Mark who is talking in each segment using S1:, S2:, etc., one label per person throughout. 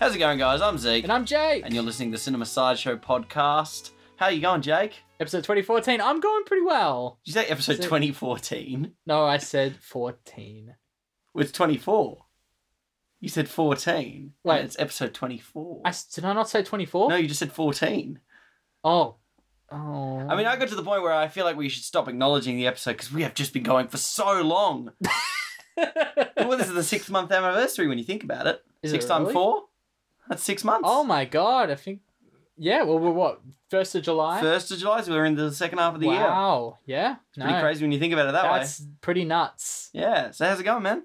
S1: How's it going, guys? I'm Zeke,
S2: And I'm Jake.
S1: and you're listening to the Cinema Sideshow podcast. How you going, Jake?
S2: Episode 2014. I'm going pretty well.
S1: Did you say episode
S2: So-
S1: 2014?
S2: No, I said 14.
S1: Well, It's 24. You said 14.
S2: Wait.
S1: And it's episode 24.
S2: I s- did I not say 24?
S1: No, you just said 14.
S2: Oh. Oh.
S1: I mean, I got to the point where I feel like we should stop acknowledging the episode because we have just been going for so long.
S2: Oh.
S1: well, this is the six month anniversary when you think about it.
S2: Is it
S1: six times
S2: really?
S1: four? That's six months.
S2: Oh my god, I think Yeah, well we're what? 1st of July?
S1: First of July, so we're in the second half of the year.
S2: wow. Yeah. no.
S1: Pretty crazy when you think about it that
S2: That's pretty nuts.
S1: way. Yeah. So how's it going, man?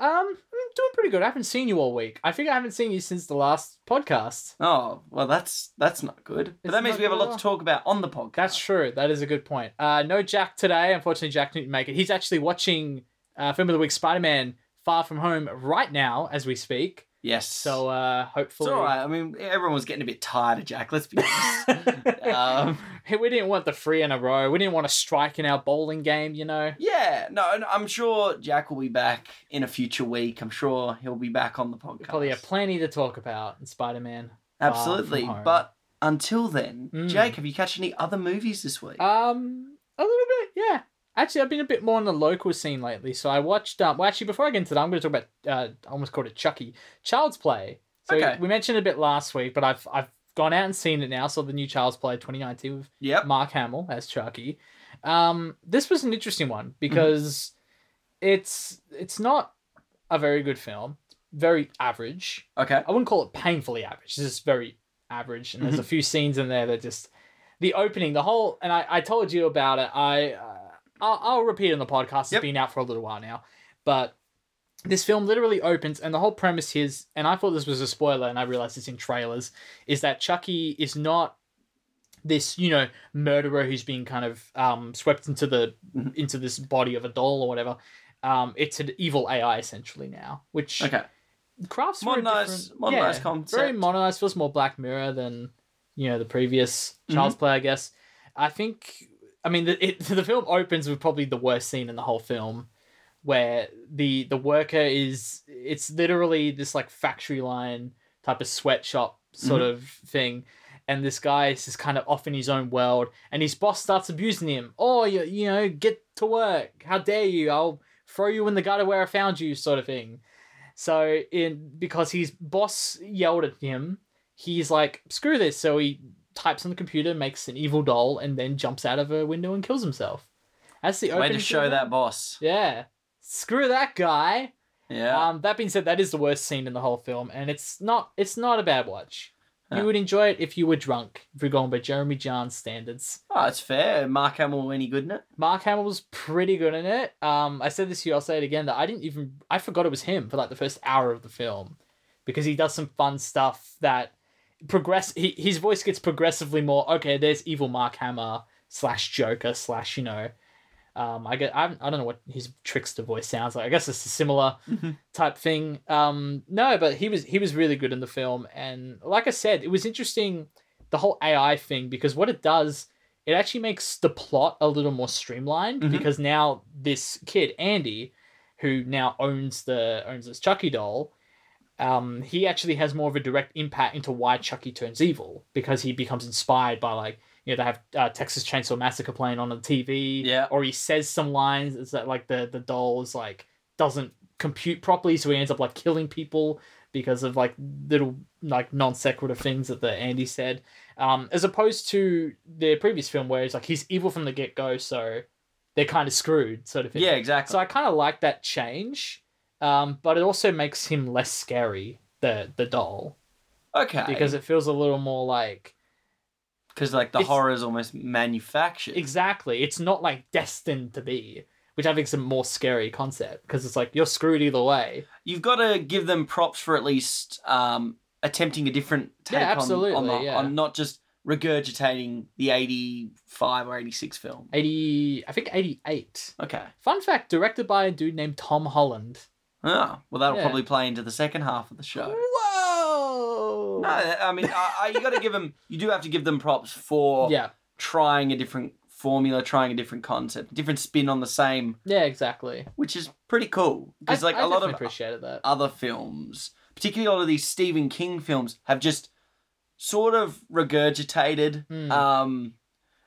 S2: Um, I'm doing pretty good. I haven't seen you all week. I think I haven't seen you since the last podcast.
S1: Oh, well, that's that's not good. But
S2: It's
S1: that means
S2: not
S1: we have a
S2: good at
S1: lot
S2: all.
S1: to talk about on the podcast.
S2: That's true. That is a good point. Uh, no Jack today. Unfortunately, Jack didn't make it. He's actually watching uh, film of the week Spider-Man: Far From Home right now as we speak.
S1: Yes.
S2: So uh,
S1: it's
S2: hopefully,
S1: all right. I mean, everyone was getting a bit tired of Jack. Let's be honest. um,
S2: Hey, we didn't want the three in a row. We didn't want a strike in our bowling game. You know.
S1: yeah. No, and I'm sure Jack will be back in a future week. I'm sure he'll be back on the podcast.
S2: Probably have plenty to talk about in Spider-Man. far from
S1: Absolutely.
S2: home.
S1: But until then,
S2: Mm.
S1: Jake, have you catch any other movies this week?
S2: Um, a little bit, yeah. Actually, I've been a bit more on the local scene lately. So I watched. Um, well, actually, before I get into that, I'm going to talk about. Uh, I almost called it Chucky. Child's Play. So
S1: Okay.
S2: we mentioned it a bit last week, but I've I've gone out and seen it now. Saw the new Child's Play 2019 with
S1: yep.
S2: Mark Hamill as Chucky. Um, this was an interesting one because it's it's not a very good film. It's very average.
S1: Okay.
S2: I wouldn't call it painfully average. It's just very average, and there's a few scenes in there that just the opening, the whole. And I, I told you about it. I uh, I'll, I'll repeat it on the podcast. It's
S1: Yep.
S2: been out for a little while now, but this film literally opens, and the whole premise is, and I thought this was a spoiler, and I realized it's in trailers, is that Chucky is not this you know murderer who's being kind of um, swept into the
S1: Mhm.
S2: into this body of a doll or whatever. Um, it's an evil AI essentially now, which
S1: Okay.
S2: crafts were a
S1: Modernised-
S2: different-
S1: modernised
S2: yeah,
S1: concept.
S2: Very modernized. Feels more Black Mirror than you know the previous Child's Play, I guess. I think. I mean, the, it, the film opens with probably the worst scene in the whole film, where the the worker is. It's literally this like factory line type of sweatshop sort of thing. And this guy is just kind of off in his own world, and his boss starts abusing him. Oh, you, you know, get to work. How dare you? I'll throw you in the gutter where I found you, sort of thing. So in because his boss yelled at him, he's like, "Screw this!" So he types on the computer, makes an evil doll, and then jumps out of a window and kills himself. That's the
S1: Way
S2: opening
S1: to
S2: scene.
S1: show that boss.
S2: Yeah, screw that guy.
S1: Yeah.
S2: Um, that being said, that is the worst scene in the whole film, and it's not it's not a bad watch.
S1: Yeah.
S2: You would enjoy it if you were drunk, if we're going by Jeremy John's standards.
S1: oh, it's fair. Mark Hamill any good in it?
S2: Mark Hamill was pretty good in it. Um, I said this to you, I'll say it again that I didn't even I forgot it was him for like the first hour of the film, because he does some fun stuff that progress. He, his voice gets progressively more okay. There's evil Mark Hammer slash Joker slash you know, um, I get I, haven't- I don't know what his trickster voice sounds like. I guess it's a similar
S1: Mhm.
S2: type thing. Um, no, but he was he was really good in the film, and like I said, it was interesting the whole AI thing because what it does it actually makes the plot a little more streamlined
S1: Mhm.
S2: because now this kid Andy, who now owns the owns this Chucky doll, um, he actually has more of a direct impact into why Chucky turns evil because he becomes inspired by like you know they have uh, Texas Chainsaw Massacre playing on the TV,
S1: Yeah.
S2: or he says some lines is that like the the doll is like doesn't compute properly, so he ends up like killing people because of like little like non sequitur things that the Andy said, um, as opposed to the previous film where it's like he's evil from the get go, so they're kind of screwed sort of thing.
S1: Yeah, exactly.
S2: So I kind of like that change, um, but it also makes him less scary the the doll
S1: okay.
S2: because it feels a little more like
S1: Because like the
S2: It's-
S1: horror is almost manufactured.
S2: exactly it's not like destined to be, which I think is a more scary concept because it's like you're screwed either way.
S1: You've got to give them props for at least um, attempting a different take
S2: Yeah,
S1: on-
S2: absolutely,
S1: on, the,
S2: yeah.
S1: on not just regurgitating the 85 or 86 film.
S2: Eighty, I think eighty eight.
S1: Okay.
S2: Fun fact: directed by a dude named Tom Holland.
S1: Oh, well, that'll
S2: Yeah.
S1: probably play into the second half of the show.
S2: Whoa!
S1: No, I mean, I, I, you got to give them. You do have to give them props for
S2: Yeah,
S1: trying a different formula, trying a different concept, different spin on the same,
S2: yeah, exactly.
S1: which is pretty cool. Because
S2: I-
S1: like
S2: I
S1: a lot
S2: definitely
S1: of uh,
S2: appreciated that.
S1: other films, particularly a lot of these Stephen King films, have just sort of regurgitated.
S2: Hmm.
S1: Um,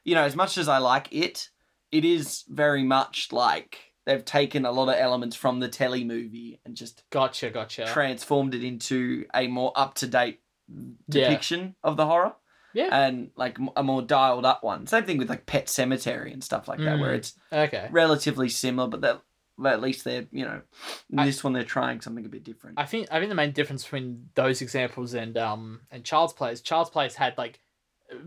S1: you know, as much as I like it, it is very much like they've taken a lot of elements from the telly movie and just
S2: Gotcha, gotcha.
S1: transformed it into a more up to date
S2: Yeah.
S1: depiction of the horror.
S2: Yeah.
S1: And like m- a more dialed up one. Same thing with like Pet Cemetery and stuff like that, where
S2: Mm.
S1: it's
S2: okay.
S1: relatively similar, but that but at least they're you know in
S2: I-
S1: this one they're trying something a bit different.
S2: I think I think the main difference between those examples and um and Child's Play is Child's Play's had like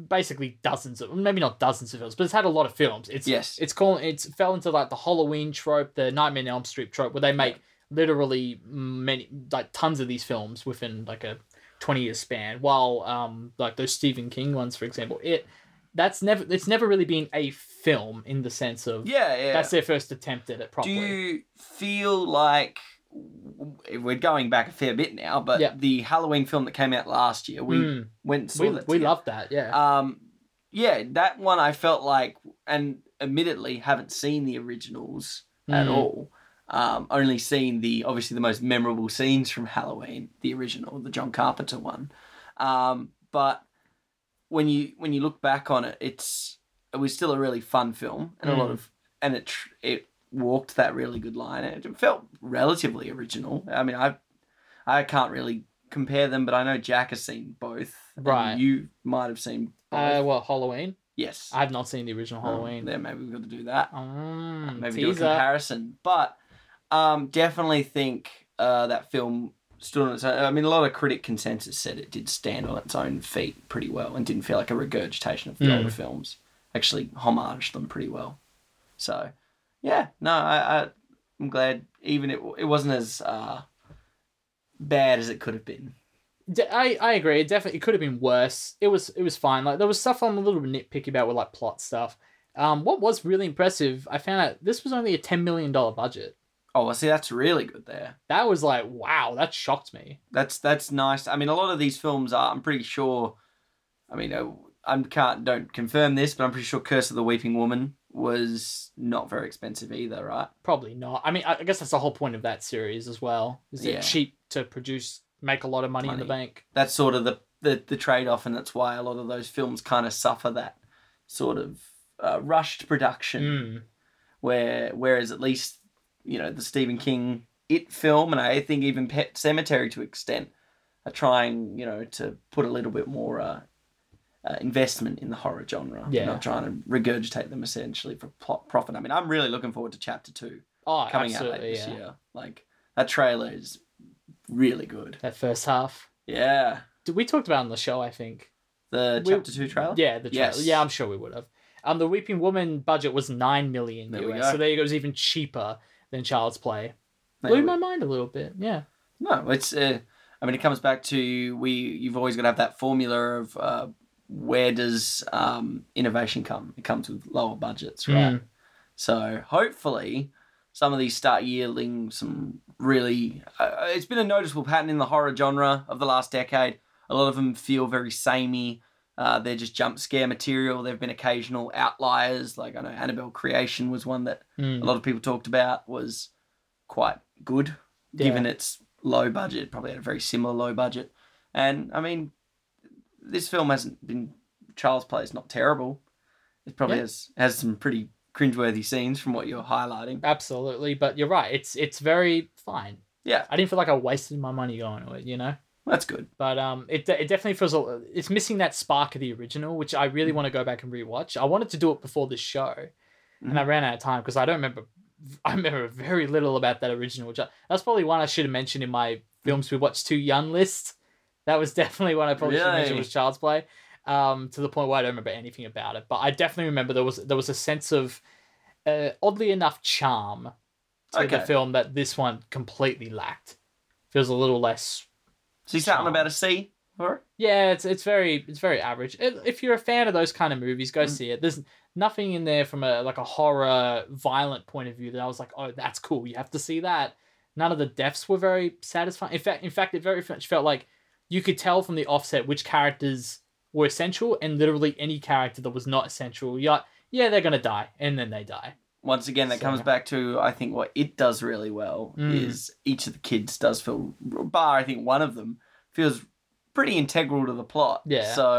S2: basically dozens of maybe not dozens of films, but it's had a lot of films. It's
S1: yes.
S2: it's calling it's fell into like the Halloween trope, the Nightmare on Elm Street trope, where they make literally many like tons of these films within like a twenty year span. While um like those Stephen King ones, for example, it that's never it's never really been a film in the sense of
S1: yeah, yeah.
S2: that's their first attempt at it
S1: Do
S2: properly.
S1: you feel like we're going back a fair bit now, but
S2: Yeah.
S1: the Halloween film that came out last year, we
S2: Mm,
S1: went and saw
S2: we,
S1: that
S2: we
S1: together.
S2: love that, yeah.
S1: Um, yeah, that one I felt like, and admittedly, haven't seen the originals at
S2: Mm.
S1: all. Um, only seen the obviously the most memorable scenes from Halloween, the original, the John Carpenter one. Um, but when you when you look back on it, it's it was still a really fun film and a lot
S2: Mm.
S1: of and it tr- it walked that really good line. and It felt relatively original. I mean, I I can't really compare them, but I know Jack has seen both. and
S2: Right.
S1: you might have seen both.
S2: Uh, well, Halloween.
S1: yes.
S2: I have not seen the original
S1: Um,
S2: Halloween.
S1: Then maybe we've got to do that.
S2: Um,
S1: maybe do a
S2: teaser.
S1: comparison. But um, definitely think uh, that film stood on its own. I mean, a lot of critic consensus said it did stand on its own feet pretty well and didn't feel like a regurgitation of the
S2: Mm.
S1: older films. Actually, homaged them pretty well. So, yeah, no, I, I, I'm glad even it, it wasn't as uh, bad as it could have been.
S2: D- I, I agree. It definitely it could have been worse. It was it was fine. Like there was stuff I'm a little bit nitpicky about with like plot stuff. Um, what was really impressive, I found out this was only a ten million dollar budget.
S1: Oh, well, see, that's really good there.
S2: That was like wow, that shocked me.
S1: That's that's nice. I mean, a lot of these films are. I'm pretty sure. I mean, I, I can't don't confirm this, but I'm pretty sure Curse of the Weeping Woman was not very expensive either, right?
S2: Probably not. I mean, I, I guess that's the whole point of that series as well. Is
S1: Yeah.
S2: it cheap to produce, make a lot of money, in the
S1: Money.
S2: bank?
S1: That's sort of the the, the trade off, and that's why a lot of those films kind of suffer that sort of uh, rushed production.
S2: Mm.
S1: Where whereas at least you know the Stephen King It film, and I think even Pet Cemetery to extent are trying you know to put a little bit more. Uh, uh, investment in the horror genre.
S2: Yeah.
S1: Not trying to regurgitate them essentially for plot profit. I mean, I'm really looking forward to chapter two
S2: Oh,
S1: coming out
S2: absolutely.
S1: later
S2: yeah.
S1: this year. Like, that trailer is really good.
S2: That first half.
S1: Yeah.
S2: Did we talked about it on the show? I think.
S1: The
S2: We-
S1: chapter two trailer?
S2: Yeah, the trailer.
S1: Yes.
S2: Yeah, I'm sure we would have. Um, the Weeping Woman budget was nine million
S1: There we
S2: US,
S1: go.
S2: so there you go. It was even cheaper than Child's Play.
S1: Maybe
S2: Blew
S1: we-
S2: my mind a little bit. Yeah.
S1: No, it's. Uh, I mean, it comes back to we. You've always got to have that formula of uh, where does um, innovation come? It comes with lower budgets, right?
S2: Mm.
S1: So hopefully, some of these start yielding some really. Uh, it's been a noticeable pattern in the horror genre of the last decade. A lot of them feel very samey. Uh, they're just jump scare material. There've been occasional outliers, like I know Annabelle Creation was one that a
S2: Mm.
S1: lot of people talked about was quite good given its low budget probably had a very similar low budget and i mean this film hasn't been child's play is not terrible it probably
S2: Yeah.
S1: has has some pretty cringeworthy scenes from what you're highlighting
S2: Absolutely, but you're right. It's it's very fine.
S1: Yeah.
S2: I didn't feel like I wasted my money going to it, you know.
S1: that's good
S2: But um, it de- it definitely feels a, it's missing that spark of the original, which I
S1: Mm.
S2: really want to go back and rewatch. I wanted to do it before this show, and I
S1: Mm.
S2: ran out of time because I don't remember. I remember very little about that original. Which I, that's probably one I should have mentioned in my films we watched too young list. That was definitely one I probably should have mentioned
S1: Really?
S2: was Child's Play. Um, to the point where I don't remember anything about it, but I definitely remember there was there was a sense of, uh, oddly enough, charm to the
S1: okay
S2: film that this one completely lacked. Feels a little less
S1: so you something about a c for it
S2: yeah, it's it's very it's very average. I- If you're a fan of those kind of movies, go
S1: Mm.
S2: see it. There's nothing in there from a like a horror violent point of view that I was like, oh, that's cool. You have to see that. None of the deaths were very satisfying. In fact, in fact, it very much felt like you could tell from the offset which characters were essential and literally any character that was not essential. Yeah, yeah, they're gonna die, and then they die.
S1: once again, that comes
S2: So-
S1: back to I think what it does really well
S2: Mm.
S1: is each of the kids does feel bar I think one of them feels pretty integral to the plot.
S2: Yeah.
S1: So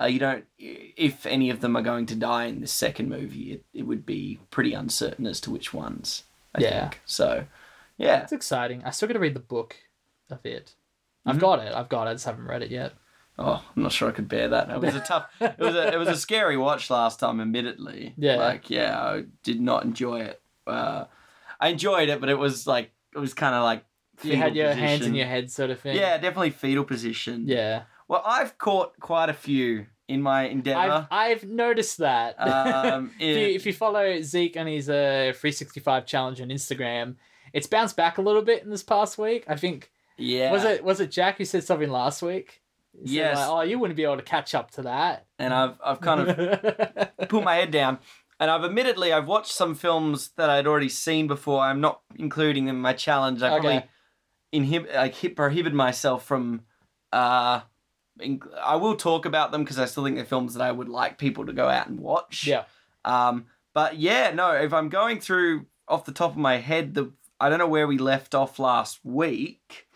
S1: uh, you don't if any of them are going to die in this second movie, it, it would be pretty uncertain as to which ones. I
S2: Yeah.
S1: Think. So yeah,
S2: It's exciting. I still got to read the book of it.
S1: Mhm.
S2: I've got it. I've got it. I just haven't read it yet.
S1: Oh, I'm not sure I could bear that. It was a tough. It was a it was a scary watch last time. Admittedly,
S2: Yeah.
S1: Like, yeah, I did not enjoy it. Uh, I enjoyed it, but it was like it was kind of like
S2: you had
S1: fetal
S2: your hands in
S1: position.
S2: your head, sort of thing.
S1: yeah, definitely fetal position.
S2: Yeah.
S1: Well, I've caught quite a few in my
S2: I've,
S1: endeavor.
S2: I've noticed that.
S1: Um,
S2: if, you,
S1: it-
S2: if you follow Zeke on his uh, 365 challenge on Instagram, it's bounced back a little bit in this past week. I think
S1: yeah.
S2: was it was it Jack who said something last week? He said,
S1: Yes.
S2: like, oh, you wouldn't be able to catch up to that.
S1: And I've I've kind of
S2: of.
S1: put my head down. And I've admittedly I've watched some films that I'd already seen before. I'm not including them in my challenge. I probably
S2: Okay.
S1: inhib- like hit, prohibited myself from. Uh, in- I will talk about them because I still think they're films that I would like people to go out and watch.
S2: yeah.
S1: Um, but yeah, no. If I'm going through off the top of my head, the I don't know where we left off last week,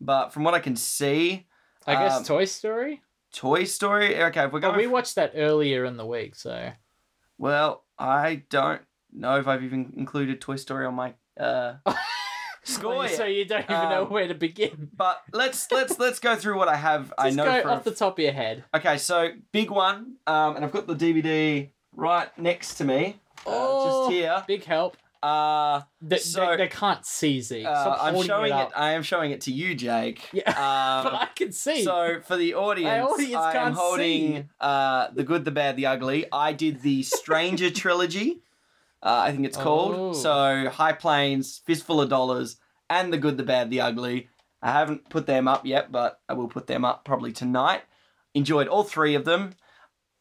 S1: but from what I can see,
S2: I guess
S1: Um,
S2: Toy Story.
S1: Toy Story. Okay, if we're
S2: But
S1: going.
S2: we watched that earlier in the week, so
S1: Well, I don't know if I've even included Toy Story on my uh, score.
S2: so
S1: yet.
S2: you don't even know
S1: Um,
S2: where to begin.
S1: But let's let's let's go through what I have. I
S2: Just
S1: know
S2: go
S1: for
S2: off
S1: a
S2: the top of your head.
S1: Okay, so big one, um, and I've got the DVD right next to me, uh,
S2: Oh.
S1: just here.
S2: Big help.
S1: Uh,
S2: They,
S1: So-
S2: they, they can't see Zeke.
S1: uh,
S2: Stop
S1: I'm
S2: holding
S1: showing
S2: it.
S1: it,
S2: Up.
S1: I am showing it to you, Jake.
S2: Yeah, but
S1: Um,
S2: I can see.
S1: so for the audience,
S2: My audience
S1: I am
S2: can't
S1: holding
S2: see.
S1: uh, the Good, the Bad, the Ugly. I did the Stranger trilogy. Uh, I think it's called.
S2: Oh.
S1: So High Plains, Fistful of Dollars, and the Good, the Bad, the Ugly. I haven't put them up yet, but I will put them up probably tonight. Enjoyed all three of them,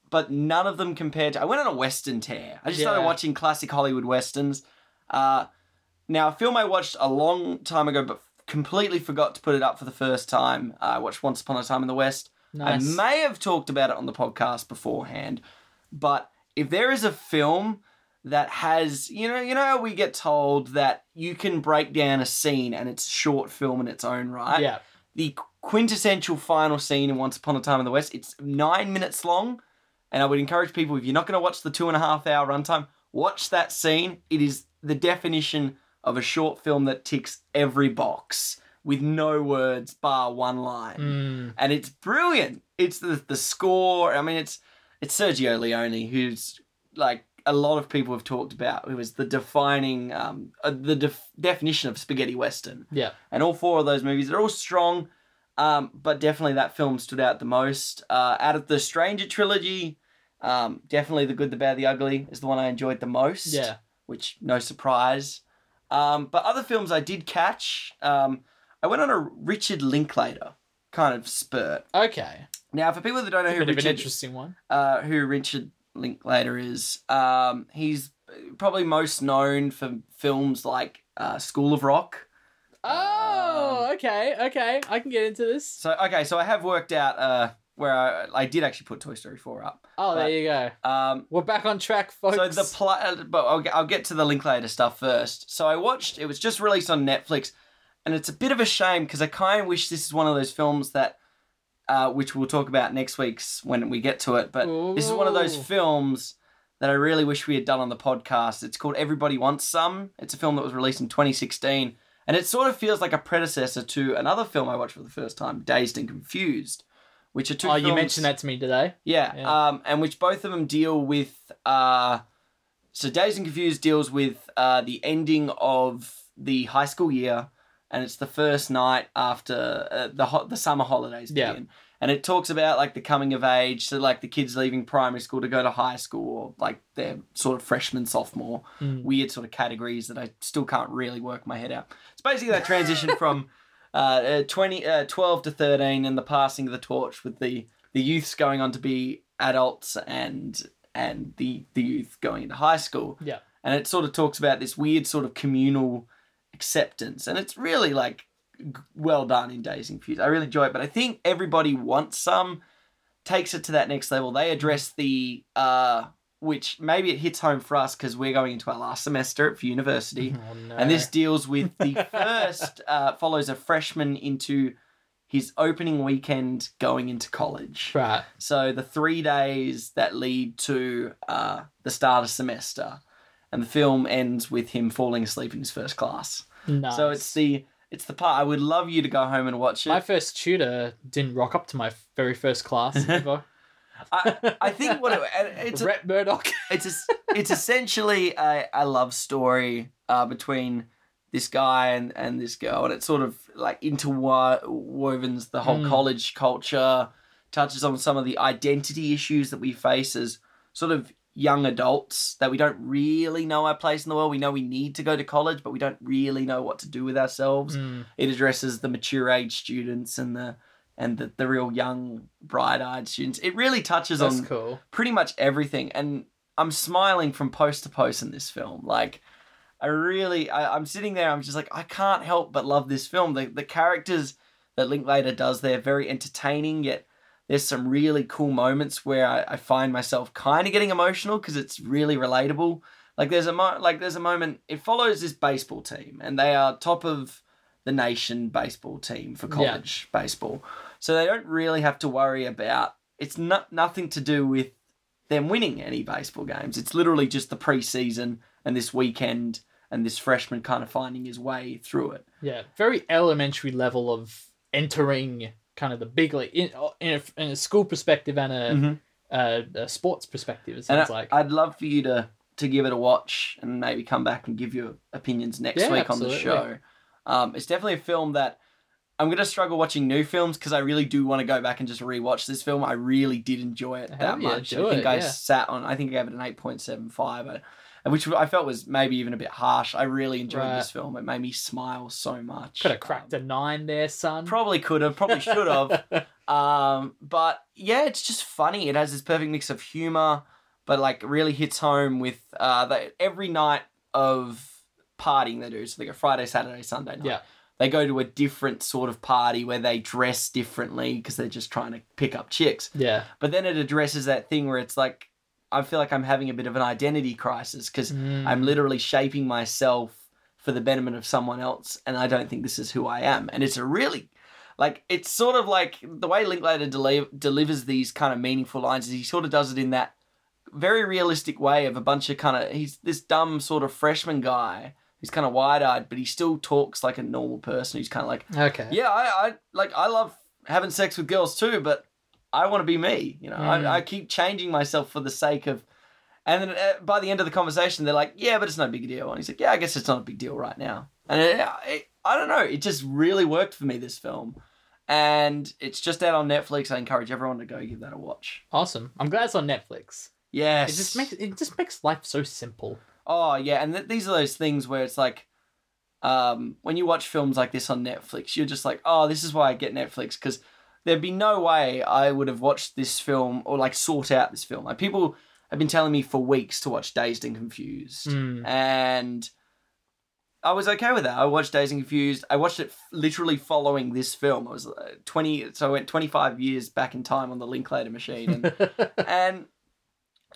S1: but none of them compared to. I went on a Western tear. I just started
S2: Yeah.
S1: watching classic Hollywood Westerns. Uh, now, a film I watched a long time ago, but completely forgot to put it up for the first time. I watched Once Upon a Time in the West.
S2: nice.
S1: I may have talked about it on the podcast beforehand, but if there is a film that has, you know, you know, how we get told that you can break down a scene and it's a short film in its own right.
S2: yeah.
S1: The quintessential final scene in Once Upon a Time in the West. It's nine minutes long, and I would encourage people if you're not going to watch the two and a half hour runtime, watch that scene. It is the definition of a short film that ticks every box with no words bar one line
S2: Mm,
S1: and it's brilliant. It's the the score. I mean, it's it's Sergio Leone, who's like a lot of people have talked about, who is the defining um, uh, the def- definition of spaghetti western.
S2: yeah.
S1: And all four of those movies are all strong, um, but definitely that film stood out the most uh, out of the Stranger trilogy. Um, definitely the good, the bad, the ugly is the one I enjoyed the most
S2: Yeah.
S1: which no surprise. Um, but other films I did catch, um, I went on a Richard Linklater kind of spurt.
S2: Okay.
S1: Now, for people that don't know who
S2: Bit of an
S1: Richard,
S2: interesting one.
S1: uh, who Richard Linklater is, um, he's probably most known for films like uh, School of Rock. Um,
S2: Oh, okay, okay. I can get into this.
S1: So, okay, so I have worked out uh, where I, I did actually put Toy Story 4 up.
S2: Oh, there
S1: but-
S2: you go.
S1: Um,
S2: We're back on track, folks.
S1: So the plot, uh, but I'll get, I'll get to the Linklater stuff first. So I watched. It was just released on Netflix, and it's a bit of a shame because I kind of wish this is one of those films that, uh, which we'll talk about next week's when we get to it. But this is one of those
S2: Ooh.
S1: films that I really wish we had done on the podcast. It's called Everybody Wants Some. It's a film that was released in 2016, and it sort of feels like a predecessor to another film I watched for the first time, Dazed and Confused, which are two.
S2: oh, you
S1: films-
S2: mentioned that to me today.
S1: yeah,
S2: Yeah.
S1: Um, and which both of them deal with. Uh, so Days and Confused deals with uh, the ending of the high school year, and it's the first night after uh, the ho- the summer holidays
S2: Yeah.
S1: begin. And it talks about like the coming of age, so like the kids leaving primary school to go to high school, or like they're sort of freshman, sophomore,
S2: Mm.
S1: weird sort of categories that I still can't really work my head out. It's basically that transition from uh, uh, 20, uh, 12 to 13 and the passing of the torch with the, the youths going on to be adults and and the, the youth going into high school.
S2: Yeah.
S1: And it sort of talks about this weird sort of communal acceptance. And it's really like g- well done in Days and Fuse. I really enjoy it, but I think everybody wants some takes it to that next level. They address the uh which maybe it hits home for us because we're going into our last semester for university.
S2: Oh, no.
S1: And this deals with the first, uh, follows a freshman into his opening weekend going into college.
S2: right.
S1: So the three days that lead to uh, the start of semester. And the film ends with him falling asleep in his first class.
S2: Nice.
S1: So it's the it's the part I would love you to go home and watch it.
S2: my first tutor didn't rock up to my very first class ever.
S1: I, I think what it, and it's a-
S2: Rhett Murdoch.
S1: it's es- it's essentially a, a love story uh, between this guy and, and this girl, and it sort of like interwovens the whole
S2: Mm.
S1: college culture, touches on some of the identity issues that we face as sort of young adults that we don't really know our place in the world. We know we need to go to college, but we don't really know what to do with ourselves.
S2: Mm,
S1: It addresses the mature age students and the and the, the real young, bright eyed students. It really touches
S2: that's
S1: on
S2: cool.
S1: pretty much everything and i'm smiling from post to post in this film like i really I, i'm sitting there i'm just like i can't help but love this film the, the characters that linklater does they're very entertaining yet there's some really cool moments where i, I find myself kind of getting emotional because it's really relatable like there's a mo- like there's a moment it follows this baseball team and they are top of the nation baseball team for
S2: Yeah.
S1: college baseball so they don't really have to worry about it's not nothing to do with them winning any baseball games. It's literally just the preseason and this weekend and this freshman kind of finding his way through it.
S2: Yeah, very elementary level of entering kind of the big league in, in, a, in a school perspective and
S1: Mm-hmm.
S2: a, uh, a, a sports perspective. It
S1: And
S2: sounds
S1: I,
S2: like
S1: would love for you to to give it a watch and maybe come back and give your opinions next
S2: Yeah,
S1: week on
S2: absolutely.
S1: the show. Um, it's definitely a film that I'm going to struggle watching new films because I really do want to go back and just rewatch this film. I really did enjoy it
S2: Hell
S1: that
S2: yeah,
S1: much. I
S2: do
S1: think
S2: it,
S1: I
S2: yeah.
S1: sat on. I think I gave it an eight point seven five. uh, Which I felt was maybe even a bit harsh. I really enjoyed
S2: Right.
S1: this film. It made me smile so much.
S2: could have cracked
S1: Um,
S2: a nine there, son.
S1: Probably could have. Probably should have. Um, but yeah, it's just funny. It has this perfect mix of humor, but like really hits home with uh, the, every night of partying they do. So they go Friday, Saturday, Sunday night.
S2: Yeah.
S1: They go to a different sort of party where they dress differently because they're just trying to pick up chicks.
S2: yeah.
S1: But then it addresses that thing where it's like, I feel like I'm having a bit of an identity crisis because
S2: Mm.
S1: I'm literally shaping myself for the betterment of someone else, and I don't think this is who I am. And it's a really, like, it's sort of like the way Linklater deli- delivers these kind of meaningful lines is he sort of does it in that very realistic way of a bunch of kind of he's this dumb sort of freshman guy who's kind of wide eyed, but he still talks like a normal person who's kind of like
S2: Mm, okay.
S1: yeah, I, I like I love having sex with girls too, but I want to be me. You know,
S2: Mm.
S1: I, I keep changing myself for the sake of. And then uh, by the end of the conversation, they're like, "Yeah, but it's no big deal." And he's like, "Yeah, I guess it's not a big deal right now." And it, it, I don't know, it just really worked for me this film, and it's just out on Netflix. I encourage everyone to go give that a watch.
S2: Awesome. I'm glad it's on Netflix.
S1: Yes,
S2: It just makes it just makes life so simple.
S1: Oh yeah, and th- these are those things where it's like, um, when you watch films like this on Netflix, you're just like, oh, this is why I get Netflix because there'd be no way I would have watched this film or like sought out this film. Like people have been telling me for weeks to watch Dazed and Confused,
S2: Mm.
S1: and I was okay with that. I watched Dazed and Confused. I watched it f- literally following this film. I was uh, twenty, so I went twenty five years back in time on the Linklater machine, and and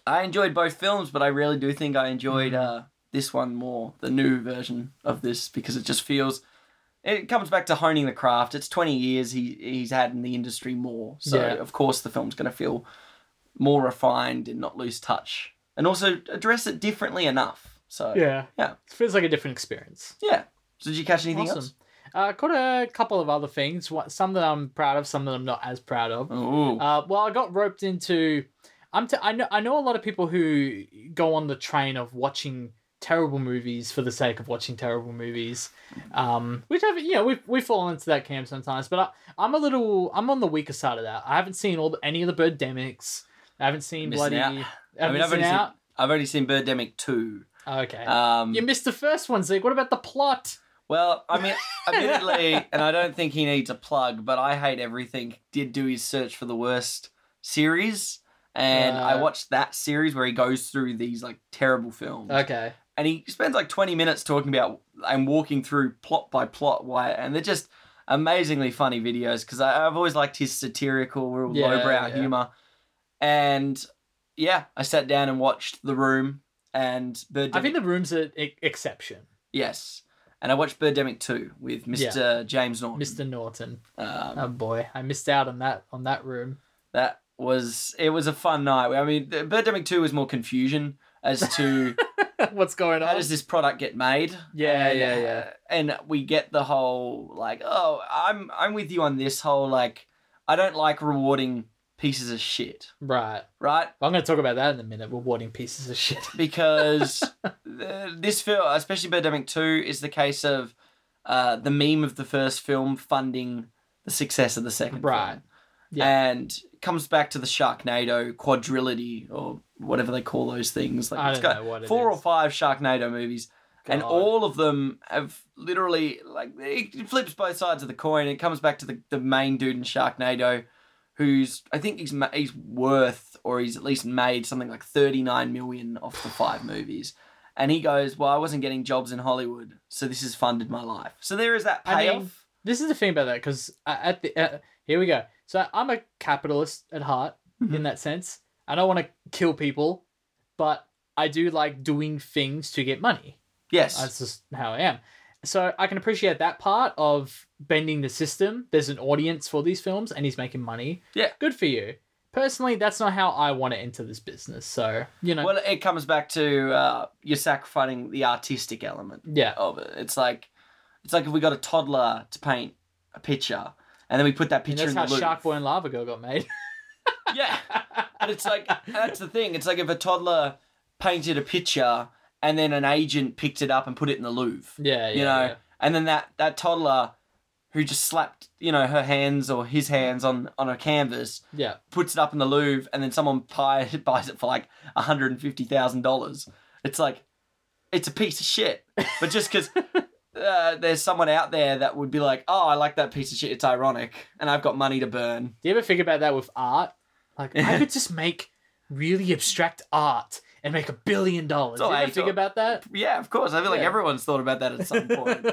S1: I enjoyed both films, but I really do think I enjoyed
S2: Mm.
S1: uh, this one more, the new version of this, because it just feels. It comes back to honing the craft. It's twenty years he he's had in the industry more, so
S2: Yeah.
S1: of course the film's going to feel more refined and not lose touch, and also address it differently enough. So yeah.
S2: yeah. It feels like a different experience.
S1: So did you catch anything else?
S2: Uh, got a couple of other things. What some that I'm proud of, some that I'm not as proud of.
S1: Ooh.
S2: Uh, well, I got roped into. I'm. T- I know. I know a lot of people who go on the train of watching terrible movies for the sake of watching terrible movies, um, which I've you know we've we fall into that camp sometimes. But I, I'm a little. I'm on the weaker side of that. I haven't seen all the, any of the Birdemics. I haven't seen
S1: Missing
S2: bloody.
S1: out.
S2: I mean,
S1: mean, I've only
S2: I've seen
S1: seen-
S2: out.
S1: I've only seen Birdemic two.
S2: Okay.
S1: Um,
S2: you missed the first one, Zeke. What about the plot?
S1: Well, I mean, admittedly, and I don't think he needs a plug, but I Hate Everything did do his search for the worst series. And I
S2: Right.
S1: watched that series where he goes through these like terrible films.
S2: Okay.
S1: And he spends like 20 minutes talking about and walking through plot by plot why. And they're just amazingly funny videos because I've always liked his satirical, real
S2: Yeah,
S1: lowbrow
S2: yeah.
S1: humor. And yeah, I sat down and watched The Room and Birdemic.
S2: I think the room's an e- exception.
S1: yes, and I watched Birdemic Two with Mr. James Norton.
S2: Mr. Norton.
S1: Um,
S2: Oh boy, I missed out on that on that room.
S1: that was it was a fun night. I mean, the- Birdemic Two was more confusion as to
S2: What's going
S1: how
S2: on?
S1: does this product get made.
S2: Yeah,
S1: And- uh,
S2: yeah, yeah.
S1: And we get the whole like, oh, I'm I'm with you on this whole like, I don't like rewarding pieces of shit,
S2: Right.
S1: right?
S2: I'm going to talk about that in a minute. Rewarding pieces of shit.
S1: because uh, this film, especially Birdemic 2, is the case of uh, the meme of the first film funding the success of the second
S2: Right.
S1: film. And comes back to the Sharknado quadrilogy or whatever they call those things. Like
S2: I
S1: it's
S2: don't
S1: got
S2: know what it
S1: four
S2: is.
S1: or five Sharknado movies, and
S2: God.
S1: all of them have literally like it flips both sides of the coin. It comes back to the, the main dude in Sharknado, who's I think he's ma- he's worth or he's at least made something like thirty nine million off the five movies, and he goes, "Well, I wasn't getting jobs in Hollywood, so this has funded my life." So there is that
S2: I mean-
S1: payoff.
S2: This is the thing about that because at the uh, here we go. So I'm a capitalist at heart in
S1: Mhm.
S2: that sense. I don't want to kill people, but I do like doing things to get money.
S1: yes,
S2: That's just how I am. So I can appreciate that part of bending the system. There's an audience for these films, and he's making money.
S1: Yeah.
S2: good for you. Personally, that's not how I want to enter this business. So you know,
S1: well, it comes back to uh, you're sacrificing the artistic element.
S2: yeah,
S1: of it. It's like it's like if we got a toddler to paint a picture and then we put that
S2: and
S1: picture
S2: that's
S1: in
S2: how
S1: the Louvre.
S2: Sharkboy and Lava Girl got made.
S1: Yeah. And it's like that's the thing. It's like if a toddler painted a picture and then an agent picked it up and put it in the Louvre.
S2: yeah, yeah,
S1: you know, and then that that toddler who just slapped, you know, her hands or his hands on on a canvas
S2: yeah. yeah.
S1: puts it up in the Louvre, and then someone buy, buys it for like hundred and fifty thousand dollars. It's like, it's a piece of shit. But just because uh, there's someone out there that would be like, oh, I like that piece of shit. It's ironic, and I've got money to burn.
S2: Do you ever think about that with art? Like I could just make really abstract art and make a billion dollars. Do
S1: That's all
S2: you
S1: I
S2: ever think
S1: thought.
S2: about that?
S1: Yeah, of course. I feel like
S2: Yeah.
S1: everyone's thought about that at some point.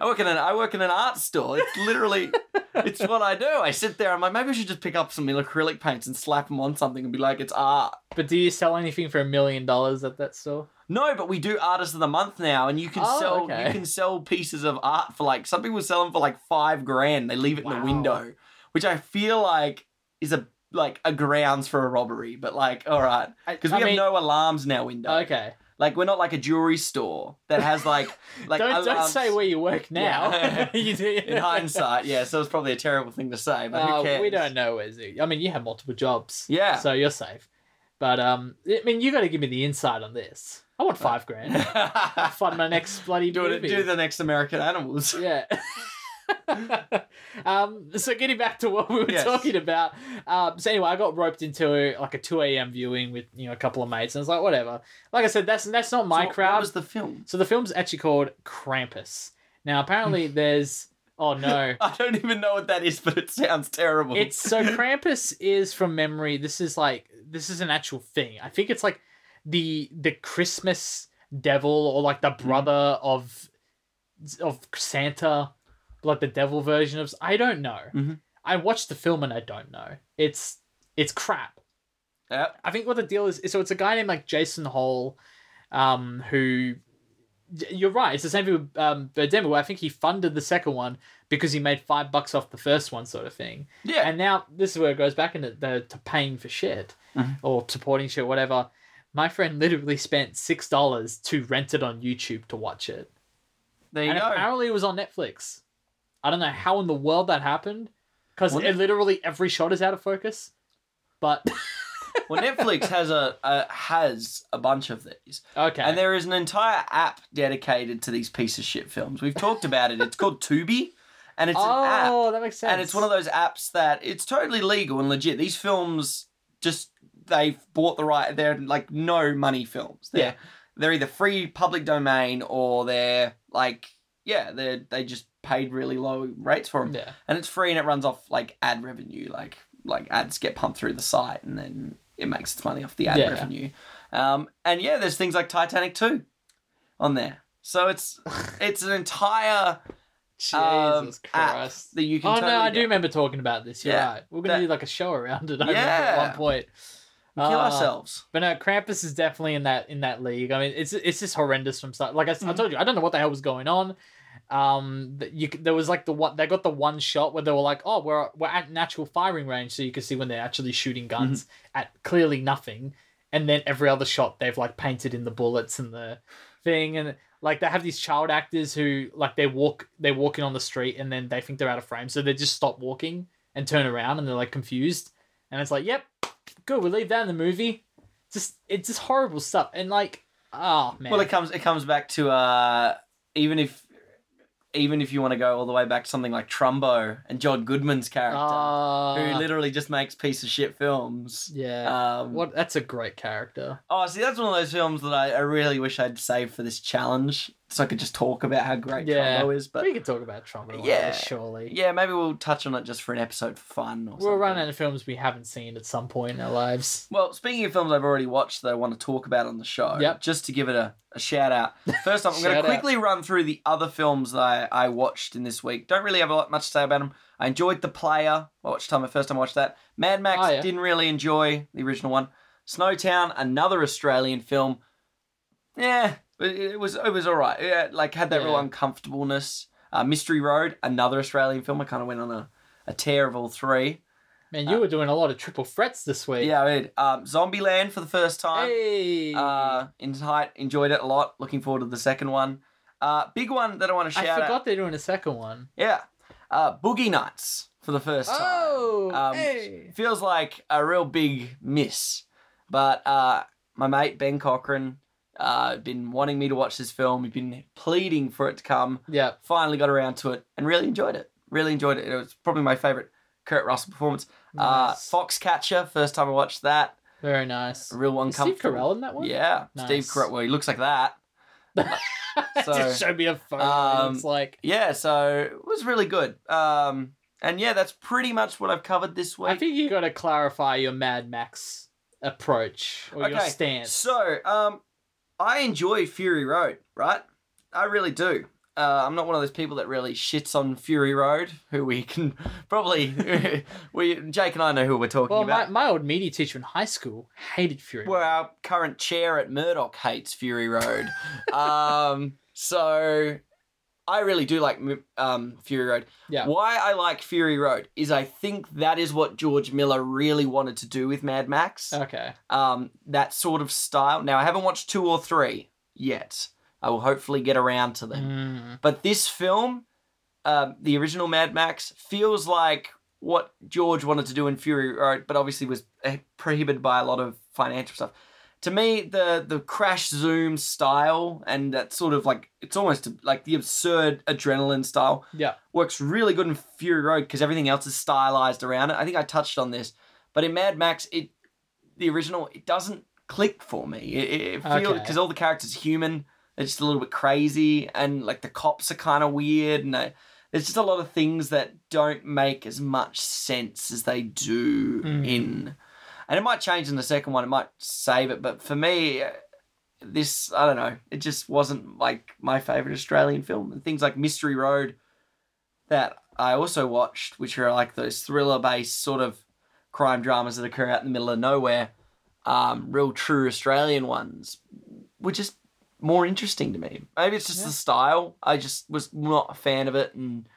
S1: I work in an I work in an art store. It's literally, it's what I do. I sit there. I'm like, maybe I should just pick up some acrylic paints and slap them on something and be like, it's art.
S2: but do you sell anything for a million dollars at that store?
S1: No, but we do artist of the month now, and you can
S2: Oh,
S1: sell
S2: okay.
S1: you can sell pieces of art for like some people sell them for like five grand. They leave it in
S2: Wow.
S1: the window, which I feel like is a like a grounds for a robbery. But like, all right, because we
S2: I
S1: have
S2: mean-
S1: no alarms in our window.
S2: Okay.
S1: Like we're not like a jewelry store that has like like
S2: don't don't
S1: alarms
S2: say where you work now.
S1: Yeah.
S2: you do.
S1: In hindsight, yeah, so it's probably a terrible thing to say, but who
S2: Uh,
S1: cares?
S2: we don't know where Zoo. I mean, you have multiple jobs.
S1: Yeah.
S2: So you're safe. But um, I mean, you got to give me the insight on this. I want five grand. Fund my next bloody
S1: Uh. do it.
S2: movie.
S1: Do the next American Animals.
S2: Yeah. um, so getting back to what we were
S1: Yes.
S2: talking about. Um, so anyway, I got roped into like a two a.m. viewing with you know a couple of mates, and it's like whatever. Like I said, that's that's not my
S1: So what-
S2: crowd.
S1: What was the film?
S2: so the film's actually called Krampus. Now apparently there's oh no,
S1: I don't even know what that is, but it sounds terrible.
S2: it's so Krampus is from memory. This is like this is an actual thing. I think it's like the the Christmas devil or like the brother of of Santa, like the devil version of. I don't know.
S1: Mhm.
S2: I watched the film and I don't know. It's it's crap.
S1: Yep.
S2: I think what the deal is, so it's a guy named like Jason Hole, um, who you're right. It's the same thing with um, Birdemic. Where I think he funded the second one because he made five bucks off the first one, sort of thing.
S1: Yeah.
S2: And now this is where it goes back into the, to paying for shit
S1: Mhm.
S2: or supporting shit, whatever. My friend literally spent six dollars to rent it on YouTube to watch it,
S1: there you
S2: and
S1: go.
S2: apparently it was on Netflix. I don't know how in the world that happened, because
S1: Well,
S2: it literally every shot is out of focus. But
S1: well, Netflix has a, a has a bunch of these,
S2: okay,
S1: and there is an entire app dedicated to these piece of shit films. We've talked about it. It's called Tubi, and it's an app,
S2: oh, that makes sense.
S1: and it's one of those apps that it's totally legal and legit. These films just they've bought the right. They're like no money films. They're,
S2: Yeah.
S1: they're either free public domain or they're like yeah they they just paid really low rates for them.
S2: yeah.
S1: and it's free and it runs off like ad revenue like like ads get pumped through the site and then it makes its money off the ad
S2: Yeah.
S1: revenue um, and yeah there's things like titanic 2 on there so it's it's an entire
S2: Jesus
S1: um, app that you can
S2: Oh
S1: totally
S2: no, I
S1: get.
S2: do remember talking about this. You're
S1: Yeah.
S2: right. We're gonna
S1: That-
S2: do like a show around it. I remember
S1: Yeah.
S2: at one point.
S1: We'll kill
S2: Ah.
S1: ourselves.
S2: But no, Krampus is definitely in that in that league. I mean, it's it's just horrendous from start. Like I, s- I
S1: Mhm.
S2: told you, I don't know what the hell was going on. Um, th- you c- there was like the one they got the one shot where they were like, oh, we're we're at an actual firing range, so you can see when they're actually shooting guns at clearly nothing, and then every other shot they've like painted in the bullets and the thing and. Like they have these child actors who like they walk they're walking on the street and then they think they're out of frame, so they just stop walking and turn around and they're like confused. And it's like, yep, good, we leave that in the movie. Just it's just horrible stuff. And like, oh man.
S1: Well, it comes it comes back to uh, even if even if you want to go all the way back to something like Trumbo and John Goodman's character,
S2: Ah,
S1: who literally just makes piece of shit films.
S2: yeah.
S1: Um,
S2: what that's a great character.
S1: Oh, see, that's one of those films that I, I really wish I'd saved for this challenge, so I could just talk about how great
S2: Yeah.
S1: Trumbo is. But
S2: we could talk about Trumbo one
S1: Yeah.
S2: day, surely.
S1: yeah, maybe we'll touch on it just for an episode for fun. Or
S2: We'll
S1: something.
S2: run out of films we haven't seen at some point in our lives.
S1: Well, speaking of films I've already watched that I want to talk about on the show,
S2: Yep.
S1: just to give it a, a shout out. First off, I'm going
S2: Shout
S1: to
S2: out.
S1: quickly run through the other films that I, I watched in this week. Don't really have a lot much to say about them. I enjoyed The Player. I watched time the first time I watched that. Mad Max
S2: Oh, yeah.
S1: didn't really enjoy the original one. Snowtown, another Australian film. Yeah, it, it was it was all right. Yeah, like had that real
S2: Yeah.
S1: uncomfortableness. Uh, Mystery Road, another Australian film. I kind of went on a, a tear of all three.
S2: Man, you were doing a lot of triple threats this week.
S1: Uh, Yeah, I did. Um, Zombieland for the first time.
S2: Hey.
S1: Uh, in height, enjoyed it a lot. Looking forward to the second one. Uh, big one that I want to
S2: I
S1: shout
S2: forgot
S1: out.
S2: they're doing a second one.
S1: Yeah, uh, Boogie Nights for the first time.
S2: Oh,
S1: Um,
S2: hey.
S1: Feels like a real big miss, but uh, my mate Ben Cochran uh been wanting me to watch this film. He'd been pleading for it to come.
S2: Yeah.
S1: Finally got around to it and really enjoyed it. Really enjoyed it. It was probably my favorite Kurt Russell performance. Uh,
S2: Nice.
S1: Foxcatcher, first time I watched that.
S2: Very nice.
S1: A real
S2: Is Steve
S1: uncomfortable.
S2: Carell in that one?
S1: Yeah, Steve
S2: Nice.
S1: Carell. Well, he looks like that. So-
S2: Just show me a photo.
S1: Um,
S2: it's like
S1: Yeah, so it was really good. Um, and yeah, that's pretty much what I've covered this week.
S2: I think you got to clarify your Mad Max approach or your
S1: Okay,
S2: stance.
S1: So, um, I enjoy Fury Road, right? I really do. Uh, I'm not one of those people that really shits on Fury Road, who we can probably we Jake and I know who we're talking
S2: well, my,
S1: about.
S2: my old media teacher in high school hated Fury.
S1: Well,
S2: Road.
S1: our current chair at Murdoch hates Fury Road. um, so I really do like um, Fury Road.
S2: Yeah.
S1: Why I like Fury Road is I think that is what George Miller really wanted to do with Mad Max.
S2: okay.
S1: Um, that sort of style. Now I haven't watched two or three yet. I will hopefully get around to them.
S2: Mm,
S1: But this film, um, the original Mad Max, feels like what George wanted to do in Fury Road, but obviously was eh, prohibited by a lot of financial stuff. To me, the the crash zoom style and that sort of like it's almost like the absurd adrenaline style
S2: yeah.
S1: works really good in Fury Road because everything else is stylized around it. I think I touched on this, but in Mad Max, it the original it doesn't click for me. It, it, it feels
S2: Okay.
S1: because all the characters are human, they're just a little bit crazy, and like the cops are kind of weird, and they, there's just a lot of things that don't make as much sense as they do
S2: Mm.
S1: in. And it might change in the second one. It might save it, but for me, this I don't know. It just wasn't like my favorite Australian film. And things like Mystery Road that I also watched, which are like those thriller-based sort of crime dramas that occur out in the middle of nowhere, um, real true Australian ones, were just more interesting to me. Maybe it's just
S2: Yeah.
S1: the style. I just was not a fan of it, and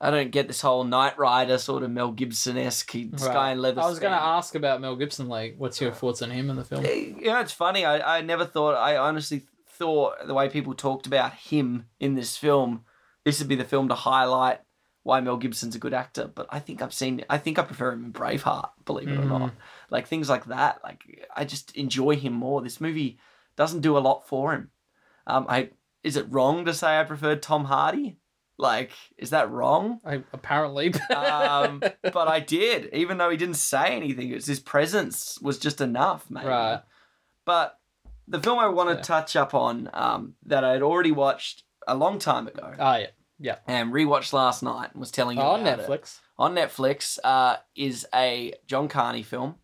S1: I don't get this whole Knight Rider sort of Mel Gibson esque
S2: Right.
S1: guy in leather.
S2: I was going to
S1: stand.
S2: ask about Mel Gibson. Like, what's
S1: Uh,
S2: your thoughts on him in the film?
S1: You know, it's funny. I, I never thought. I honestly thought the way people talked about him in this film, this would be the film to highlight why Mel Gibson's a good actor. But I think I've seen. I think I prefer him in Braveheart. Believe it or not, like things like that. Like I just enjoy him more. This movie doesn't do a lot for him. Um, I is it wrong to say I preferred Tom Hardy? Like, is that wrong?
S2: I, apparently.
S1: um, but I did, even though he didn't say anything. It's his presence was just enough, mate.
S2: Right.
S1: But the film I want
S2: Yeah.
S1: to touch up on um, that I had already watched a long time ago
S2: oh yeah.
S1: and rewatched last night and was telling you
S2: on
S1: about it.
S2: Netflix.
S1: on Netflix uh, is a John Carney film.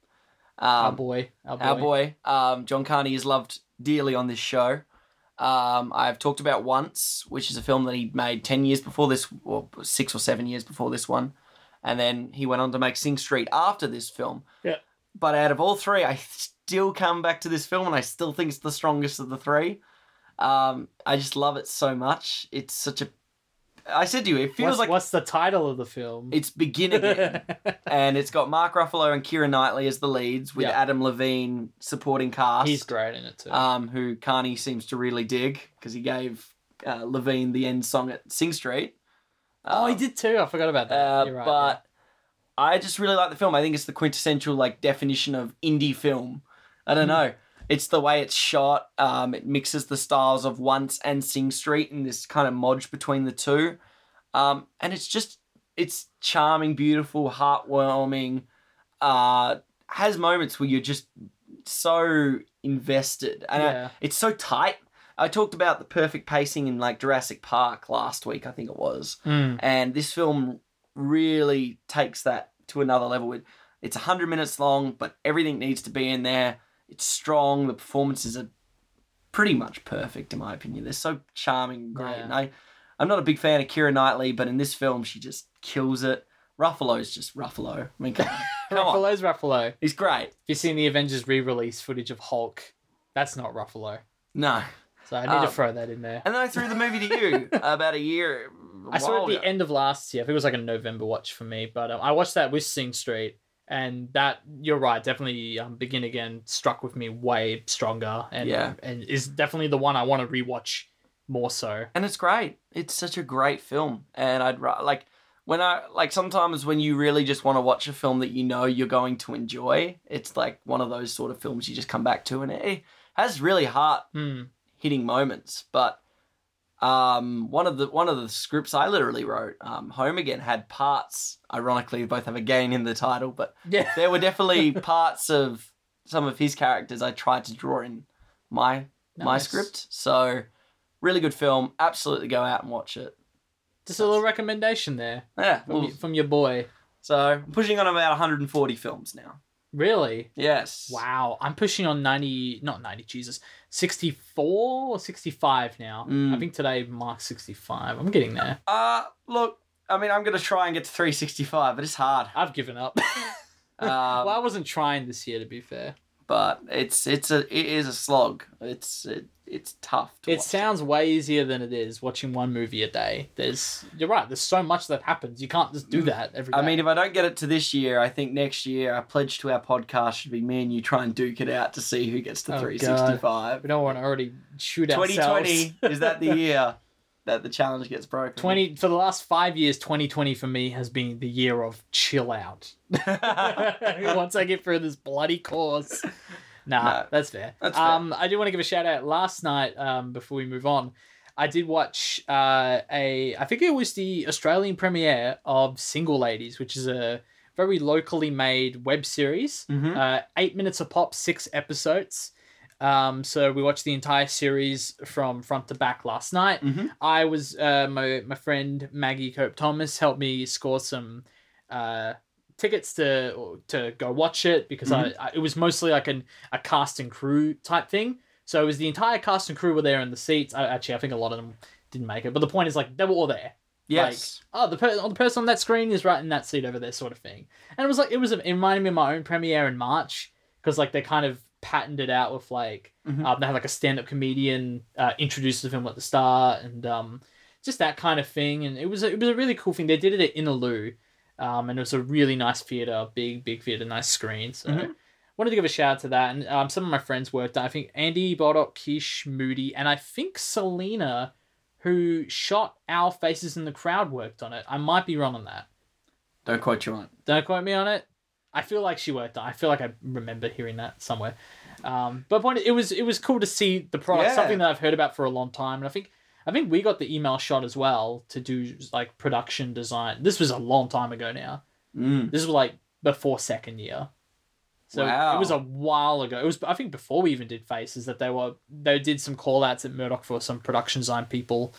S2: our
S1: Um,
S2: Oh, boy. Our boy.
S1: our boy, um, John Carney, is loved dearly on this show. Um, I've talked about Once, which is a film that he made 10 years before this, or six or seven years before this one. And then he went on to make Sing Street after this film.
S2: Yeah.
S1: But out of all three, I still come back to this film, and I still think it's the strongest of the three. Um, I just love it so much. It's such a. I said to you, it feels
S2: what's,
S1: like
S2: what's the title of the film?
S1: it's Begin Again, and it's got Mark Ruffalo and Kira Knightley as the leads, with
S2: Yeah.
S1: Adam Levine supporting cast.
S2: He's great in it too.
S1: um, who Carney seems to really dig because he gave uh, Levine the end song at Sing Street.
S2: oh, he
S1: Um,
S2: did too. I forgot about that.
S1: uh,
S2: You're right,
S1: but I just really like the film. I think it's the quintessential like definition of indie film. I don't
S2: Hmm.
S1: know. It's the way it's shot. Um, it mixes the styles of Once and Sing Street in this kind of modge between the two, um, and it's just it's charming, beautiful, heartwarming. Uh, has moments where you're just so invested,
S2: yeah.
S1: and I-
S2: Yeah.
S1: it's so tight. I talked about the perfect pacing in like Jurassic Park last week, I think it was.
S2: Mm.
S1: And this film really takes that to another level. It, it's 100 minutes long, but everything needs to be in there. It's strong. The performances are pretty much perfect, in my opinion. They're so charming and great.
S2: Yeah.
S1: And I, I'm not a big fan of Kira Knightley, but in this film, she just kills it. Ruffalo's just Ruffalo. I mean, come, come on.
S2: Ruffalo's Ruffalo. Have
S1: He's great.
S2: you seen the Avengers re-release footage of Hulk? That's not Ruffalo.
S1: No.
S2: So I need
S1: Um,
S2: to throw that in there.
S1: And then I threw the movie to you about a year.
S2: I saw it at
S1: while
S2: the
S1: ago.
S2: end of last year. I think it was like a November watch for me, but um, I watched that with Sing Street, and that you're right, definitely um, Begin Again struck with me way stronger, and um,
S1: Yeah.
S2: and is definitely the one I want to rewatch more so.
S1: and it's great. It's such a great film, and I'd ra- like when I like sometimes when you really just want to watch a film that you know you're going to enjoy. It's like one of those sort of films you just come back to, and it has really heart
S2: Hmm.
S1: hitting moments. But um, one of the one of the scripts I literally wrote, um, Home Again, had parts. Ironically, both have again in the title, but
S2: Yeah,
S1: there were definitely parts of some of his characters I tried to draw in my my
S2: Nice.
S1: script. So really good film. Absolutely go out and watch it.
S2: Just a little recommendation there
S1: Yeah.
S2: from,
S1: well,
S2: y- from your boy.
S1: so I'm pushing on about 140 films now.
S2: Really?
S1: Yes.
S2: Wow, I'm pushing on 90, not 90, Jesus, 64 or 65 now.
S1: Mm.
S2: I think today marks 65. I'm getting there.
S1: Uh look, I mean I'm gonna try and get to 365, but it's hard.
S2: I've given up.
S1: Um,
S2: well, I wasn't trying this year, to be fair.
S1: but it's it's a it is a slog. It's it, it's tough. To
S2: It
S1: watch
S2: sounds way easier than it is watching one movie a day. There's, you're right. There's so much that happens. You can't just do
S1: Mm.
S2: that every day.
S1: I mean, if I don't get it to this year, I think next year our pledge to our podcast should be me and you try and duke it out to see who gets to
S2: Oh, God.
S1: 365.
S2: we don't want to already shoot ourselves.
S1: 2020 is that the year that the challenge gets broken?
S2: 20 for the last five years, 2020 for me has been the year of chill out. Once I get through this bloody course. Nah,
S1: No,
S2: that's fair.
S1: that's fair.
S2: um, I do want to give a shout out. Last night, um, before we move on, I did watch uh, a, I think it was the Australian premiere of Single Ladies, which is a very locally made web series.
S1: Mhm.
S2: Uh, eight minutes a pop, six episodes. Um, so we watched the entire series from front to back last night.
S1: Mhm.
S2: I was uh, my my friend Maggie Cope Thomas helped me score some uh, tickets to to go watch it because I, I it was mostly like an a cast and crew type thing. So it was the entire cast and crew were there in the seats. I, actually, I think a lot of them didn't make it, but the point is like they were all there.
S1: Yes.
S2: Oh, the per- oh, the person on that screen is right in that seat over there, sort of thing. And it was like it was it reminded me of my own premiere in March because like they kind of patterned it out with like
S1: Mhm.
S2: um, they had like a stand-up comedian uh, introduce the film at the start, and um, just that kind of thing. And it was a, it was a really cool thing. They did it at Inaloo, um, and it was a really nice theater, big big theater, nice screen. So
S1: Mhm.
S2: wanted to give a shout out to that. And um, some of my friends worked. I think Andy Boddock, Kish Moody, and I think Selena, who shot Our Faces in the Crowd, worked on it. I might be wrong on that.
S1: Don't quote you on. it.
S2: Don't quote me on it. I feel like she worked on. it. I feel like I remember hearing that somewhere. Um, but point it was it was cool to see the product,
S1: Yeah.
S2: something that I've heard about for a long time, and I think I think we got the email shot as well to do like production design. This was a long time ago now.
S1: Mm.
S2: This was like before second year. So
S1: Wow.
S2: it was a while ago. It was I think before we even did faces that they were they did some call outs at Murdoch for some production design people.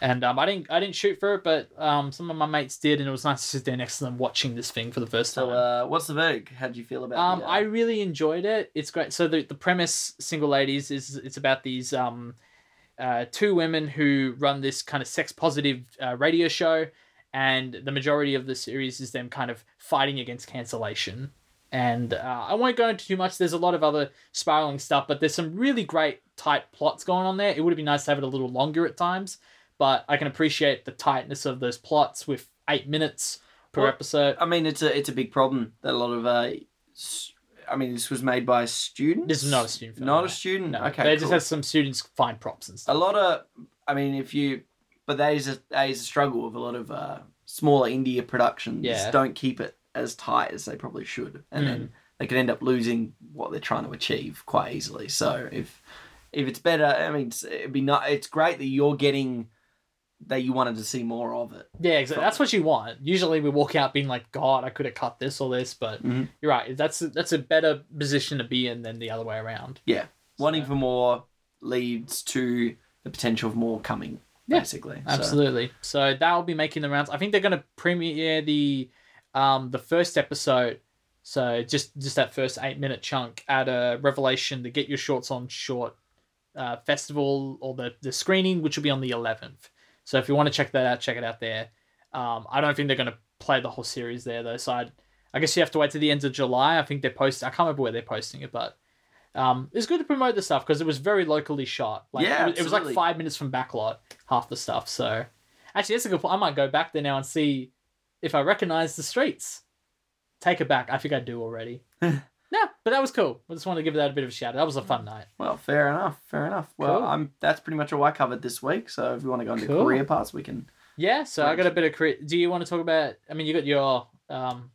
S2: And um, I didn't I didn't shoot for it, but um, some of my mates did, and it was nice to sit there next to them watching this thing for the first
S1: So,
S2: time.
S1: uh, what's the verdict? How do you feel about
S2: Um,
S1: the, uh,
S2: I really enjoyed it. It's great. So the, the premise, single ladies, is it's about these um, uh, two women who run this kind of sex positive uh, radio show, and the majority of the series is them kind of fighting against cancellation. And uh, I won't go into too much. There's a lot of other spiraling stuff, but there's some really great tight plots going on there. It would have been nice to have it a little longer at times, but I can appreciate the tightness of those plots with eight minutes per
S1: Well,
S2: episode.
S1: I mean, it's a it's a big problem that a lot of. Uh, s- I mean, this was made by students.
S2: This is not a student film.
S1: Not
S2: no.
S1: a student.
S2: No,
S1: Mm, okay,
S2: They
S1: cool.
S2: just have some students find props and stuff.
S1: a lot of. I mean, if you, but that is a that is a struggle of a lot of uh, smaller India productions.
S2: Yeah. Mm.
S1: Don't keep it as tight as they probably should, and then they could end up losing what they're trying to achieve quite easily. So if if it's better, I mean, it's, it'd be not. It's great that you're getting that you wanted to see more of it.
S2: Yeah, exactly. That's what you want. Usually, we walk out being like, "God, I could have cut this or this," but
S1: Mhm.
S2: you're right. That's that's a better position to be in than the other way around.
S1: Wanting
S2: So-
S1: for more leads to the potential of more coming.
S2: Yeah,
S1: basically. So-
S2: Absolutely. So, that'll be making the rounds. I think they're going to premiere the um the first episode. So just just that first eight minute chunk at a Revelation the Get Your Shorts on Short uh, festival or the the screening, which will be on the 11th. So if you want to check that out, check it out there. Um, I don't think they're going to play the whole series there though. So I'd, I guess you have to wait to the end of July. I think they're posting. I can't remember where they're posting it, but um, it's good to promote the stuff because it was very locally shot. Like,
S1: Yeah,
S2: it, was, it was
S1: absolutely.
S2: like five minutes from backlot, half the stuff. So actually, that's a good point. I might go back there now and see if I recognize the streets. Take it back. I think I do already. no, but that was cool. I just wanted to give that a bit of a shout. out. That was a
S1: Mm.
S2: fun night.
S1: Well, fair enough. Fair enough. Well,
S2: Cool.
S1: I'm that's pretty much all I covered this week. So if you want to go into
S2: Cool.
S1: career paths, we can.
S2: Yeah, so I
S1: Right.
S2: got a bit of. crit- Do you want to talk about? I mean, you got your um,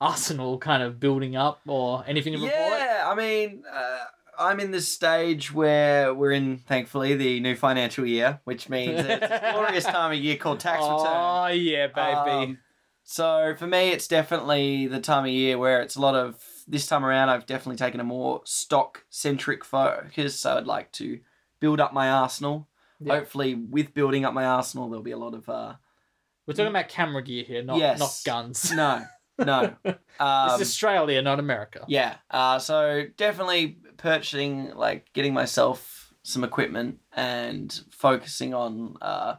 S2: Arsenal kind of building up, or anything to report?
S1: Yeah, I mean, uh, I'm in this stage where we're in, thankfully, the new financial year, which means that it's a glorious time of year called tax return.
S2: Oh yeah, baby.
S1: Um, so for me, it's definitely the time of year where it's a lot of. This time around, I've definitely taken a more stock centric focus. So I'd like to build up my arsenal.
S2: Yeah.
S1: Hopefully, with building up my arsenal, there'll be a lot of. Uh,
S2: We're talking about camera gear here, not
S1: Yes.
S2: not guns.
S1: no, no. Um,
S2: it's Australia, not America.
S1: Yeah. Uh, so definitely purchasing, like getting myself some equipment and focusing on. Uh,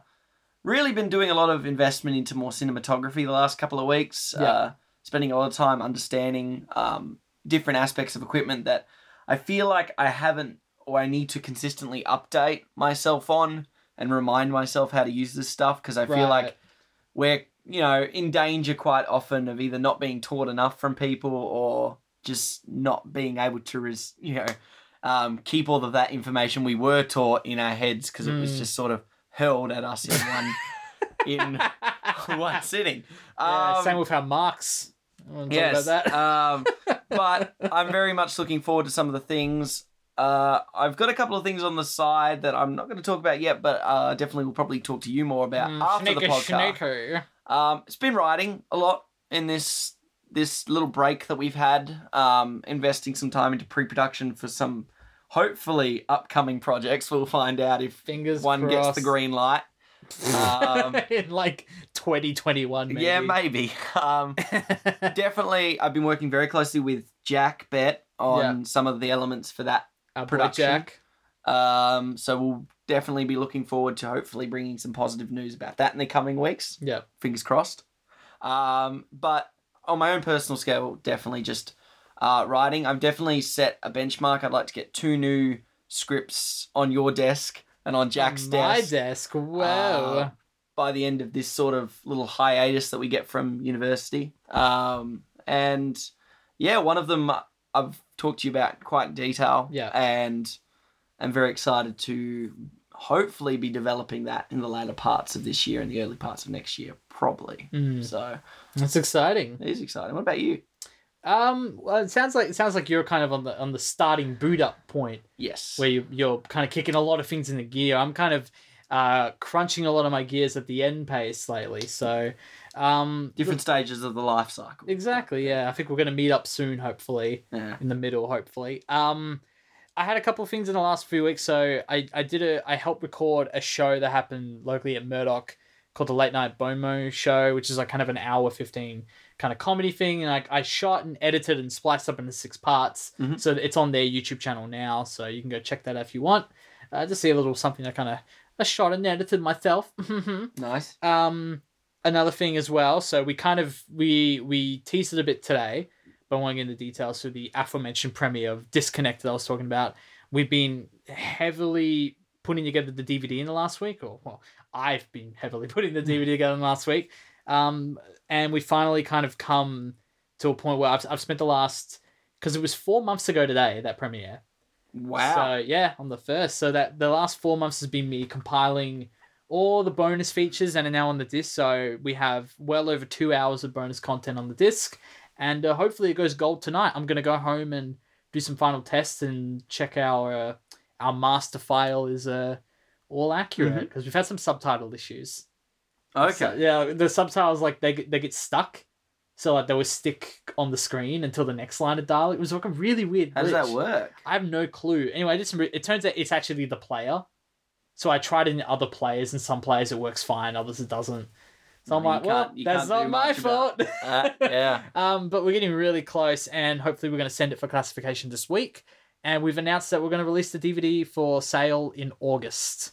S1: really been doing a lot of investment into more cinematography the last couple of weeks.
S2: Yeah.
S1: Uh, spending a lot of time understanding um, different aspects of equipment that I feel like I haven't or I need to consistently update myself on and remind myself how to use this stuff because I feel like
S2: Right.
S1: we're you know in danger quite often of either not being taught enough from people or just not being able to res- you know um, keep all of that information we were taught in our heads because it was
S2: Mm.
S1: just sort of hurled at us in one in one sitting.
S2: Yeah,
S1: Um,
S2: same with our marks. I wanna talk
S1: yes,
S2: about that.
S1: um, but I'm very much looking forward to some of the things. Uh, I've got a couple of things on the side that I'm not going to talk about yet, but uh, definitely will probably talk to you more about
S2: Mm,
S1: after the
S2: Sneaker,
S1: podcast.
S2: sneaker.
S1: Um, it's been riding a lot in this this little break that we've had. Um, investing some time into pre-production for some hopefully upcoming projects. We'll find out if
S2: Fingers
S1: one gets the
S2: crossed.
S1: green light. Um,
S2: in like 2021. Maybe.
S1: Yeah, maybe. Um, definitely, I've been working very closely with Jack Bet on some of the elements for that.
S2: Our boy
S1: Production.
S2: Jack.
S1: Um, so we'll definitely be looking forward to hopefully bringing some positive news about that in the coming weeks.
S2: Yeah.
S1: fingers crossed. Um, but on my own personal scale, definitely just uh, writing. I've definitely set a benchmark. I'd like to get two new scripts on your desk and on Jack's
S2: My
S1: desk
S2: desk. Whoa.
S1: Uh, by the end of this sort of little hiatus that we get from university. Um, and yeah, one of them I've talked to you about quite in detail.
S2: Yeah.
S1: And I'm very excited to hopefully be developing that in the later parts of this year and the early parts of next year, probably.
S2: Mm,
S1: So
S2: that's exciting.
S1: it is exciting. What about you?
S2: Um, well, it sounds like it sounds like you're kind of on the on the starting boot up point
S1: Yes.
S2: where you, you're kind of kicking a lot of things in the gear. I'm kind of uh, crunching a lot of my gears at the end pace lately. So, um,
S1: Different stages of the life cycle.
S2: exactly. Yeah, I think we're gonna meet up soon, hopefully
S1: Yeah.
S2: in the middle, hopefully. Um, I had a couple of things in the last few weeks. So I, I did a I helped record a show that happened locally at Murdoch called the Late Night Bomo Show, which is like kind of an hour fifteen kind of comedy thing. And I, I shot and edited and spliced up into six parts.
S1: Mhm.
S2: So it's on their YouTube channel now. So you can go check that out if you want. Uh, just see a little something I kind of I shot and edited myself.
S1: Nice.
S2: um another thing as well so we kind of we we teased it a bit today but I won't get into details. So the aforementioned premiere of Disconnect that I was talking about, we've been heavily putting together the DVD in the last week, or well, I've been heavily putting the DVD together in the last week. Um, and we finally kind of come to a point where I've, I've spent the last, because it was four months ago today, that premiere.
S1: Wow.
S2: So yeah, on the first. So that the last four months has been me compiling all the bonus features and are now on the disc. So we have well over two hours of bonus content on the disc, and uh, hopefully it goes gold tonight. I'm gonna go home and do some final tests and check our uh, our master file is uh, all accurate because we've had some subtitle issues. So,
S1: Mm-hmm. okay.
S2: yeah, the subtitles like they get- they get stuck. So like they would stick on the screen until the next line of dialogue. It was like a really weird.
S1: How does
S2: glitch.
S1: that work?
S2: I have no clue. Anyway, I just re- it turns out it's actually the player. So I tried it in other players, and some players it works fine, others it doesn't. So I'm
S1: No, you
S2: like, well,
S1: can't- you can't
S2: that's not
S1: do
S2: my
S1: much about-
S2: fault.
S1: Uh, yeah.
S2: um, but we're getting really close, and hopefully we're going to send it for classification this week. And we've announced that we're going to release the DVD for sale in August.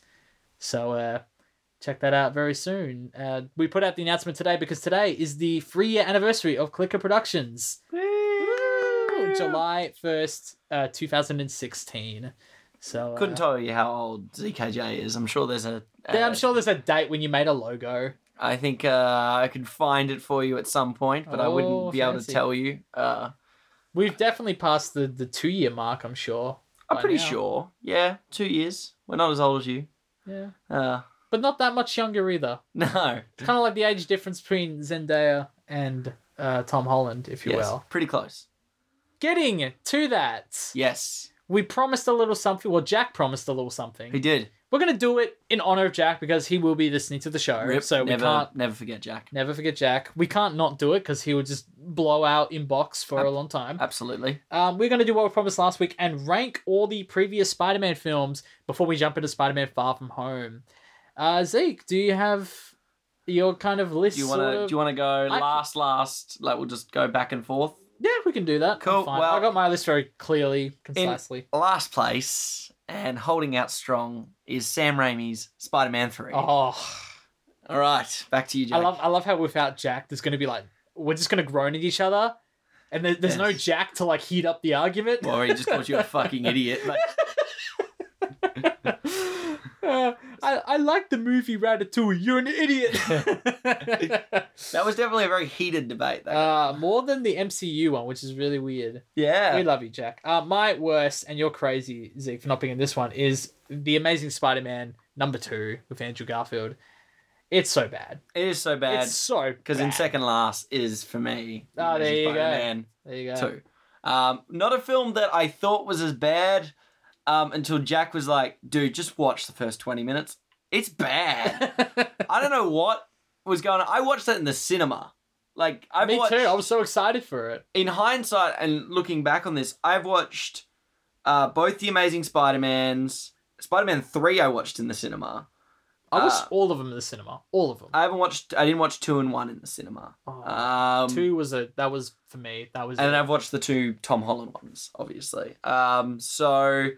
S2: So uh, check that out very soon. Uh, we put out the announcement today because today is the three year anniversary of Clicker Productions. Woo! July 1st, uh, 2016. So, uh,
S1: Couldn't tell you how old ZKJ is. I'm sure there's a.
S2: yeah, I'm
S1: uh,
S2: sure there's a date when you made a logo.
S1: I think uh, I could find it for you at some point, but I
S2: Oh,
S1: wouldn't be able to
S2: fancy.
S1: tell you. Uh,
S2: We've definitely passed the, the two year mark, I'm sure.
S1: I'm
S2: By
S1: pretty
S2: now.
S1: sure. Yeah, two years. We're not as old as you.
S2: Yeah.
S1: Uh,
S2: But not that much younger either.
S1: no.
S2: It's kind of like the age difference between Zendaya and uh, Tom Holland, if you
S1: Yes,
S2: will.
S1: pretty close.
S2: Getting to that,
S1: Yes,
S2: we promised a little something. Well, Jack promised a little
S1: he
S2: something.
S1: did.
S2: We're going to do it in honor of Jack because he will be listening to the show.
S1: Rip,
S2: so we
S1: never,
S2: can't
S1: never forget Jack.
S2: Never forget Jack. We can't not do it because he would just blow out inbox for a long time.
S1: Absolutely.
S2: Um, we're going to do what we promised last week and rank all the previous Spider Man films before we jump into Spider Man Far From Home. Uh, Zeke, do you have your kind of list?
S1: Do you want to?
S2: sort of-
S1: Do you want to go
S2: I-
S1: last? Last? Like we'll just go back and forth.
S2: Yeah, we can do that. I'm
S1: Cool,
S2: fine.
S1: well-
S2: I got my list very clearly, concisely.
S1: Last place and holding out strong is Sam Raimi's Spider-Man Three.
S2: Oh,
S1: All right, back to you, Jack.
S2: I love, I love how without Jack, there's going to be like, we're just going to groan at each other. And there, there's no
S1: Yes.
S2: Jack to like heat up the argument.
S1: Or he just calls you a fucking idiot. Like,
S2: Uh, I, I like the movie Ratatouille. You're an idiot.
S1: that was definitely a very heated debate. Though.
S2: uh, more than the MCU one, which is really weird.
S1: yeah.
S2: We love you, Jack. Uh, my worst, and you're crazy, Zeke, for not being in this one, is The Amazing Spider Man number two with Andrew Garfield. It's so bad.
S1: It is so bad
S2: It's so
S1: because in
S2: bad.
S1: second last is for me.
S2: Ah, there you go.
S1: Spider-Man
S2: There you go.
S1: Two. Um, not a film that I thought was as bad um, until Jack was like, "Dude, just watch the first twenty minutes. It's bad." I don't know what was going on. I watched that in the cinema. Like I've
S2: Me
S1: watched
S2: too. I was so excited for it.
S1: in hindsight and looking back on this, I've watched uh, both the Amazing Spider-Mans, Spider-Man 3 I watched in the cinema.
S2: I watched
S1: Uh,
S2: all of them in the cinema. All of them.
S1: I haven't watched I didn't watch 2 and 1 in the cinema.
S2: Oh,
S1: Um
S2: two was a that was for me. That was
S1: and
S2: it.
S1: then I've watched the two Tom Holland ones, obviously. Um so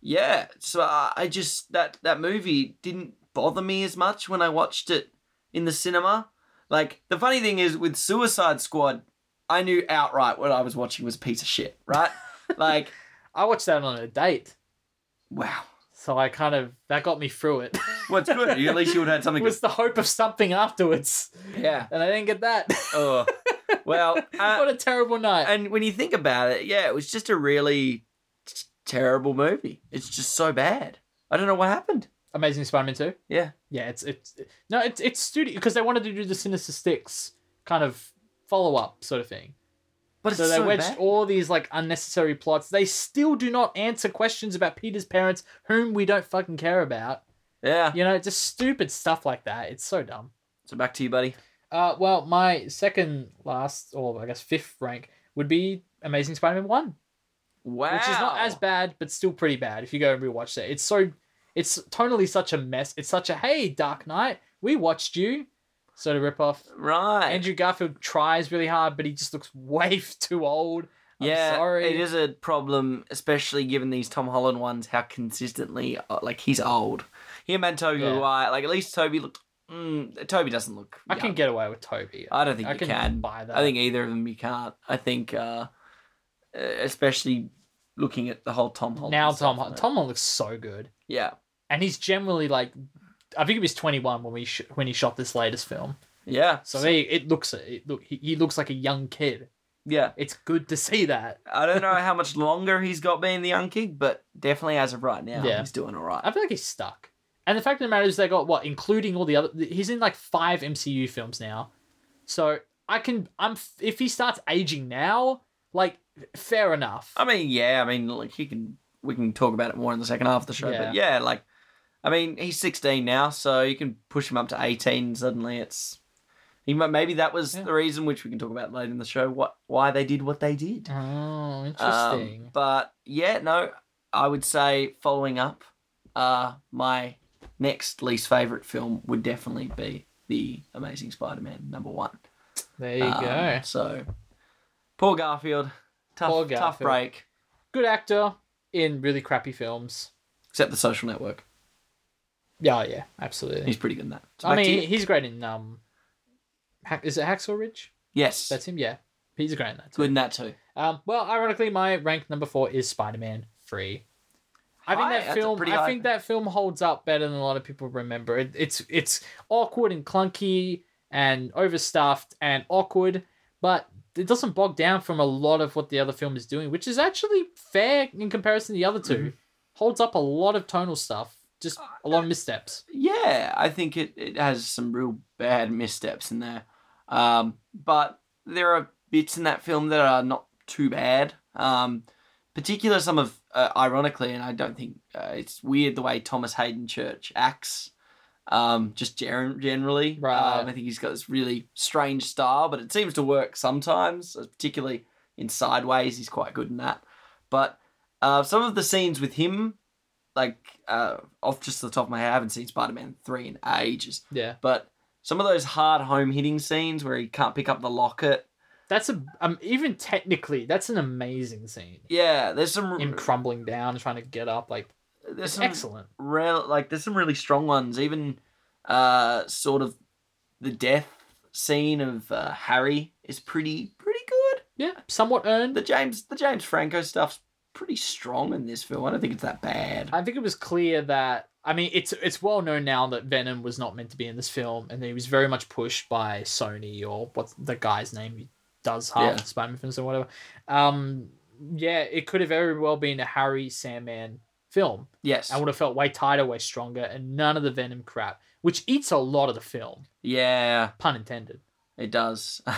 S1: yeah, so I I just that that movie didn't bother me as much when I watched it in the cinema. Like the funny thing is with Suicide Squad, I knew outright what I was watching was a piece of shit, right? like
S2: I watched that on a date.
S1: wow.
S2: So I kind of that got me through it.
S1: Well, it's good. At least you would have had
S2: it
S1: something.
S2: was
S1: Good.
S2: the hope of something afterwards,
S1: Yeah.
S2: and I didn't get that.
S1: Oh. Well, uh,
S2: what a terrible night!
S1: and when you think about it, yeah, it was just a really t- terrible movie. It's just so bad. I don't know what happened.
S2: Amazing Spider-Man two.
S1: Yeah.
S2: Yeah, it's it's no, it's it's studio because they wanted to do the Sinister Six kind of follow up sort of thing.
S1: But it's
S2: So
S1: so,
S2: they wedged
S1: bad.
S2: all these like unnecessary plots. They still do not answer questions about Peter's parents, whom we don't fucking care about.
S1: yeah.
S2: You know, just stupid stuff like that. It's so dumb.
S1: So back to you, buddy.
S2: Uh, well, my second last, or I guess fifth rank, would be Amazing Spider-Man One,
S1: Wow.
S2: which is not as bad, but still pretty bad. If you go and rewatch that, it's so, it's tonally such a mess. It's such a hey, Dark Knight, we watched you, sort of rip off.
S1: Right.
S2: Andrew Garfield tries really hard, but he just looks way too old. I'm
S1: yeah.
S2: sorry.
S1: It is a problem, especially given these Tom Holland ones, how consistently uh, like he's old. Him and Toby
S2: Yeah.
S1: Maguire, like at least Toby looked Mm, Toby doesn't look.
S2: I
S1: young.
S2: can get away with Toby.
S1: I don't think
S2: I
S1: you
S2: can,
S1: can.
S2: buy that.
S1: I think either of them you can't. I think, uh, especially looking at the whole Tom Holland.
S2: now
S1: stuff,
S2: Tom Hol-
S1: mate.
S2: Tom Holland looks so good,
S1: Yeah,
S2: and he's generally like, I think he was twenty one when we sh- when he shot this latest film.
S1: yeah.
S2: So he it looks it look he, he looks like a young kid.
S1: yeah,
S2: It's good to see that.
S1: I don't know how much longer he's got being the young kid, but definitely as of right now,
S2: Yeah.
S1: he's doing all right.
S2: I feel like he's stuck. And the fact of the matter is, they got what, including all the other. He's in like five MCU films now, so I can. I'm if he starts aging now, like fair enough.
S1: I mean, yeah, I mean, like he can. We can talk about it more in the second half of the show, but yeah, like, I mean, he's 16 now, so you can push him up to 18. Suddenly, it's he. might- Maybe that was
S2: Yeah.
S1: the reason, which we can talk about later in the show. What why they did what they did.
S2: oh,
S1: Um,
S2: interesting.
S1: but yeah, no, I would say following up, uh, my next least favorite film would definitely be the Amazing Spider-Man number one.
S2: there you
S1: Um,
S2: go.
S1: So, Paul Garfield, tough,
S2: Paul
S1: tough
S2: Garfield.
S1: break.
S2: Good actor in really crappy films.
S1: Except The Social Network,
S2: Yeah, oh, yeah, absolutely.
S1: he's pretty good in that. So
S2: I
S1: back to
S2: mean,
S1: you.
S2: he's great in um, Hack- is it Hacksaw Ridge?
S1: yes,
S2: That's him. Yeah, he's great in that.
S1: good in that too.
S2: Um, well, ironically, my rank number four is Spider Man Three. I think
S1: Hi,
S2: that
S1: that's a
S2: film.
S1: pretty
S2: I
S1: high-
S2: think that film holds up better than a lot of people remember. It, it's it's awkward and clunky and overstuffed and awkward, but it doesn't bog down from a lot of what the other film is doing, which is actually fair in comparison to the other 2
S1: Mm-hmm.
S2: Holds up a lot of tonal stuff, just
S1: Uh,
S2: a lot of missteps.
S1: Yeah, I think it, it has some real bad missteps in there. Um, but there are bits in that film that are not too bad. Um, particular some of, uh, ironically, and I don't think uh, it's weird the way Thomas Hayden Church acts. Um, just gen- generally,
S2: Right.
S1: Um, I think he's got this really strange style, but it seems to work sometimes. uh, Particularly in Sideways, he's quite good in that. But uh, some of the scenes with him, like uh, off just the top of my head, I haven't seen Spider Man three in ages.
S2: Yeah,
S1: But some of those hard home hitting scenes where he can't pick up the locket,
S2: that's a um even technically that's an amazing scene.
S1: yeah, there's some
S2: Him crumbling down, trying to get up, like
S1: there's
S2: it's
S1: some
S2: excellent.
S1: real like there's some really strong ones. Even uh, sort of the death scene of uh, Harry is pretty pretty good.
S2: Yeah, somewhat earned.
S1: The James the James Franco stuff's pretty strong in this film. I don't think it's that bad.
S2: I think it was clear that I mean it's it's well known now that Venom was not meant to be in this film, and he was very much pushed by Sony or what's the guy's name who does half
S1: Yeah.
S2: the Spider-Man films or whatever. Um, yeah, it could have very well been a Harry Sandman film.
S1: yes.
S2: I would have felt way tighter, way stronger, and none of the Venom crap, which eats a lot of the film,
S1: yeah,
S2: pun intended.
S1: it does.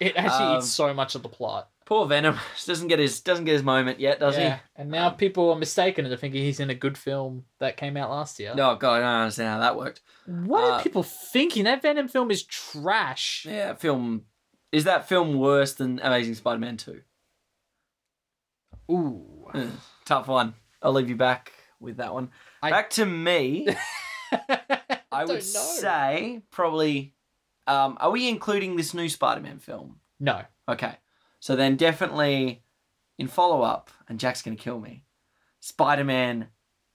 S2: It actually
S1: Um,
S2: eats so much of the plot.
S1: Poor Venom doesn't get his doesn't get his moment yet, does Um,
S2: yeah. And now people are mistaken into thinking he's in a good film that came out last year.
S1: he? No, Oh, God, I don't understand how that worked.
S2: What are
S1: Uh,
S2: people thinking? That Venom film is trash.
S1: Yeah, film. Is that film worse than Amazing Spider-Man Two?
S2: Ooh.
S1: Tough one. I'll leave you back with that one.
S2: I-
S1: Back to me. I would
S2: don't know.
S1: say probably. Um, are we including this new Spider-Man film?
S2: No.
S1: Okay, so then definitely in follow-up, and Jack's gonna kill me. Spider-Man,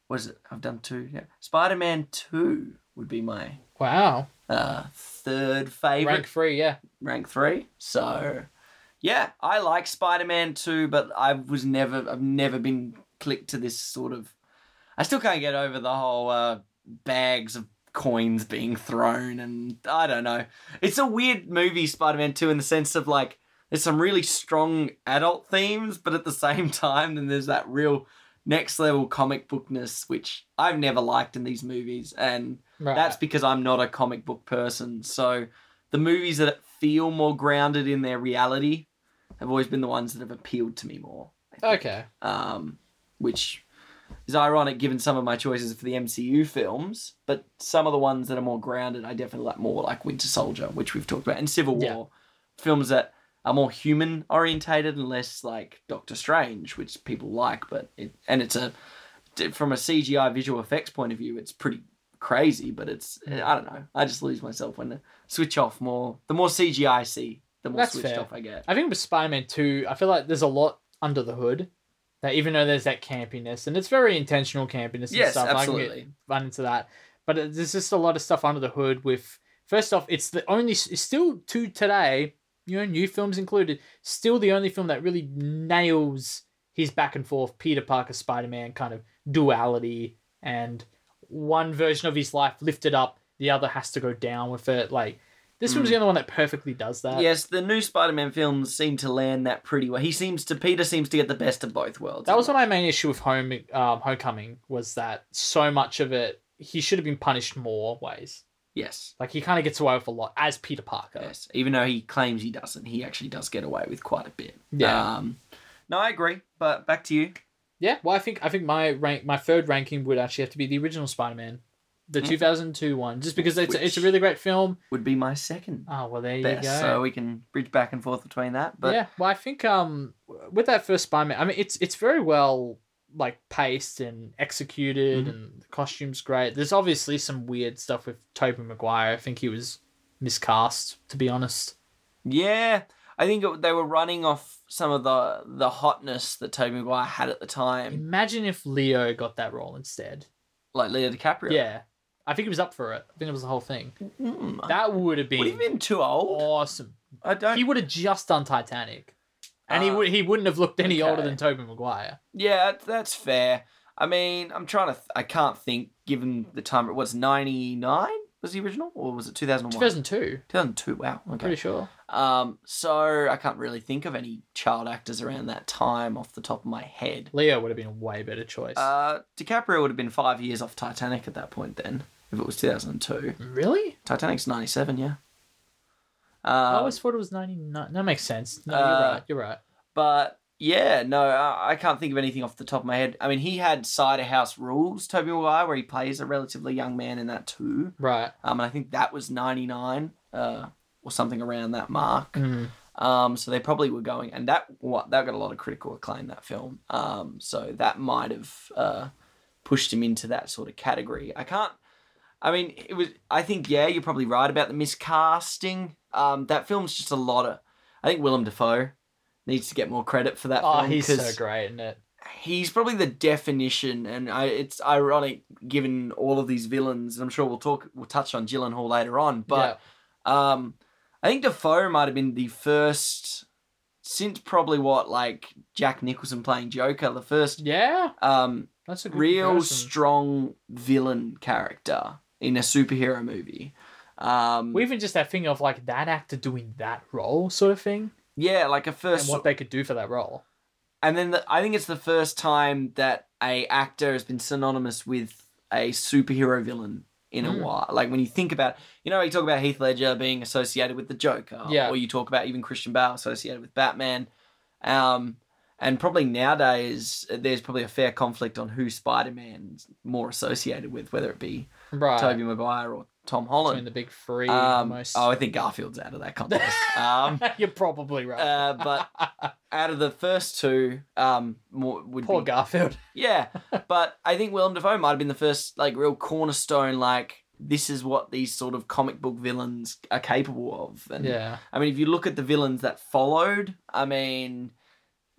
S1: was it? I've done two. Yeah, Spider-Man Two would be my
S2: Wow.
S1: uh, third favorite.
S2: Rank three, yeah.
S1: rank three. So, yeah, I like Spider Man too, but I was never, I've never been clicked to this sort of. I still can't get over the whole uh, bags of coins being thrown, and I don't know. It's a weird movie, Spider Man Two, in the sense of like there's some really strong adult themes, but at the same time, then there's that real next level comic bookness, which I've never liked in these movies, and
S2: Right.
S1: that's because I'm not a comic book person. So the movies that feel more grounded in their reality have always been the ones that have appealed to me more.
S2: okay.
S1: Um, which is ironic given some of my choices for the MCU films, but some of the ones that are more grounded, I definitely like more like Winter Soldier, which we've talked about, and Civil
S2: Yeah.
S1: War. Films that are more human orientated and less like Doctor Strange, which people like, but it, and it's a from a CGI visual effects point of view, it's pretty crazy, but it's
S2: Mm.
S1: I don't know. I just lose myself when I switch off more. The more CGI I see, the more
S2: That's
S1: switched
S2: fair.
S1: off I get.
S2: I think with Spider Man 2, I feel like there's a lot under the hood. That even though there's that campiness, and it's very intentional campiness and
S1: yes,
S2: stuff. I can get
S1: absolutely.
S2: run into that. But it- there's just a lot of stuff under the hood. With first off, it's the only it's still to today, you know, new films included, still the only film that really nails his back and forth Peter Parker Spider Man kind of duality and one version of his life lifted up, the other has to go down with it. Like this one's the only one that perfectly does that.
S1: Yes, the new Spider-Man films seem to land that pretty well. He seems to Peter seems to get the best of both worlds.
S2: That was my main issue with Home um, Homecoming was that so much of it he should have been punished more ways.
S1: yes,
S2: Like he kind of gets away with a lot as Peter Parker.
S1: yes. Even though he claims he doesn't, he actually does get away with quite a bit.
S2: Yeah.
S1: Um, no, I agree. But back to you.
S2: Yeah. Well, I think I think my rank my third ranking would actually have to be the original Spider Man, the
S1: Mm.
S2: 2002 one, just because it's a, it's a
S1: Which-
S2: really great film.
S1: Would be my second
S2: Oh well, there
S1: best.
S2: you go.
S1: So we can bridge back and forth between that. But
S2: yeah, well, I think um with that first Spider Man, I mean it's it's very well like paced and executed,
S1: Mhm.
S2: and the costume's great. There's obviously some weird stuff with Tobey Maguire. I think he was miscast, to be honest.
S1: Yeah, I think it, they were running off some of the the hotness that Tobey Maguire had at the time,
S2: Imagine if Leo got that role instead.
S1: like Leo DiCaprio.
S2: Yeah, I think he was up for it. I think it was the whole thing.
S1: Mm.
S2: That would have
S1: Would he have
S2: been
S1: been too old?
S2: awesome.
S1: I don't.
S2: He would have just done Titanic, and he
S1: Uh,
S2: would he wouldn't have looked any older
S1: okay.
S2: than Tobey Maguire.
S1: Yeah, that- that's fair. I mean, I'm trying to. Th- I can't think. Given the time, it was 99 was the original, or was it 2001?
S2: 2002,
S1: 2002. Wow.
S2: pretty
S1: Okay.
S2: sure.
S1: Um. So I can't really think of any child actors around that time off the top of my head.
S2: Leo would have been a way better choice.
S1: Uh, DiCaprio would have been five years off Titanic at that point. Then, if it was 2002.
S2: really?
S1: Titanic's 97, yeah.
S2: I
S1: Uh,
S2: always thought it was 99. That makes sense. No, you're
S1: uh,
S2: right. You're right.
S1: But yeah, no, I, I can't think of anything off the top of my head. I mean, he had Cider House Rules, Toby Maguire, where he plays a relatively young man in that too.
S2: Right.
S1: Um, and I think that was 99 uh, or something around that mark.
S2: Mm.
S1: Um, so they probably were going, and that what that got a lot of critical acclaim that film. Um, so that might have uh, pushed him into that sort of category. I can't. I mean, it was. I think yeah, you're probably right about the miscasting. Um, that film's just a lot of. I think Willem Dafoe needs to get more credit for that.
S2: Oh,
S1: film
S2: he's
S1: 'cause
S2: so great in it.
S1: he's probably the definition, and I, it's ironic given all of these villains. And I'm sure we'll talk, we'll touch on Gyllenhaal later on, but. Um, I think Defoe might have been the first since probably what like Jack Nicholson playing Joker, the first
S2: yeah, yeah
S1: um
S2: that's a good
S1: real
S2: comparison.
S1: strong villain character in a superhero movie. Um,
S2: Well, even just that thing of like that actor doing that role, sort of thing,
S1: yeah, like a
S2: and
S1: first,
S2: what they could do for that role.
S1: and then the, I think it's the first time that a actor has been synonymous with a superhero villain in
S2: Mm.
S1: a while. Like when you think about, you know, you talk about Heath Ledger being associated with the Joker,
S2: Yeah.
S1: or you talk about even Christian Bale associated with Batman. Um, and probably nowadays, there's probably a fair conflict on who Spider Man's more associated with, whether it be
S2: Right.
S1: Tobey Maguire or Tom
S2: Between
S1: Holland.
S2: the big three,
S1: Um,
S2: almost.
S1: oh, I think Garfield's out of that contest. um,
S2: You're probably right.
S1: uh, but out of the first two, um, more, would
S2: Poor
S1: be
S2: Garfield.
S1: yeah, but I think Willem Dafoe might have been the first like real cornerstone. Like this is what these sort of comic book villains are capable of. And
S2: Yeah.
S1: I mean, if you look at the villains that followed, I mean,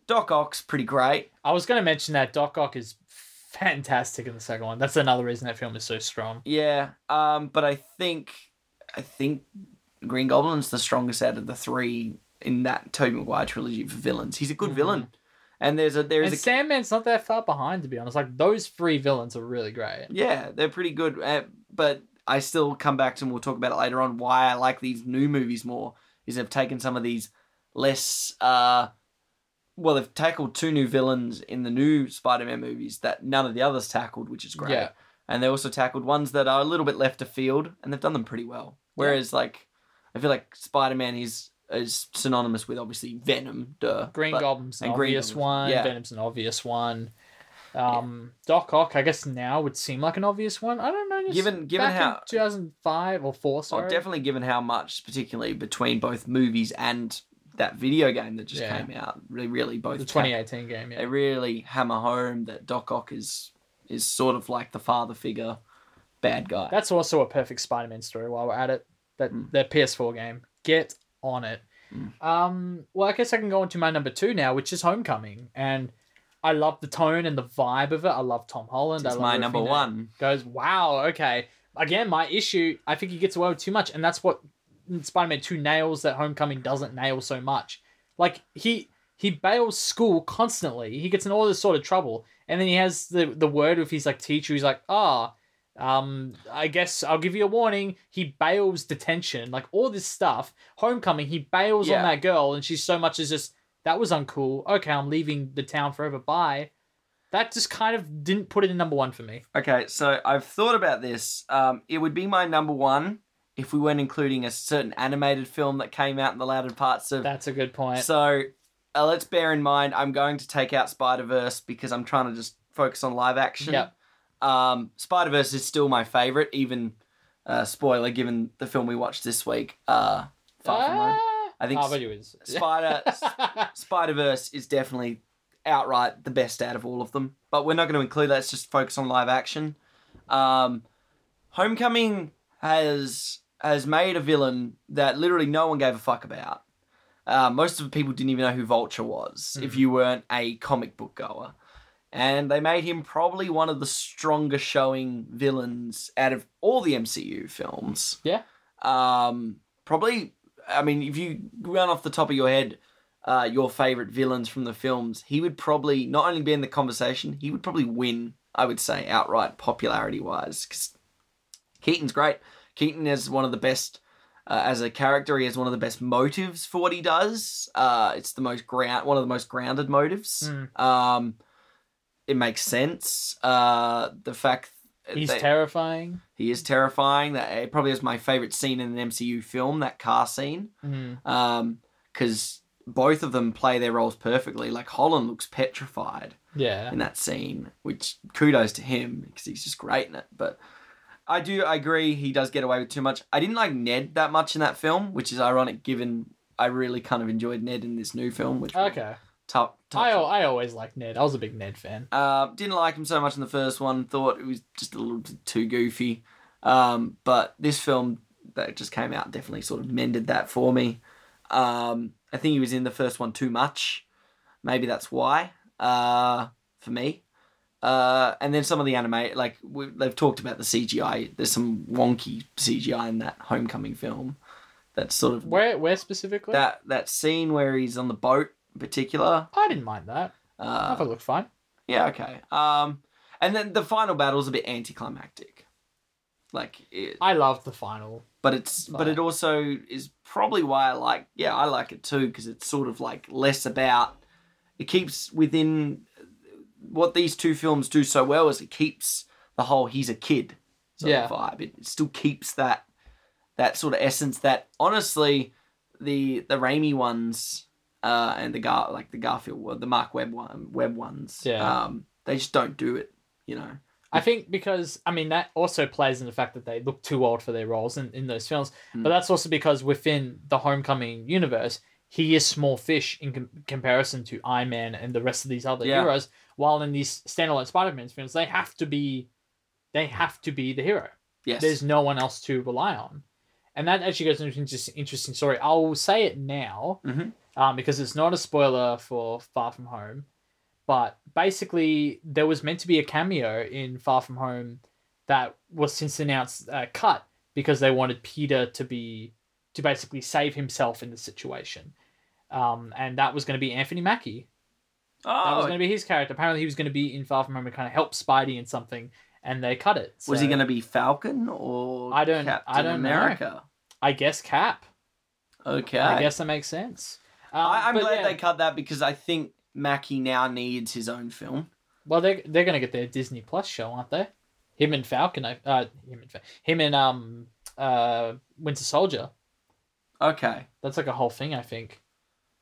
S1: Doc Ock's pretty great.
S2: I was going to mention that Doc Ock is fantastic in the second one. That's another reason that film is so strong.
S1: Yeah, um, but I think I think Green Goblin's the strongest out of the three in that Tobey Maguire trilogy for villains. He's a good
S2: Mhm.
S1: villain, and there's a there is
S2: and
S1: a
S2: Sandman's not that far behind, to be honest. Like, those three villains are really great.
S1: Yeah, they're pretty good. Uh, but I still come back to, and we'll talk about it later on, why I like these new movies more is they've taken some of these less. Uh, well, they've tackled two new villains in the new Spider Man movies that none of the others tackled, which is great.
S2: Yeah.
S1: And they also tackled ones that are a little bit left of field, and they've done them pretty well. Whereas, like, I feel like Spider Man is is synonymous with obviously Venom, duh.
S2: Green
S1: but-
S2: Goblin's an
S1: and Green
S2: obvious
S1: Goblin's-
S2: one.
S1: yeah.
S2: Venom's an obvious one. Um, Doc Ock, I guess now would seem like an obvious one. I don't know. just
S1: Given- given
S2: back in
S1: how-
S2: 2005 or four,
S1: Oh,
S2: sorry.
S1: definitely given how much, particularly between both movies and that video game that just
S2: Yeah.
S1: came out, they really both
S2: the
S1: ha-
S2: 2018 game.
S1: they
S2: Yeah.
S1: really hammer home that Doc Ock is is sort of like the father figure, bad guy.
S2: That's also a perfect Spider-Man story. While we're at it, that
S1: Mm.
S2: that PS4 game, get on it.
S1: Mm.
S2: Um, well, I guess I can go on to my number two now, which is Homecoming, and I love the tone and the vibe of it. I love Tom Holland. I
S1: it's
S2: love
S1: my
S2: everything
S1: number
S2: that
S1: one.
S2: Goes wow, okay. again, my issue, I think he gets away with too much, and that's what Spider-Man Two nails that Homecoming doesn't nail so much. Like he he bails school constantly. He gets in all this sort of trouble, and then he has the the word with his like teacher. He's like, ah, um, I guess I'll give you a warning. He bails detention, like all this stuff. Homecoming, he bails
S1: Yeah.
S2: on that girl, and she's so much as just that was uncool. Okay, I'm leaving the town forever. Bye. That just kind of didn't put it in number one for me.
S1: Okay, so I've thought about this. Um, it would be my number one if we weren't including a certain animated film that came out in the latter parts of.
S2: That's a good point.
S1: So uh, let's bear in mind, I'm going to take out Spider Verse because I'm trying to just focus on live action.
S2: Yep.
S1: Um, Spider Verse is still my favorite, even uh, spoiler given the film we watched this week. Uh, Far from Home. I think
S2: Ah, but anyways.
S1: Spider Spider Verse is definitely outright the best out of all of them. But we're not going to include that. Let's just focus on live action. Um, Homecoming has has made a villain that literally no one gave a fuck about. Uh, most of the people didn't even know who Vulture was if you weren't a comic book goer. And they made him probably one of the stronger showing villains out of all the MCU films.
S2: Yeah.
S1: Um, probably, I mean, if you run off the top of your head uh, your favorite villains from the films, he would probably not only be in the conversation, he would probably win, I would say, outright popularity wise. Because Keaton's great. Keaton is one of the best uh, as a character. He has one of the best motives for what he does. Uh, it's the most ground, one of the most grounded motives.
S2: Mm.
S1: Um, it makes sense. Uh, the fact
S2: He's
S1: that
S2: terrifying.
S1: he is terrifying. That it probably is my favorite scene in an MCU film. That car scene
S2: Mm.
S1: because both of them play their roles perfectly. Like Holland looks petrified
S2: Yeah.
S1: in that scene, which kudos to him because he's just great in it. But I do I agree he does get away with too much. I didn't like Ned that much in that film, which is ironic given I really kind of enjoyed Ned in this new film, which we'll
S2: Okay.
S1: tou- touch
S2: I,
S1: on.
S2: I always liked Ned. I was a big Ned fan.
S1: Uh, didn't like him so much in the first one. Thought it was just a little bit too goofy. Um, but this film that just came out definitely sort of mended that for me. Um, I think he was in the first one too much. Maybe that's why. Uh, for me. Uh, and then some of the anime, like we, they've talked about the CGI. There's some wonky CGI in that Homecoming film. That's sort of
S2: Where where specifically?
S1: that that scene where he's on the boat in particular.
S2: I didn't mind that.
S1: Uh,
S2: I thought it looked fine.
S1: yeah, okay. Um, and then the final battle's a bit anticlimactic, like, it,
S2: I loved the final.
S1: but it's but it also is probably why I like. Yeah, I like it too because it's sort of like less about. It keeps within what these two films do so well is it keeps the whole he's a kid sort
S2: Yeah.
S1: of vibe. It, it still keeps that that sort of essence that honestly the the Raimi ones uh, and the Gar like the Garfield one- the Mark Webb one Webb ones
S2: Yeah.
S1: um, they just don't do it you know
S2: I think because I mean that also plays in the fact that they look too old for their roles in, in those films, but that's also because within the Homecoming universe, he is small fish in com- comparison to Iron Man and the rest of these other
S1: Yeah.
S2: heroes. While in these standalone Spider-Man films, they have to be, they have to be the hero.
S1: yes
S2: there's no one else to rely on. And that actually goes into an interest- interesting story. I'll say it now
S1: Mhm.
S2: um, because it's not a spoiler for Far From Home. But basically, there was meant to be a cameo in Far From Home that was since announced uh, cut because they wanted Peter to be to basically save himself in the situation. Um, and that was going to be Anthony Mackie that was
S1: oh
S2: going to be his character. Apparently, he was going to be in Far From Home and kind of help Spidey in something, and they cut it.
S1: was he
S2: So,
S1: going to be Falcon or
S2: I don't- I
S1: Captain
S2: don't know.
S1: America
S2: I guess Cap.
S1: okay
S2: I guess that makes sense. Um,
S1: I, I'm
S2: but
S1: glad
S2: yeah,
S1: they cut that because I think Mackie now needs his own film.
S2: Well, they they're going to get their Disney Plus show, aren't they? Him and Falcon. I- Uh, him and Fa- him and um uh Winter Soldier.
S1: Okay.
S2: That's like a whole thing, I think.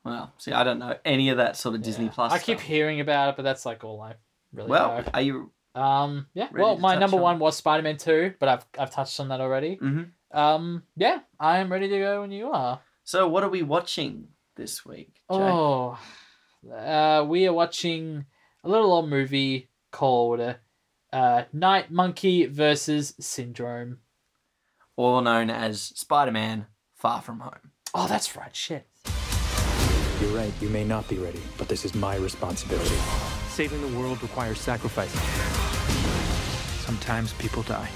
S1: Well, see, I don't know any of that sort of Disney
S2: Yeah.
S1: Plus.
S2: I keep
S1: stuff.
S2: hearing about it, but that's like all I really
S1: Well,
S2: know.
S1: are you?
S2: Um, yeah.
S1: ready
S2: Well,
S1: to
S2: my
S1: touch
S2: number
S1: on-
S2: one was Spider Man Two, but I've I've touched on that already.
S1: hmm
S2: Um, yeah, I am ready to go when you are.
S1: So, what are we watching this week? Jay?
S2: Oh, uh, we are watching a little old movie called uh, Night Monkey versus Syndrome.
S1: All known as Spider-Man: Far From Home.
S2: Oh, that's right. Shit.
S3: You're right, you may not be ready, but this is my responsibility. Saving the world requires sacrifice. Sometimes people die.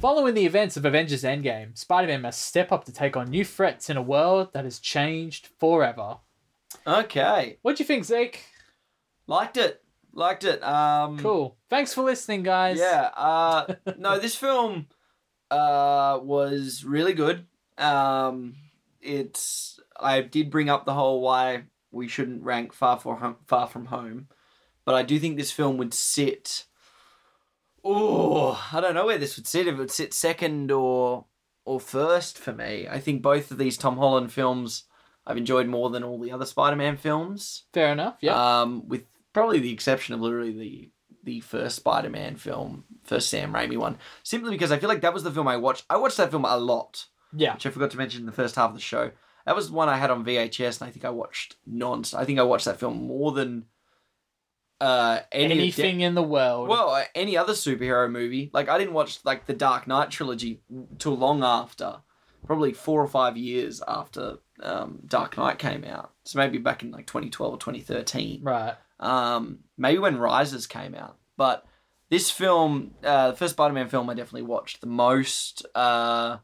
S2: Following the events of Avengers Endgame, Spider Man must step up to take on new threats in a world that has changed forever.
S1: Okay.
S2: What do you think, Zeke?
S1: Liked it. Liked it. Um,
S2: Cool. Thanks for listening, guys.
S1: Yeah. Uh, no, this film uh, was really good. Um, it's I did bring up the whole why we shouldn't rank Far for home, Far From Home, but I do think this film would sit. Oh, I don't know where this would sit. If it would sit second or or first for me, I think both of these Tom Holland films I've enjoyed more than all the other Spider-Man films.
S2: Fair enough. Yeah.
S1: Um, with probably the exception of literally the the first Spider-Man film, first Sam Raimi one, simply because I feel like that was the film I watched. I watched that film a lot,
S2: yeah.
S1: which I forgot to mention in the first half of the show. That was the one I had on VHS, and I think I watched non. I think I watched that film more than uh, any of the-
S2: Anything in the world.
S1: well, uh, any other superhero movie. Like I didn't watch like the Dark Knight trilogy till long after, probably four or five years after um, Dark Knight came out. So maybe back in like 2012 or 2013
S2: right.
S1: um, maybe when Rises came out. But this film, uh, the first Spider-Man film, I definitely watched the most. Uh,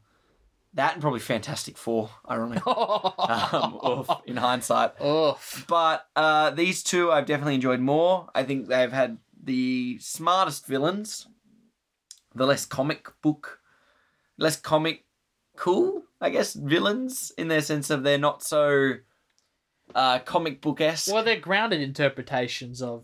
S1: that and probably Fantastic Four, ironically, um, oof, in hindsight.
S2: Oof.
S1: But uh, these two I've definitely enjoyed more. I think they've had the smartest villains, the less comic book, less comic cool, I guess, villains in their sense of they're not so uh, comic book esque.
S2: Well, they're grounded interpretations of,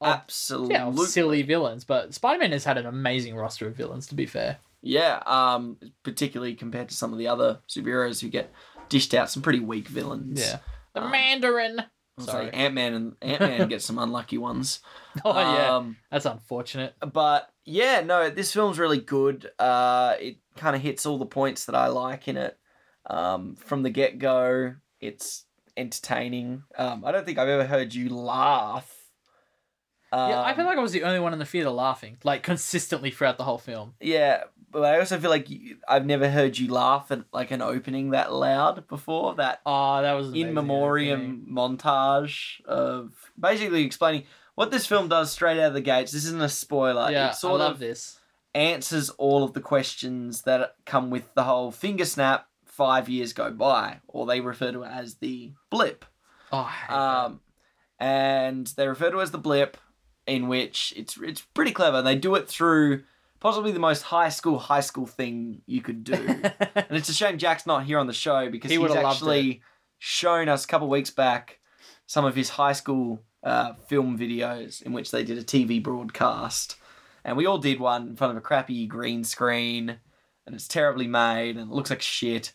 S2: of
S1: Absolutely.
S2: yeah, of silly villains, but Spider Man has had an amazing roster of villains, to be fair.
S1: Yeah, um, particularly compared to some of the other superheroes who get dished out some pretty weak villains.
S2: Yeah. The
S1: Um,
S2: Mandarin.
S1: I'm
S2: Sorry.
S1: sorry, Ant Man and Ant Man gets some unlucky ones.
S2: Oh, yeah.
S1: Um,
S2: That's unfortunate.
S1: but yeah, no, this film's really good. Uh, it kind of hits all the points that I like in it. Um, from the get go, it's entertaining. Um, I don't think I've ever heard you laugh.
S2: yeah, I feel
S1: Um,
S2: like I was the only one in the theater laughing, like consistently throughout the whole film.
S1: Yeah, but I also feel like you, I've never heard you laugh at like an opening that loud before. That
S2: Oh, that was an amazing
S1: in memoriam montage of basically explaining what this film does straight out of the gates. This isn't a spoiler.
S2: opening. Yeah,
S1: it sort
S2: I love
S1: of
S2: this.
S1: answers all of the questions that come with the whole finger snap. Five years go by, or they refer to it as the blip.
S2: Oh, I hate that.
S1: Um, and they refer to it as the blip, in which it's it's pretty clever. They do it through possibly the most high school high school thing you could do. and it's a shame Jack's not here on the show because
S2: He
S1: he's
S2: would've loved
S1: actually shown us a couple weeks back some of his high school uh, film videos in which they did a TV broadcast, and we all did one in front of a crappy green screen, and it's terribly made and it looks like shit.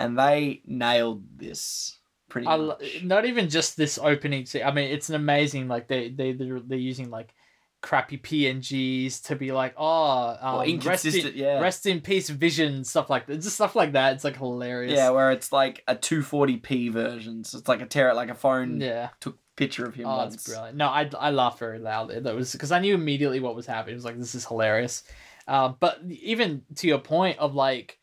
S1: And they nailed this pretty
S2: I lo-
S1: much.
S2: not even just this opening. se- I mean, it's an amazing like they they they're, they're using like crappy PNGs to be like oh um,
S1: Or
S2: rest
S1: inconsistent,
S2: in,
S1: yeah.
S2: rest in peace vision stuff like that just stuff like that it's like hilarious
S1: Yeah, where it's like a 240p version. So it's like a tera, like a phone
S2: yeah
S1: took picture of him
S2: oh
S1: once.
S2: it's brilliant no I I laughed very loudly that was because I knew immediately what was happening it was like this is hilarious uh, but even to your point of like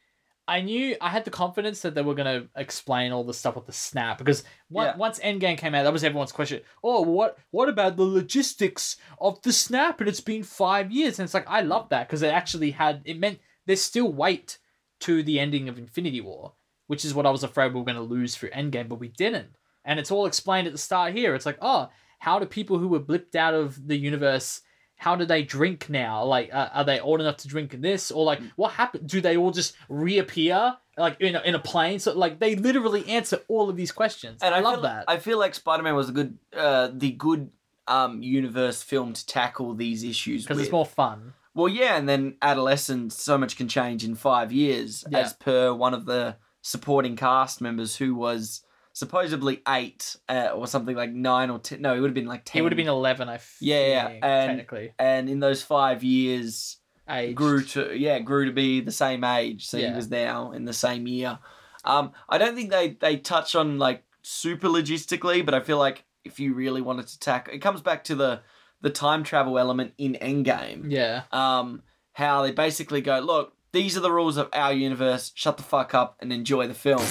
S2: I knew I had the confidence that they were gonna explain all the stuff with the snap because one,
S1: Yeah.
S2: once Endgame came out, that was everyone's question. Oh, what what about the logistics of the snap? And it's been five years, and it's like I love that because it actually had it meant there's still weight to the ending of Infinity War, which is what I was afraid we were gonna lose through Endgame, but we didn't. And it's all explained at the start here. It's like oh, how do people who were blipped out of the universe how do they drink now? Like, uh, are they old enough to drink this, or like,
S1: Mm.
S2: what happened? Do they all just reappear, like in a, in a plane? So like, they literally answer all of these questions. And I, love
S1: feel,
S2: that.
S1: I feel like Spider Man was a good, uh, the good um, universe film to tackle these issues.
S2: because it's
S1: with.
S2: more fun.
S1: Well, yeah, and then adolescence, so much can change in five years,
S2: Yeah.
S1: as per one of the supporting cast members who was supposedly eight uh, or something like nine or ten. No, he would have been like ten.
S2: He would have been eleven, I think.
S1: Yeah, yeah, and-
S2: technically,
S1: And in those five years,
S2: age
S1: grew to yeah grew to be the same age so
S2: Yeah.
S1: he was now in the same year um i don't think they they touch on like super logistically but i feel like if you really wanted to tackle it comes back to the the time travel element in endgame
S2: Yeah,
S1: um how they basically go look these are the rules of our universe shut the fuck up and enjoy the film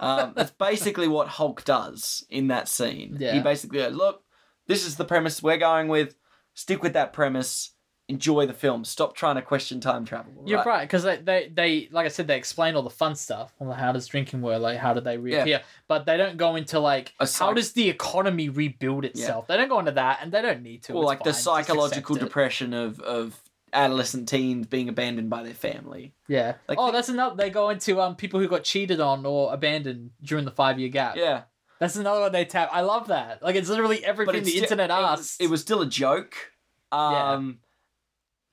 S1: um, that's basically what hulk does in that scene
S2: Yeah.
S1: he basically goes look this is the premise we're going with stick with that premise enjoy the film. Stop trying to question time travel.
S2: You're right, because they, they, they, like I said, they explain all the fun stuff on how does drinking work, like how do they reappear, but they don't go into like
S1: A
S2: how
S1: psych-
S2: does the economy rebuild itself. They don't go into that, and they don't need to.
S1: Or
S2: it's
S1: like
S2: fine,
S1: the
S2: just accept
S1: psychological
S2: it.
S1: depression of of adolescent teens being abandoned by their family.
S2: Yeah.
S1: Like
S2: oh,
S1: the-
S2: that's another. They go into um people who got cheated on or abandoned during the five year gap.
S1: Yeah,
S2: That's another one they tap. I love that. Like it's literally everything
S1: it's
S2: the
S1: sti-
S2: internet
S1: it was-
S2: asks.
S1: It was still a joke. Um,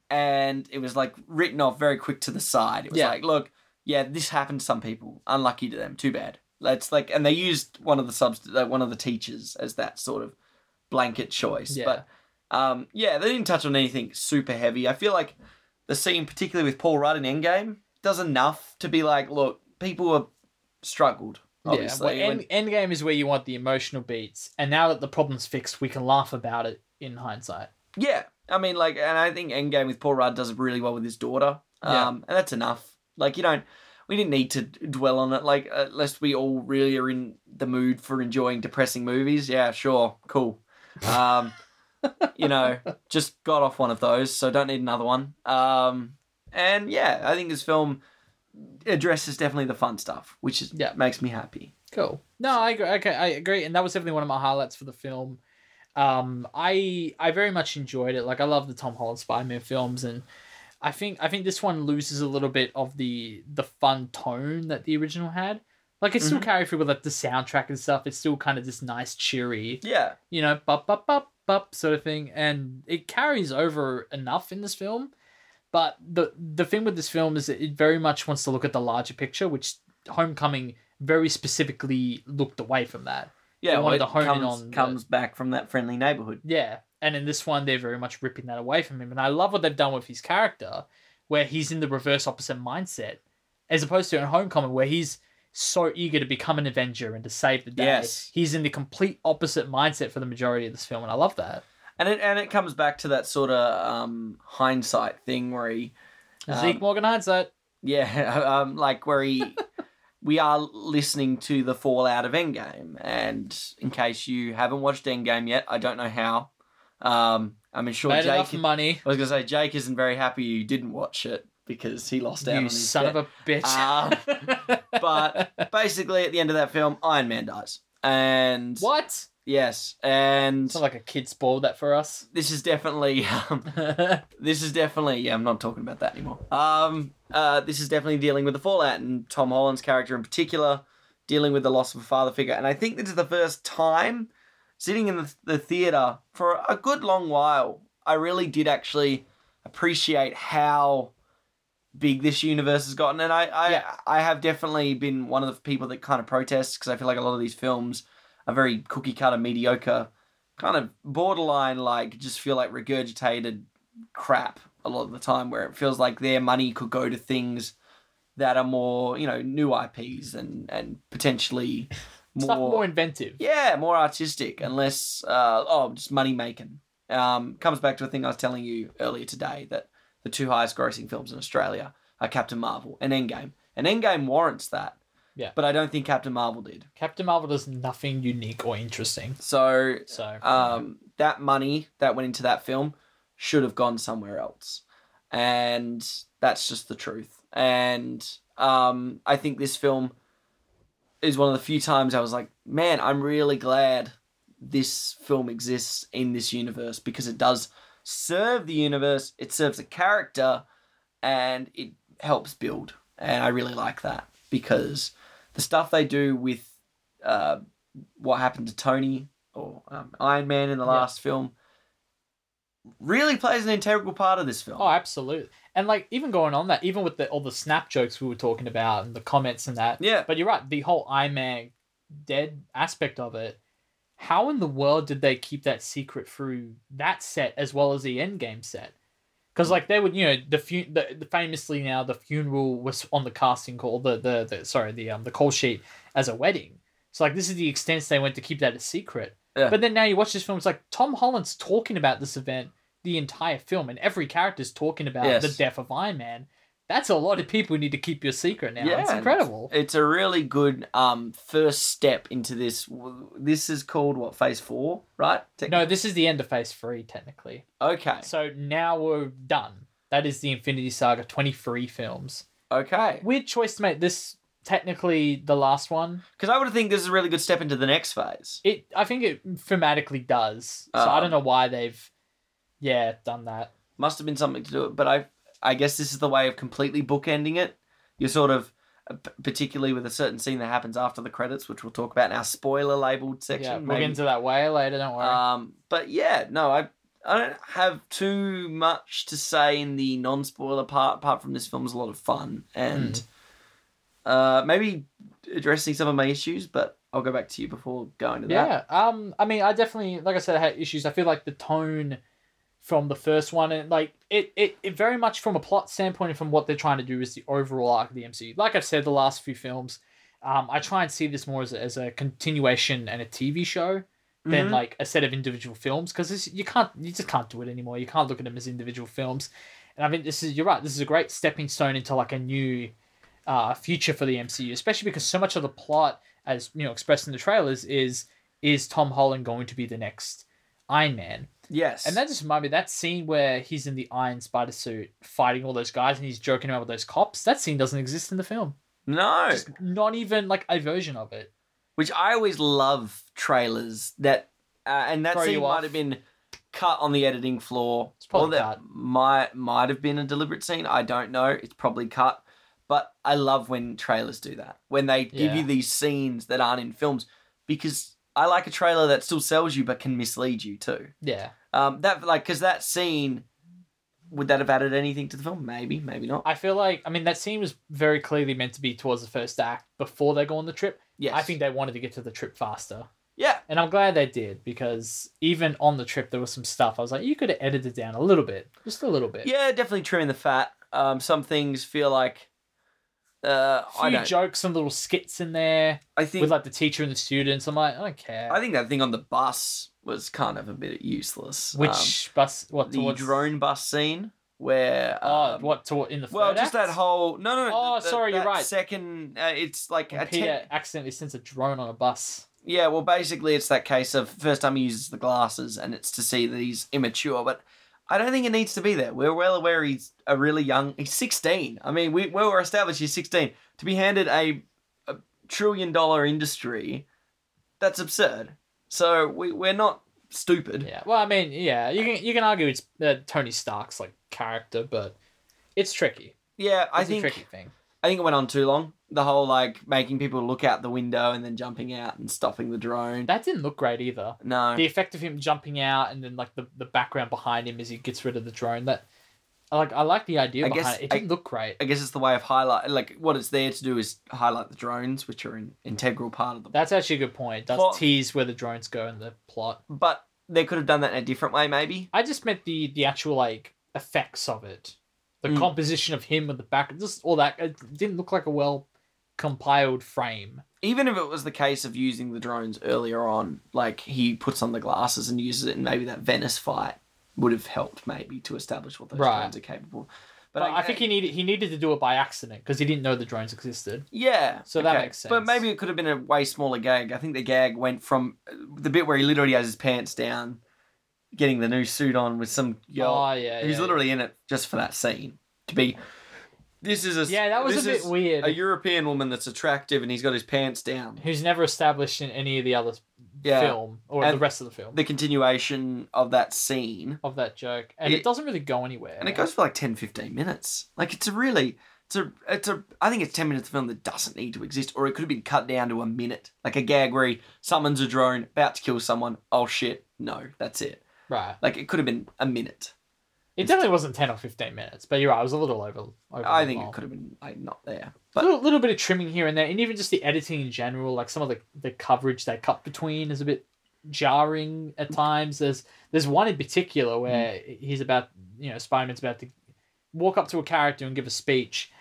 S1: and it was like written off very quick to the side. It was
S2: Yeah.
S1: like, look, yeah, this happened to some people. Unlucky to them. Too bad. That's like, and they used one of the subs, like one of the teachers, as that sort of blanket choice.
S2: Yeah.
S1: But um, yeah, they didn't touch on anything super heavy. I feel like the scene, particularly with Paul Rudd in Endgame, does enough to be like, look, people are struggled. Obviously,
S2: Yeah, well,
S1: when-
S2: end, end game is where you want the emotional beats, and now that the problem's fixed, we can laugh about it in hindsight.
S1: Yeah, I mean, like, and I think Endgame with Paul Rudd does really well with his daughter.
S2: Yeah.
S1: Um, and that's enough. Like, you don't, we didn't need to dwell on it. Like, uh, unless we all really are in the mood for enjoying depressing movies. Yeah, sure, cool. Um, you know, just got off one of those, so don't need another one. Um, and yeah, I think this film addresses definitely the fun stuff, which is
S2: Yeah.
S1: makes me happy.
S2: Cool. No, I agree. Okay, I agree, and that was definitely one of my highlights for the film. Um, I I very much enjoyed it. Like I love the Tom Holland Spider Man films, and I think I think this one loses a little bit of the the fun tone that the original had. Like it still carried through with like the soundtrack and stuff. It's still kind of this nice cheery,
S1: Yeah,
S2: you know, bup bup bup bup sort of thing, and it carries over enough in this film. But the the thing with this film is that it very much wants to look at the larger picture, which Homecoming very specifically looked away from that.
S1: yeah.
S2: wanted to hone in
S1: comes,
S2: on the-
S1: comes back from that friendly neighborhood.
S2: Yeah, and in this one, they're very much ripping that away from him, and I love what they've done with his character, where he's in the reverse opposite mindset, as opposed to in Homecoming, where he's so eager to become an Avenger and to save the day.
S1: Yes.
S2: He's in the complete opposite mindset for the majority of this film, and I love that.
S1: And it and it comes back to that sort of um, hindsight thing where he,
S2: Zeke Morgan hindsight.
S1: yeah, um, like where he, we are listening to the fallout of Endgame. And in case you haven't watched Endgame yet, I don't know how. Um, I mean, sure,
S2: made
S1: Jake.
S2: enough money.
S1: I was gonna say Jake isn't very happy you didn't watch it because he lost out. on
S2: You
S1: his
S2: son
S1: bet.
S2: of a bitch.
S1: Um, But basically, at the end of that film, Iron Man dies. And
S2: what?
S1: yes, and
S2: It's not like a kid spoiled that for us.
S1: this is definitely um, this is definitely yeah i'm not talking about that anymore um uh this is definitely dealing with the fallout and tom holland's character in particular dealing with the loss of a father figure and i think this is the first time sitting in the, the theater for a good long while i really did actually appreciate how big this universe has gotten and i i,
S2: Yeah.
S1: I have definitely been one of the people that kind of protests because i feel like a lot of these films are very cookie cutter mediocre kind of borderline like just feel like regurgitated crap a lot of the time where it feels like their money could go to things that are more you know new ips and and potentially more,
S2: Stuff more inventive.
S1: yeah more artistic unless uh oh just money making um comes back to a thing i was telling you earlier today that the two highest grossing films in australia are captain marvel and endgame and endgame warrants that
S2: Yeah.
S1: but i don't think captain marvel did
S2: Captain Marvel does nothing unique or interesting.
S1: so
S2: So
S1: um, that money that went into that film should have gone somewhere else. And that's just the truth. And um, I think this film is one of the few times I was like, man, I'm really glad this film exists in this universe because it does serve the universe, it serves a character, and it helps build. And I really like that because the stuff they do with uh, what happened to Tony or um, Iron Man in the
S2: Yeah.
S1: last film really plays an integral part of this film.
S2: Oh, absolutely. And like even going on that, even with the all the snap jokes we were talking about and the comments and that.
S1: Yeah.
S2: But you're right, the whole Iron Man dead aspect of it. How in the world did they keep that secret through that set as well as the Endgame set? Because like they would, you know, the, fu- the the famously now the funeral was on the casting call, the the, the sorry the um the call sheet as a wedding. So like this is the extent they went to keep that a secret.
S1: Yeah.
S2: But then now you watch this film, it's like Tom Holland's talking about this event the entire film, and every character's talking about
S1: Yes.
S2: the death of Iron Man. That's a lot of people need to keep your secret now. it's
S1: and
S2: incredible.
S1: It's a really good um first step into this. w- This is called what phase four, right? Tec-
S2: No, this is the end of phase three, technically.
S1: Okay.
S2: So now we're done. That is the Infinity Saga 23 films.
S1: Okay.
S2: Weird choice to make this technically the last one.
S1: Because I would think this is a really good step into the next phase.
S2: It I think it thematically does. So I
S1: Um,
S2: don't know why they've yeah, done that.
S1: Must have been something to do it, but I I guess this is the way of completely bookending it. You're sort of uh, p- particularly with a certain scene that happens after the credits, which we'll talk about in our spoiler labeled section.
S2: yeah, we'll
S1: maybe.
S2: get into that way later, don't worry.
S1: Um, but yeah, no, I I don't have too much to say in the non spoiler part. Apart from this film's a lot of fun and
S2: Hmm.
S1: uh, maybe addressing some of my issues, but I'll go back to you before going to that.
S2: yeah. Um I mean I definitely like I said I had issues. I feel like the tone from the first one and like it, it it very much from a plot standpoint and from what they're trying to do is the overall arc of the MCU. Like I've said the last few films, um, I try and see this more as a, as a continuation and a TV show than
S1: Mhm.
S2: like a set of individual films because you can't you just can't do it anymore. You can't look at them as individual films. And I think this is you're right. This is a great stepping stone into like a new uh, future for the MCU, especially because so much of the plot, as you know, expressed in the trailers, is is Tom Holland going to be the next Iron Man?
S1: Yes.
S2: And that just reminded me that scene where he's in the Iron Spider suit fighting all those guys and he's joking around with those cops. That scene doesn't exist in the film.
S1: no,
S2: Just not even like a version of it.
S1: which I always love trailers that, uh, and that
S2: Throw
S1: scene
S2: you
S1: might
S2: off.
S1: have been cut on the editing floor.
S2: It's probably
S1: or that
S2: cut.
S1: might might have been a deliberate scene. I don't know. It's probably cut. But I love when trailers do that. When they give
S2: Yeah.
S1: you these scenes that aren't in films, because I like a trailer that still sells you but can mislead you too.
S2: Yeah.
S1: Um, that like because that scene, would that have added anything to the film? Maybe, maybe not.
S2: I feel like I mean that scene was very clearly meant to be towards the first act before they go on the trip.
S1: Yes,
S2: I think they wanted to get to the trip faster.
S1: Yeah,
S2: And I'm glad they did because even on the trip there was some stuff I was like, you could have edited down a little bit. Just a little bit.
S1: yeah, definitely trimming the fat. Um, some things feel like. Uh,
S2: A
S1: I
S2: few
S1: don't.
S2: jokes and little skits in there
S1: I think
S2: with like the teacher and the students. I'm like, I don't care.
S1: I think that thing on the bus was kind of a bit useless.
S2: Which bus?
S1: um,
S2: What
S1: the
S2: towards-
S1: drone bus scene where?
S2: Oh,
S1: um,
S2: what toward in the
S1: Well,
S2: third
S1: just
S2: act?
S1: that whole no, no. no
S2: Oh,
S1: the- the-
S2: sorry, you're
S1: that
S2: right.
S1: Second, uh, it's like
S2: When
S1: a
S2: Peter
S1: ten,
S2: accidentally sends a drone on a bus.
S1: yeah. Well, basically, it's that case of first time he uses the glasses, and it's to see that he's immature, but. I don't think it needs to be there. We're well aware he's a really young. He's sixteen. I mean, we we were established he's sixteen. To be handed a, a trillion dollar industry, that's absurd. So we we're not stupid.
S2: Yeah. Well, I mean, yeah, you can you can argue it's uh, Tony Stark's like character, but it's tricky.
S1: Yeah, I
S2: It's a
S1: think
S2: tricky thing.
S1: I think it went on too long. The whole like making people look out the window and then jumping out and stopping the drone.
S2: That didn't look great either.
S1: no,
S2: The effect of him jumping out and then like the, the background behind him as he gets rid of the drone. That I like I like the idea
S1: I
S2: behind
S1: guess
S2: it. It
S1: I-
S2: didn't look great.
S1: I guess it's the way of highlight. Like what it's there to do is highlight the drones, which are an integral part of the.
S2: That's actually a good point. It does
S1: Well-
S2: tease where the drones go in the plot.
S1: But they could have done that in a different way, maybe.
S2: I just meant the the actual like effects of it, the
S1: Mm.
S2: composition of him with the back, just all that. It didn't look like a well compiled frame.
S1: Even if it was the case of using the drones earlier on, like he puts on the glasses and uses it, and maybe that Venice fight would have helped, maybe to establish what those
S2: Right.
S1: drones are capable.
S2: But, I, think he needed he needed to do it by accident because he didn't know the drones existed.
S1: Yeah.
S2: So that makes
S1: But
S2: sense.
S1: maybe it could have been a way smaller gag. I think the gag went from uh, the bit where he literally has his pants down, getting the new suit on with some
S2: oh
S1: girl
S2: yeah,
S1: who's
S2: yeah,
S1: literally in it just for that scene to be. This is a
S2: yeah. Yeah, that was
S1: this
S2: a bit
S1: is
S2: weird.
S1: A European woman that's attractive and he's got his pants down.
S2: Who's never established in any of the other
S1: Yeah.
S2: film or the
S1: And
S2: rest of the film
S1: The continuation of that scene,
S2: of that joke, and it,
S1: It-
S2: doesn't really go anywhere.
S1: and it goes for like 10, 15 minutes. Like it's a really. It's a, it's a, I think it's 10 minutes of film that doesn't need to exist, or it could have been cut down to a minute. Like a gag where he summons a drone, about to kill someone. Oh shit, no, that's it.
S2: right.
S1: Like it could have been a minute.
S2: It definitely wasn't ten or fifteen minutes, but you're right. It was a little over. over
S1: I
S2: the
S1: think
S2: long.
S1: it could have been like not there.
S2: A
S1: But
S2: little, little bit of trimming here and there, and even just the editing in general, like some of the, the coverage they cut between is a bit jarring at times. There's there's one in particular
S1: Mm.
S2: where he's about you know Spider Man's about to walk up to a character and give a speech,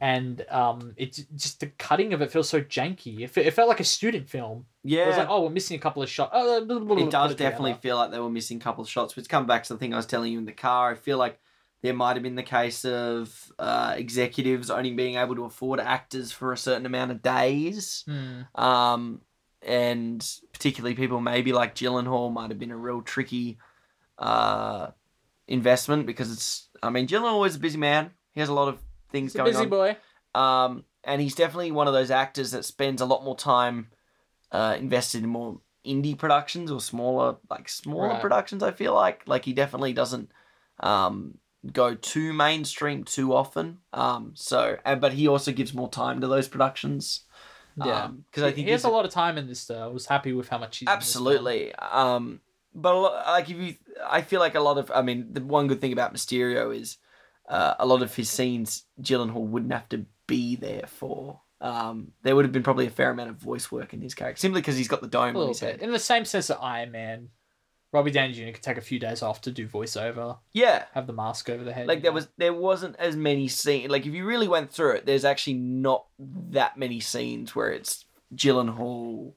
S2: and um, it's just the cutting of it feels so janky. It, fe- it felt like a student film. It was
S1: yeah,
S2: like oh we're missing a couple of shots. Oh, blah, blah, blah, blah,
S1: it does
S2: put together.
S1: definitely feel like they were missing a couple of shots. Which come back to the thing I was telling you in the car. I feel like There might have been the case of uh, executives only being able to afford actors for a certain amount of days.
S2: Hmm.
S1: Um, and particularly people maybe like Gyllenhaal might have been a real tricky uh, investment because it's, I mean, Gyllenhaal is a busy man. He has a lot of things
S2: He's a
S1: going
S2: busy
S1: on.
S2: boy.
S1: Um, and he's definitely one of those actors that spends a lot more time uh, invested in more indie productions or smaller, like smaller
S2: Right.
S1: productions. I feel like like he definitely doesn't um, go too mainstream too often. Um, so, and, but he also gives more time to those productions.
S2: Yeah,
S1: because I
S2: Um, he,
S1: think
S2: he has
S1: he's
S2: a lot of time in this. Though I was happy with how much he's in this film.
S1: Absolutely. Um, but a lot, like if you, I feel like a lot of, I mean, the one good thing about Mysterio is uh, a lot of his scenes, Gyllenhaal wouldn't have to be there for. Um, there would have been probably a fair amount of voice work in his character simply because he's got the dome
S2: A
S1: on
S2: little
S1: his
S2: bit.
S1: head.
S2: In the same sense that Iron Man, Robbie Downey Jr. could take a few days off to do voiceover,
S1: Yeah.
S2: have the mask over the head.
S1: Like
S2: you
S1: there
S2: know.
S1: was, there wasn't as many scenes. Like if you really went through it, there's actually not that many scenes where it's Gyllenhaal,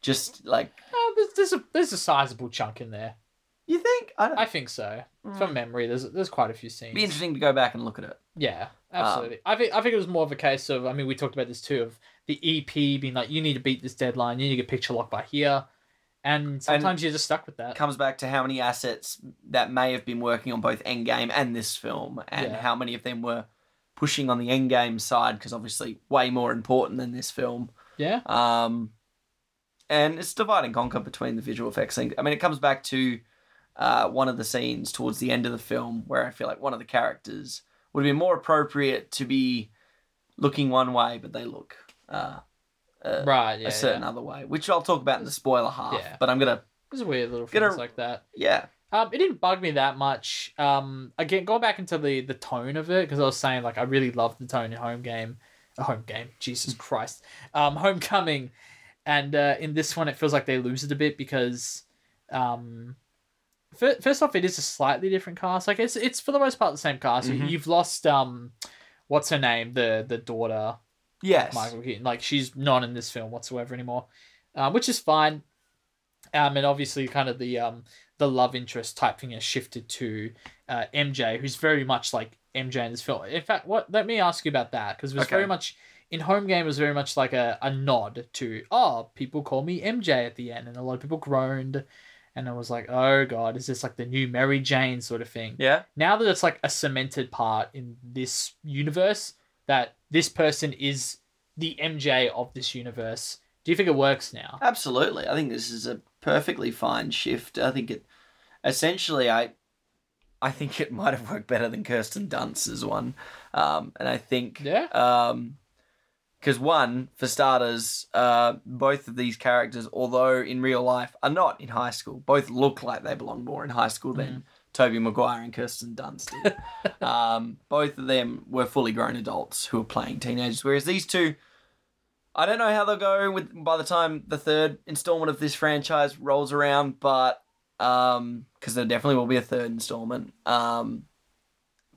S1: just like
S2: Uh, there's, there's a there's a sizable chunk in there.
S1: you think. I don't.
S2: I think so. From memory, there's there's quite a few scenes.
S1: It'd Mm. be Um, interesting to go back and look at it.
S2: Yeah, absolutely. I think I think it was more of a case of I mean we talked about this too of the EP being like you need to beat this deadline, you need to get picture locked by here, and sometimes you're just stuck with that.
S1: comes back to how many assets that may have been working on both Endgame and this film, and
S2: Yeah.
S1: how many of them were pushing on the Endgame side because obviously way more important than this film.
S2: Yeah,
S1: Um, and it's divide and conquer between the visual effects thing. I mean, it comes back to uh, one of the scenes towards the end of the film where I feel like one of the characters would have been more appropriate to be looking one way, but they look uh,
S2: right. Yeah,
S1: a certain
S2: yeah.
S1: other way, which I'll talk about in the spoiler half.
S2: Yeah.
S1: But I'm gonna,
S2: There's weird little
S1: Get a-
S2: things like that.
S1: yeah,
S2: Um, it didn't bug me that much. Um, again, going back into the the tone of it because I was saying like I really loved the tone in home game, uh, home game. Jesus Christ, um, homecoming, and uh, in this one it feels like they lose it a bit because, um, fir- first off, it is a slightly different cast. Like it's it's for the most part the same cast.
S1: Mhm.
S2: You've lost um, what's her name? The the daughter
S1: yes,
S2: Michael Keaton. Like she's not in this film whatsoever anymore, um, which is fine. Um, and obviously, kind of the um, the love interest type thing has shifted to uh, MJ, who's very much like MJ in this film. In fact, what let me ask you about that because it was
S1: Okay.
S2: very much in Home Game it was very much like a, a nod to oh people call me MJ at the end, and a lot of people groaned, and I was like oh god, is this like the new Mary Jane sort of thing?
S1: yeah,
S2: now that it's like a cemented part in this universe that this person is the MJ of this universe. Do you think it works now?
S1: Absolutely. I think this is a perfectly fine shift. I think it essentially I I think it might have worked better than Kirsten Dunst's one. Um, and I think
S2: Yeah.
S1: um because one, for starters, uh, both of these characters, although in real life, are not in high school. Both look like they belong more in high school than Toby Maguire and Kirsten Dunst did. um, both of them were fully grown adults who were playing teenagers, whereas these two I don't know how they'll go with by the time the third installment of this franchise rolls around, but um, because there definitely will be a third installment. Um,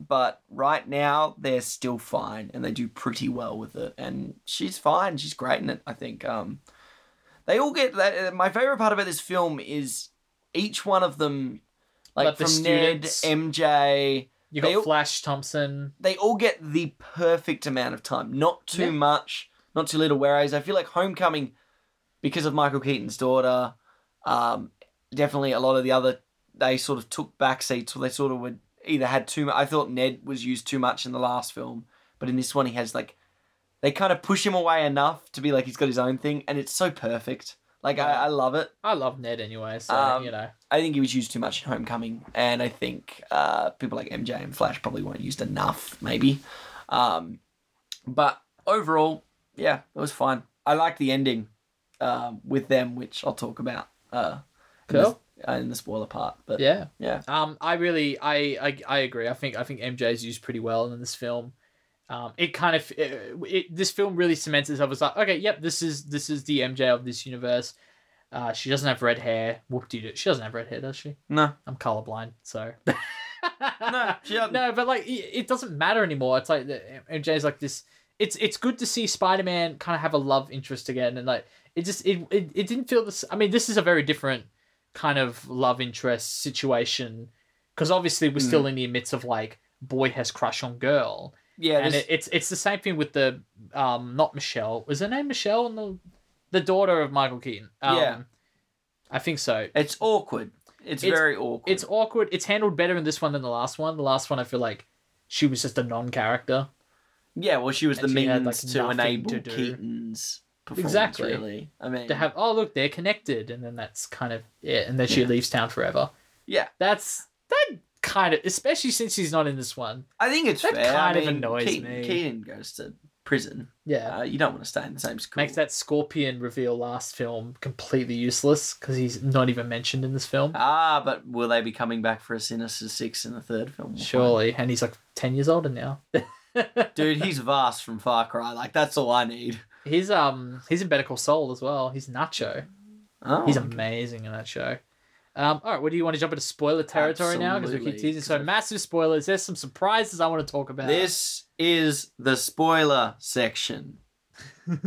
S1: but right now they're still fine and they do pretty well with it, and she's fine. She's great in it. I think. Um, they all get that. My favorite part about this film is each one of them, like
S2: Like the
S1: from Ned,
S2: students.
S1: MJ,
S2: You
S1: They
S2: got
S1: all-
S2: Flash Thompson.
S1: they all get the perfect amount of time. Not too
S2: Yeah.
S1: much, not too little. Whereas I feel like Homecoming, because of Michael Keaton's daughter, um, definitely a lot of the other they sort of took back seats or they sort of would either had too much. I thought Ned was used too much in the last film, but in this one he has like they kind of push him away enough to be like he's got his own thing, and it's so perfect. Like I, I love it.
S2: I love Ned anyway, so
S1: Um,
S2: you know.
S1: I think he was used too much in Homecoming, and I think uh, people like MJ and Flash probably weren't used enough, maybe. Um, but overall, yeah, it was fine. I like the ending um, with them, which I'll talk about uh, in,
S2: Cool.
S1: the, uh, in the spoiler part. But
S2: Yeah.
S1: yeah,
S2: Um, I really, I, I, I agree. I think, I think MJ's used pretty well in this film. Um, it kind of, it, it, this film really cements itself. It's like, okay, yep, this is, this is the MJ of this universe. Uh, she doesn't have red hair. Whoop de doo. She doesn't have red hair, does she?
S1: no,
S2: I'm colorblind, so.
S1: no, she doesn't.
S2: no, but like it, it doesn't matter anymore. It's like the, MJ's like this. It's it's good to see Spider Man kind of have a love interest again, and like it just it, it it didn't feel this. I mean, this is a very different kind of love interest situation because obviously we're
S1: Mm.
S2: still in the midst of like boy has crush on girl,
S1: Yeah,
S2: and
S1: there's-
S2: it, it's it's the same thing with the um not Michelle was her name Michelle and the the daughter of Michael Keaton. Um,
S1: Yeah.
S2: I think so.
S1: it's awkward. It's,
S2: It's-
S1: very awkward.
S2: It's awkward. It's handled better in this one than the last one. The last one I feel like she was just a non-character.
S1: yeah, well, she was the
S2: and she had,
S1: means
S2: like,
S1: to
S2: nothing
S1: enable
S2: to do.
S1: Keaton's performance.
S2: Exactly.
S1: Really, I mean,
S2: To have oh look they're connected and then that's kind of it and then she leaves town forever.
S1: yeah,
S2: That's that kind of especially since she's not in this one.
S1: I think it's
S2: That
S1: fair.
S2: kind
S1: I
S2: of
S1: mean,
S2: annoys
S1: Keaton,
S2: me.
S1: Keaton goes to prison.
S2: Yeah.
S1: Uh, you don't want to stay in the same school.
S2: Makes that scorpion reveal last film completely useless because he's not even mentioned in this film.
S1: Ah, but will they be coming back for a Sinister Six in the third film?
S2: Surely, and he's like ten years older now.
S1: Dude, he's vast from Far Cry. Like, that's all I need.
S2: He's um he's in Better Call Saul as well. He's Nacho.
S1: Oh,
S2: He's amazing in that show. Um, all right, what do you want to jump into spoiler territory now? Because we keep
S1: Absolutely,
S2: teasing
S1: 'cause
S2: so
S1: I-
S2: massive spoilers. There's some surprises I want to talk about.
S1: This is the spoiler section.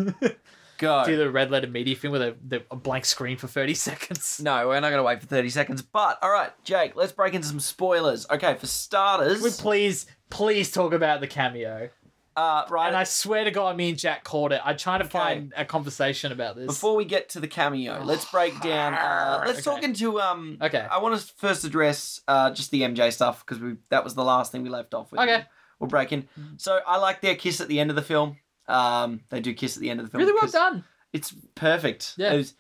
S1: Go.
S2: do the red letter media thing with a, the, a blank screen for thirty seconds.
S1: No, we're not going to wait for 30 seconds. But, all right, Jake, let's break into some spoilers. Okay, for starters,
S2: Can we please, please talk about the cameo?
S1: uh, right,
S2: And I swear to God, me and Jack caught it. I'm trying to find a conversation about this.
S1: before we get to the cameo, let's break down. Uh, let's
S2: Oh, Okay.
S1: talk into. Um,
S2: Okay.
S1: I want to first address uh, just the MJ stuff because we that was the last thing we left off with.
S2: Okay. Mm-hmm.
S1: We'll break in. So, I like their kiss at the end of the film. Um, they do kiss at the end of the film.
S2: really well
S1: because-
S2: done.
S1: It's perfect.
S2: Yeah.
S1: It was-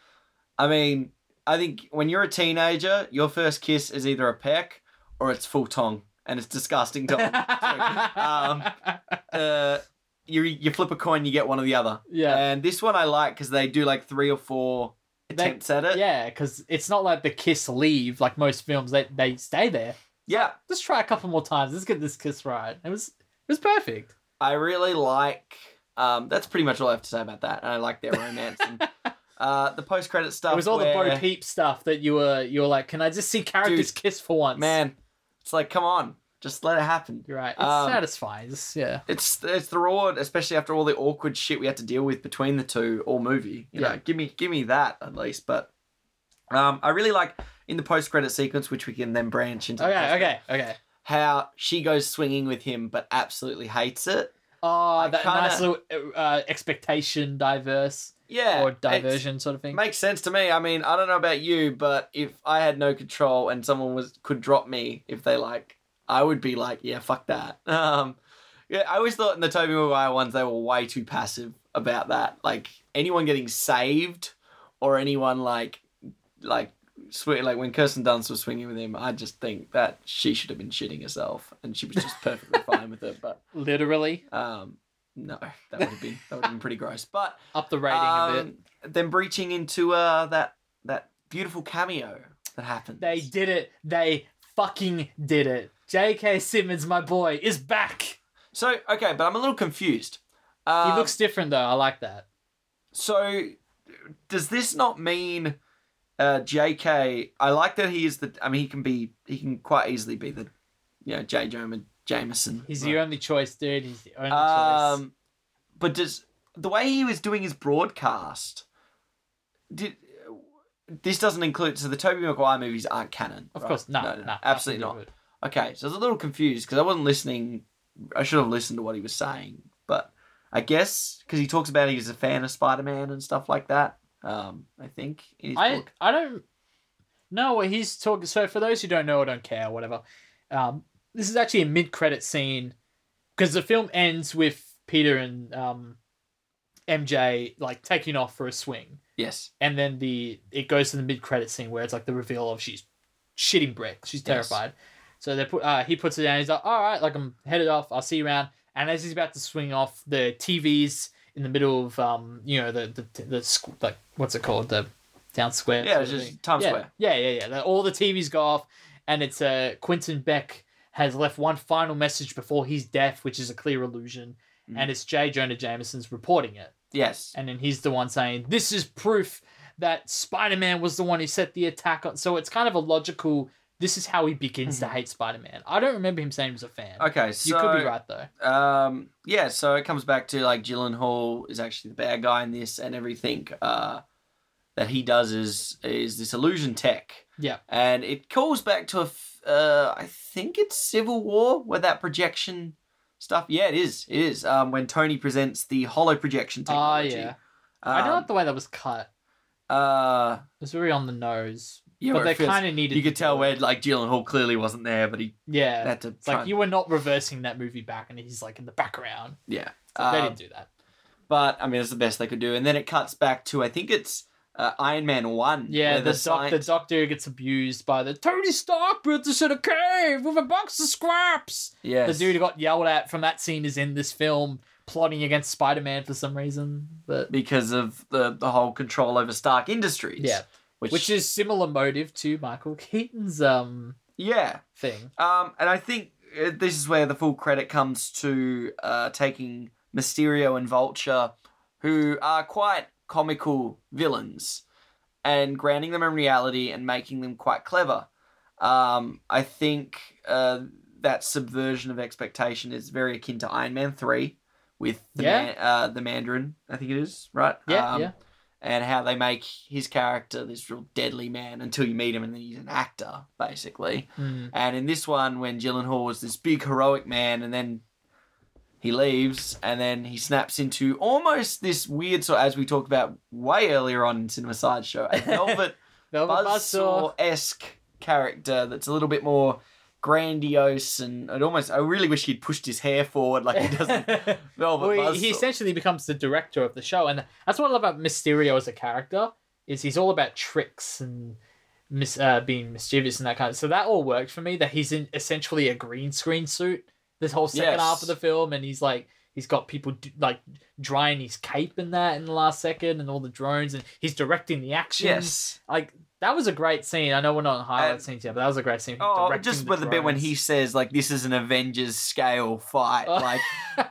S1: I mean, I think when you're a teenager, your first kiss is either a peck or it's full tongue, and it's disgusting to um, uh, you you flip a coin, you get one or the other.
S2: Yeah.
S1: And this one I like because they do like three or four
S2: They-
S1: attempts at it.
S2: yeah, because it's not like the kiss leave like most films. They they stay there.
S1: Yeah.
S2: Let's try a couple more times. Let's get this kiss right. It was it was perfect.
S1: I really like. Um, that's pretty much all I have to say about that. And I like their romance. and, uh, the post credit stuff.
S2: It was all the
S1: where-
S2: Bo Peep stuff that you were you were like, can I just see characters
S1: Dude,
S2: kiss for once?
S1: Man, it's like come on, just let it happen.
S2: you're right. It's
S1: Um,
S2: satisfying. It's- yeah,
S1: It's it's the reward, especially after all the awkward shit we had to deal with between the two all movie. You
S2: Yeah.
S1: know, give me give me that at least. But um, I really like in the post credit sequence, which we can then branch into. the
S2: okay,
S1: post-credit,
S2: okay, okay.
S1: How she goes swinging with him, but absolutely hates it.
S2: Oh,
S1: I
S2: that
S1: kinda-
S2: nice little uh, expectation diverse
S1: Yeah,
S2: or
S1: it's-
S2: diversion sort of thing.
S1: Makes sense to me. I mean, I don't know about you, but if I had no control and someone was could drop me if they like, I would be like, yeah, fuck that. Um, yeah, I always thought in the Toby Maguire ones they were way too passive about that. Like anyone getting saved or anyone like like sw- like when Kirsten Dunst was swinging with him, I just think that she should have been shitting herself and she was just perfectly fine with it. But
S2: Literally
S1: um, no, that would have been that would have been pretty gross. But
S2: up the rating a bit.
S1: um, Then breaching into uh, that that beautiful cameo that happened.
S2: They did it. They fucking did it. J.K. Simmons, my boy, is back.
S1: So okay, but I'm a little confused. Um,
S2: he looks different though. I like that.
S1: So does this not mean uh, J.K. I like that he is the. I mean, he can be. He can quite easily be the. You know, J. Joman Jameson.
S2: He's your only choice, dude. He's the only choice.
S1: Um, but does the way he was doing his broadcast? Did this doesn't include so the Toby Maguire movies aren't canon?
S2: Of
S1: right?
S2: course, no, no,
S1: absolutely not. Okay, so I was a little confused because I wasn't listening. I should have listened to what he was saying, but I guess because he talks about he was a fan of Spider Man and stuff like that. Um, I think in his
S2: I
S1: book.
S2: I don't know what he's talking. So for those who don't know or don't care, whatever. Um, this is actually a mid-credit scene because the film ends with Peter and um, MJ like taking off for a swing,
S1: Yes,
S2: and then the it goes to the mid-credit scene where it's like the reveal of she's shitting brick. She's terrified. So they put uh, he puts it down. He's like, all right, like I'm headed off. I'll see you around. And as he's about to swing off, the TVs in the middle of um, you know, the the the squ- like what's it called the town square.
S1: Yeah,
S2: sort
S1: it's
S2: of
S1: just
S2: thing.
S1: Times
S2: yeah.
S1: Square.
S2: Yeah, yeah, yeah. The- All the TVs go off, and it's uh Quentin Beck has left one final message before he's deaf, which is a clear illusion,
S1: Hmm.
S2: and it's J. Jonah Jameson's reporting it.
S1: yes,
S2: And then he's the one saying, This is proof that Spider Man was the one who set the attack on. So it's kind of a logical, this is how he begins to hate Spider Man. I don't remember him saying he was a fan.
S1: Mm-hmm. okay.
S2: You
S1: So
S2: could be right, though.
S1: um yeah so it comes back to like Gyllenhaal is actually the bad guy in this and everything uh that he does is is this illusion tech
S2: Yeah.
S1: and it calls back to a, f- uh, I think it's Civil War where that projection stuff. Yeah, it is. It is. Um, when Tony presents the hollow projection
S2: Ah,
S1: technology.
S2: yeah.
S1: Um,
S2: I don't like the way that was cut.
S1: Uh,
S2: It was very on the nose.
S1: yeah,
S2: but
S1: where
S2: they
S1: it feels-
S2: kind of needed.
S1: you
S2: to
S1: could tell
S2: do
S1: where
S2: it.
S1: like Hall clearly wasn't there, but he
S2: Yeah.
S1: had to.
S2: It's
S1: try
S2: like
S1: and-
S2: you were not reversing that movie back, and he's like in the background.
S1: yeah.
S2: So they
S1: Um,
S2: didn't do that.
S1: but I mean, it's the best they could do. And then it cuts back to I think it's uh, Iron Man one.
S2: Yeah,
S1: where
S2: the, doc-
S1: sci-
S2: the doctor gets abused by the Tony Stark built this in a cave with a box of scraps.
S1: yes.
S2: The dude who got yelled at from that scene is in this film plotting against Spider Man for some reason. But
S1: because of the the whole control over Stark Industries.
S2: yeah,
S1: which,
S2: which is similar motive to Michael Keaton's um
S1: yeah.
S2: thing.
S1: Um, and I think uh, this is where the full credit comes to uh, taking Mysterio and Vulture, who are quite comical villains, and grounding them in reality and making them quite clever. Um, I think uh, that subversion of expectation is very akin to Iron Man 3 with the,
S2: Yeah.
S1: man, uh, the Mandarin, I think it is, right?
S2: Yeah,
S1: Um,
S2: yeah.
S1: And how they make his character this real deadly man until you meet him and then he's an actor, basically.
S2: Hmm.
S1: And in this one, when Gyllenhaal was this big heroic man, and then he leaves, and then he snaps into almost this weird sort, as we talked about way earlier on in Cinema Sideshow, a velvet
S2: Velvet Buzzsaw.
S1: buzzsaw esque character that's a little bit more grandiose, and it almost I really wish he'd pushed his hair forward like he does in Velvet
S2: well, he, he
S1: Buzzsaw.
S2: essentially becomes the director of the show, and that's what I love about Mysterio as a character is he's all about tricks and mis- uh, being mischievous and that kind of. So that all worked for me. That he's in essentially a green screen suit this whole second
S1: Yes.
S2: half of the film, and he's like he's got people d- like drying his cape in that in the last second, and all the drones, and he's directing the action.
S1: yes.
S2: like that was a great scene. I know we're not on highlight
S1: And-
S2: scenes yet, but that was a great scene. him
S1: Oh,
S2: directing
S1: just with the bit when
S2: drones.
S1: he says like this is an Avengers scale fight,
S2: Oh.
S1: like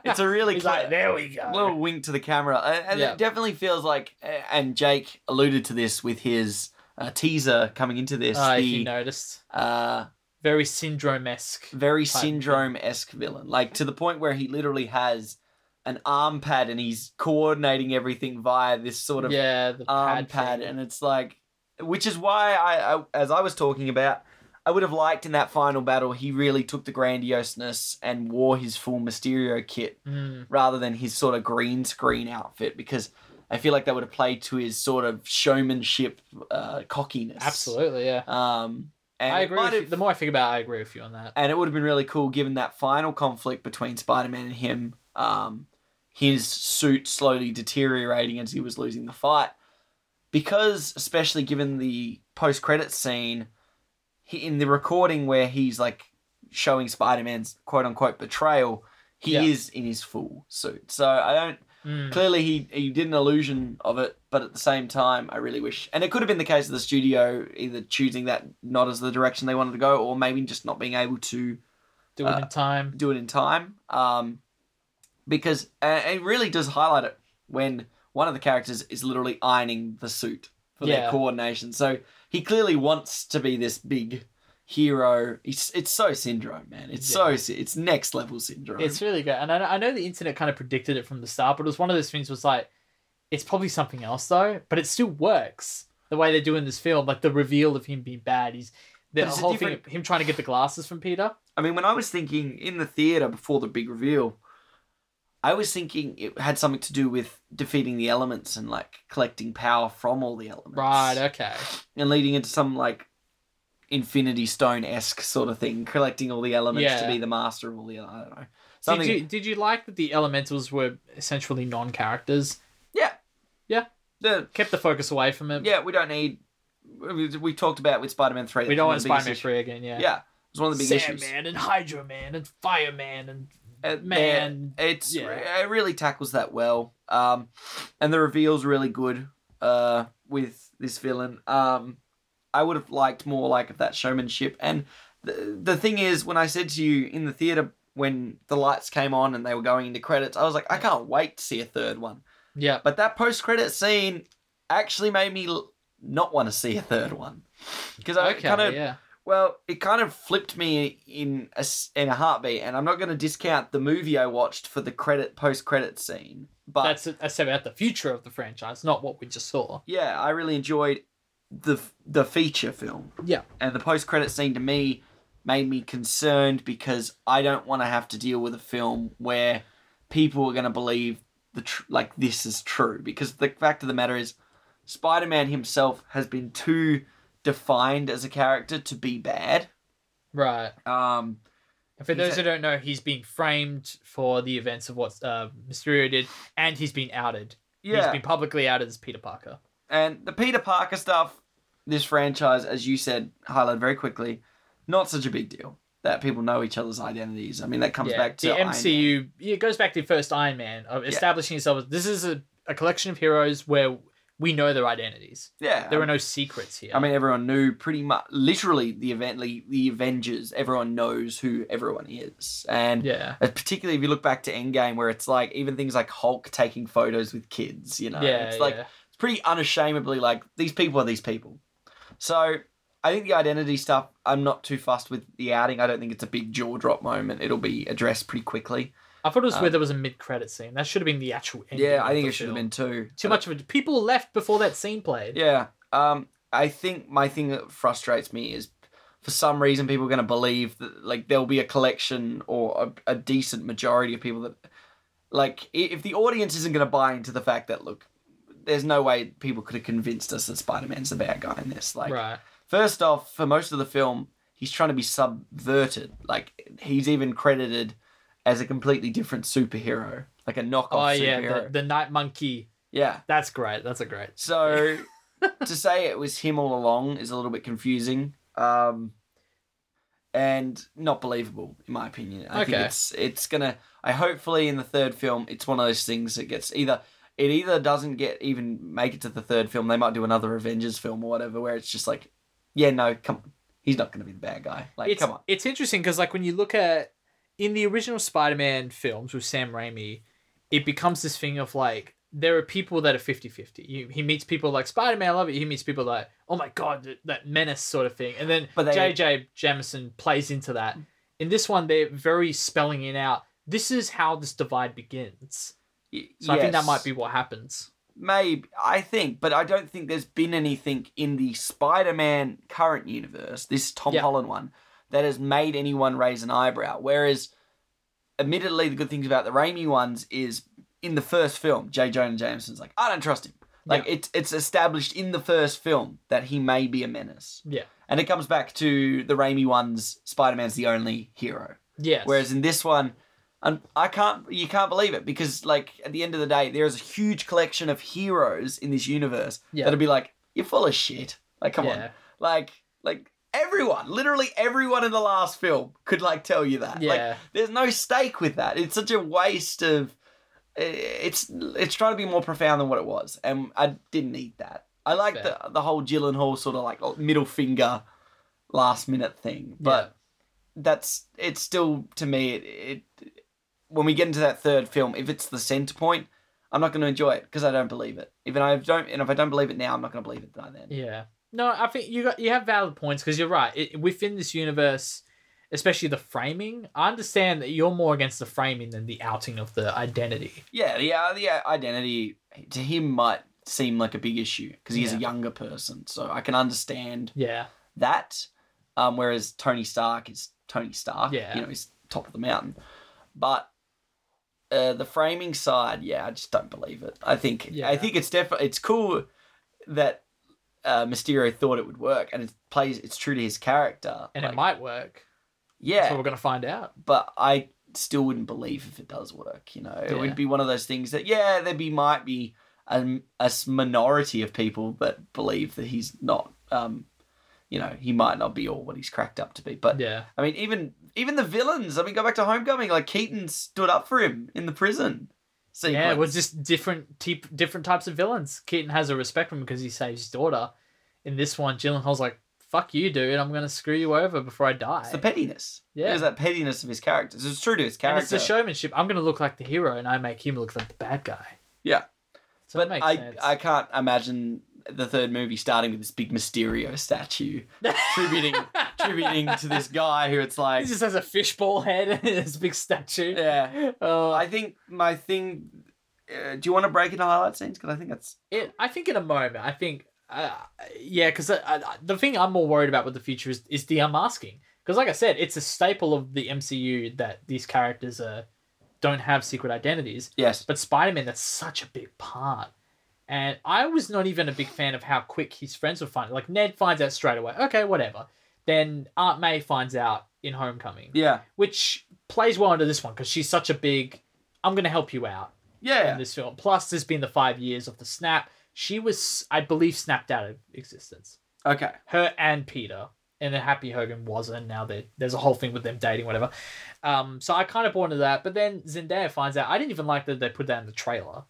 S1: it's a really
S2: he's
S1: clever-
S2: like there we go. Uh,
S1: little wink to the camera, Uh, and, and
S2: Yeah.
S1: it definitely feels like. And Jake alluded to this with his uh, teaser coming into this.
S2: Uh, if you
S1: the
S2: noticed.
S1: uh,
S2: very syndrome esque.
S1: very
S2: Type.
S1: syndrome esque villain, like to the point where he literally has an arm pad and he's coordinating everything via this sort of
S2: yeah, the
S1: arm
S2: pad,
S1: pad,
S2: thing.
S1: and it's like, which is why I, I, as I was talking about, I would have liked in that final battle he really took the grandioseness and wore his full Mysterio kit
S2: Mm,
S1: rather than his sort of green screen outfit because I feel like that would have played to his sort of showmanship uh, cockiness.
S2: absolutely, yeah.
S1: Um, and
S2: I
S1: it
S2: agree.
S1: might
S2: With you.
S1: have-
S2: The more I think about, it, I agree with you on that.
S1: and it would have been really cool given that final conflict between Spider-Man and him. Um, his suit slowly deteriorating as he was losing the fight, because especially given the post-credit scene, he, in the recording where he's like showing Spider-Man's quote-unquote betrayal, he
S2: Yeah.
S1: is in his full suit. So I don't
S2: Mm,
S1: clearly he he did an illusion of it, but at the same time, I really wish. And it could have been the case of the studio either choosing that not as the direction they wanted to go, or maybe just not being able to
S2: do
S1: Uh,
S2: it in time.
S1: do it in time. Um, because uh, it really does highlight it when one of the characters is literally ironing the suit for
S2: Yeah.
S1: their coordination. So he clearly wants to be this big hero. It's it's so syndrome, man. It's so so it's next level syndrome.
S2: It's really good, and I know, I know the internet kind of predicted it from the start, but it was one of those things. Was like, it's probably something else though, but it still works the way they do in this film. Like the reveal of him being bad, he's the
S1: But it's a
S2: whole thing, of him trying to get the glasses from Peter.
S1: I mean, when I was thinking in the theater before the big reveal, I was thinking it had something to do with defeating the elements and like collecting power from all the elements,
S2: Right. Okay.
S1: And leading into some like Infinity Stone esque sort of thing, collecting all the elements to
S2: Yeah.
S1: be the master of all the. I don't know.
S2: Did
S1: Something.
S2: you, did you like that the elementals were essentially non characters?
S1: Yeah.
S2: Yeah.
S1: The,
S2: Kept the focus away from it.
S1: yeah, we don't need. We, we talked about with Spider Man three.
S2: We
S1: that's
S2: don't
S1: one
S2: want
S1: of the
S2: Spider Man
S1: biggest
S2: three again. Yeah.
S1: issue- Yeah, it's one of the big issues.
S2: Sandman and Hydra Man and Fireman and
S1: Uh,
S2: Man.
S1: yeah, it's
S2: yeah.
S1: it really tackles that well. Um, and the reveal's really good. Uh, with this villain. Um, I would have liked more like of that showmanship. And the the thing is, when I said to you in the theater when the lights came on and they were going into credits, I was like, I can't wait to see a third one.
S2: yeah.
S1: But that post credit scene actually made me l- not want to see a third one because I
S2: Okay.
S1: kind of
S2: yeah.
S1: well, it kind of flipped me in a s- in a heartbeat, and I'm not going to discount the movie I watched for the credit post credit scene, but
S2: uh, That's that's about the future of the franchise, not what we just saw.
S1: yeah, I really enjoyed the f- the feature film.
S2: Yeah.
S1: and the post credit scene to me made me concerned because I don't want to have to deal with a film where people are going to believe the tr- like this is true because the fact of the matter is Spider-Man himself has been too defined as a character to be bad.
S2: Right.
S1: Um
S2: And for
S1: He's
S2: those
S1: a-
S2: who don't know, he's being framed for the events of what uh, Mysterio did, and he's been outed.
S1: yeah.
S2: He's been publicly outed as Peter Parker.
S1: And the Peter Parker stuff, this franchise, as you said, highlighted very quickly, not such a big deal that people know each other's identities. I E. mean, that comes
S2: yeah.
S1: back to
S2: the
S1: Iron Man.
S2: MCU. yeah, It goes back to the first Iron Man of establishing yourself. as- This is a, a collection of heroes where we know their identities.
S1: Yeah, um,
S2: There are no secrets here.
S1: I mean, everyone knew pretty much, literally, the event, like, the Avengers. Everyone knows who everyone is, and
S2: yeah,
S1: uh, particularly if you look back to Endgame, where it's like even things like Hulk taking photos with kids. You know,
S2: yeah,
S1: it's like
S2: yeah.
S1: it's pretty unashamedly like these people are these people. So I think the identity stuff, I'm not too fussed with the outing. I don't think it's a big jaw drop moment. It'll be addressed pretty quickly.
S2: I thought it was
S1: um,
S2: where there was a mid-credit scene. That should have been the actual. Ending
S1: yeah, I
S2: of
S1: think
S2: the
S1: it should have
S2: film.
S1: been too.
S2: too much of it. People left before that scene played.
S1: Yeah. Um, I think my thing that frustrates me is for some reason people are going to believe that like there'll be a collection or a, a decent majority of people that like i- if the audience isn't going to buy into the fact that look there's no way people could have convinced us that spider-man's the bad guy in this like
S2: right.
S1: first off, for most of the film, he's trying to be subverted. Like he's even credited as a completely different superhero, like a knockoff
S2: Oh yeah,
S1: superhero.
S2: the, the night monkey.
S1: yeah.
S2: That's great. That's a great.
S1: So to say it was him all along is a little bit confusing. Um and not believable in my opinion. I think
S2: Okay.
S1: it's it's gonna I hopefully in the third film it's one of those things that gets either it either doesn't get even make it to the third film, they might do another Avengers film or whatever where it's just like, Yeah, no, come on. He's not gonna be the bad guy. Like
S2: it's,
S1: come on.
S2: It's interesting because like when you look at in the original Spider-Man films with Sam Raimi, it becomes this thing of like there are people that are 50-50. You, he meets people like Spider-Man, I love it. He meets people like, oh my god, that, that menace sort of thing. And then
S1: But they-
S2: JJ Jamison plays into that. In this one, they're very spelling it out. This is how this divide begins.
S1: Y-
S2: So I think that
S1: yes.
S2: might be what happens.
S1: Maybe I think, but I don't think there's been anything in the Spider-Man current universe, this Tom
S2: Yeah.
S1: Holland one, that has made anyone raise an eyebrow. Whereas, admittedly, the good things about the Raimi ones is in the first film, J. Jonah Jameson's like, I don't trust him. Like it's it's established in the first film that he may be a menace,
S2: Yeah.
S1: and it comes back to the Raimi ones. Spider-Man's the only hero.
S2: Yes.
S1: Whereas in this one, and I can't, you can't believe it because, like, at the end of the day, there is a huge collection of heroes in this universe
S2: Yeah.
S1: that'll be like, you're full of shit. Like, come on,
S2: Yeah.
S1: like, like everyone, literally everyone in the last film could like tell you that. Like,
S2: Yeah.
S1: there's no stake with that. It's such a waste of. It's it's trying to be more profound than what it was, and I didn't need that. I like
S2: Fair.
S1: the the whole Gyllenhaal sort of like middle finger, last minute thing, but that's it's still to me it, it when we get into that third film if it's the center point i'm not going to enjoy it because i don't believe it even i don't and if i don't believe it now i'm not going to believe it by then
S2: Yeah. No, I think you got you have valid points because you're right. It, within this universe, especially the framing, I understand that you're more against the framing than the outing of the identity.
S1: yeah yeah the uh, identity to him might seem like a big issue because he's a
S2: Yeah.
S1: younger person so i can understand
S2: Yeah.
S1: that um whereas tony stark is tony stark
S2: Yeah.
S1: you know he's top of the mountain but uh, the framing side, yeah, I just don't believe it. I think I
S2: Yeah.
S1: think it's definitely it's cool that uh, Mysterio thought it would work, and it plays it's true to his character.
S2: And
S1: Like,
S2: it might work. That's what
S1: yeah,
S2: we're gonna find out.
S1: but I still wouldn't believe if it does work. You know, it
S2: Yeah.
S1: would be one of those things that yeah, there be might be a, a s- minority of people that believe that he's not. Um, you know, he might not be all what he's cracked up to be, but
S2: Yeah.
S1: I mean, even even the villains. I mean, go back to Homecoming. Like Keaton stood up for him in the prison. Sequence.
S2: Yeah, well, just different te- different types of villains. Keaton has a respect for him because he saves his daughter. In this one, Gyllenhaal's like, "Fuck you, dude! I'm gonna screw you over before I die."
S1: it's the pettiness.
S2: Yeah.
S1: it was that pettiness of his characters. It's true to his
S2: and
S1: character.
S2: it's the showmanship. I'm gonna look like the hero, and I make him look like the bad guy.
S1: Yeah.
S2: so
S1: but
S2: it makes
S1: I
S2: sense.
S1: I can't imagine the third movie starting with this big Mysterio statue tributing tributing to this guy who it's like
S2: He just has a fishbowl head and this big statue.
S1: yeah.
S2: Oh,
S1: I
S2: I,
S1: think my thing. Uh, do you want to break into highlight scenes? Because I think that's
S2: it, I think in a moment, uh, I think, uh, yeah, because I, I, the thing I'm more worried about with the future is, is the unmasking. Because, like I said, it's a staple of the MCU that these characters are don't have secret identities.
S1: Yes.
S2: But Spider Man, that's such a big part. And I was not even a big fan of how quick his friends would find it. Like Ned finds out straight away. Okay, whatever. Then Aunt May finds out in Homecoming,
S1: Yeah.
S2: which plays well into this one because she's such a big. I'm gonna help you out in
S1: Yeah.
S2: this film. Plus, there's been the five years of the snap. She was, I believe, snapped out of existence.
S1: Okay.
S2: Her and Peter, and then Happy Hogan wasn't. Now that there's a whole thing with them dating, whatever. Um, so I kind of bought into that. But then Zendaya finds out. I didn't even like that they put that in the trailer.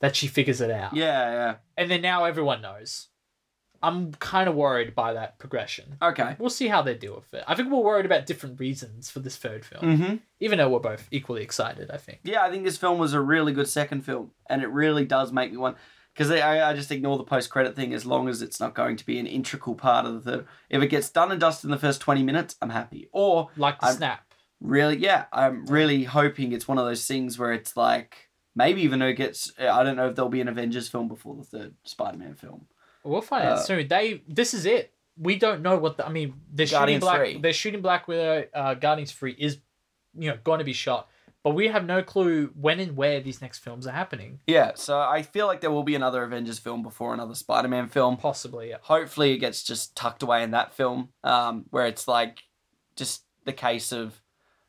S2: That she figures it out.
S1: Yeah.
S2: And then now everyone knows. I'm kind of worried by that progression.
S1: Yeah. Okay.
S2: We'll see how they deal with it. I think we're worried about different reasons for this third film,
S1: Mm-hmm.
S2: even though we're both equally excited, I think.
S1: Yeah, I think this film was a really good second film, and it really does make me want. Because I, I just ignore the post credit thing as long as it's not going to be an integral part of the third. If it gets done and dusted in the first 20 minutes, I'm happy. Or
S2: Like the
S1: I'm-
S2: snap.
S1: really yeah i'm really hoping it's one of those things where it's like maybe even though it gets eh, i don't know if there'll be an avengers film before the third spider-man film
S2: We'll find
S1: Uh,
S2: out soon. They this is it. We don't know what the, I mean. They're shooting
S1: Guardians
S2: Black.
S1: 3.
S2: They're shooting Black Widow. Uh, Guardians Three is, you know, going to be shot, but we have no clue when and where these next films are happening.
S1: yeah so i feel like there will be another avengers film before another spider-man film
S2: Possibly. Yeah.
S1: hopefully it gets just tucked away in that film um, where it's like just the case of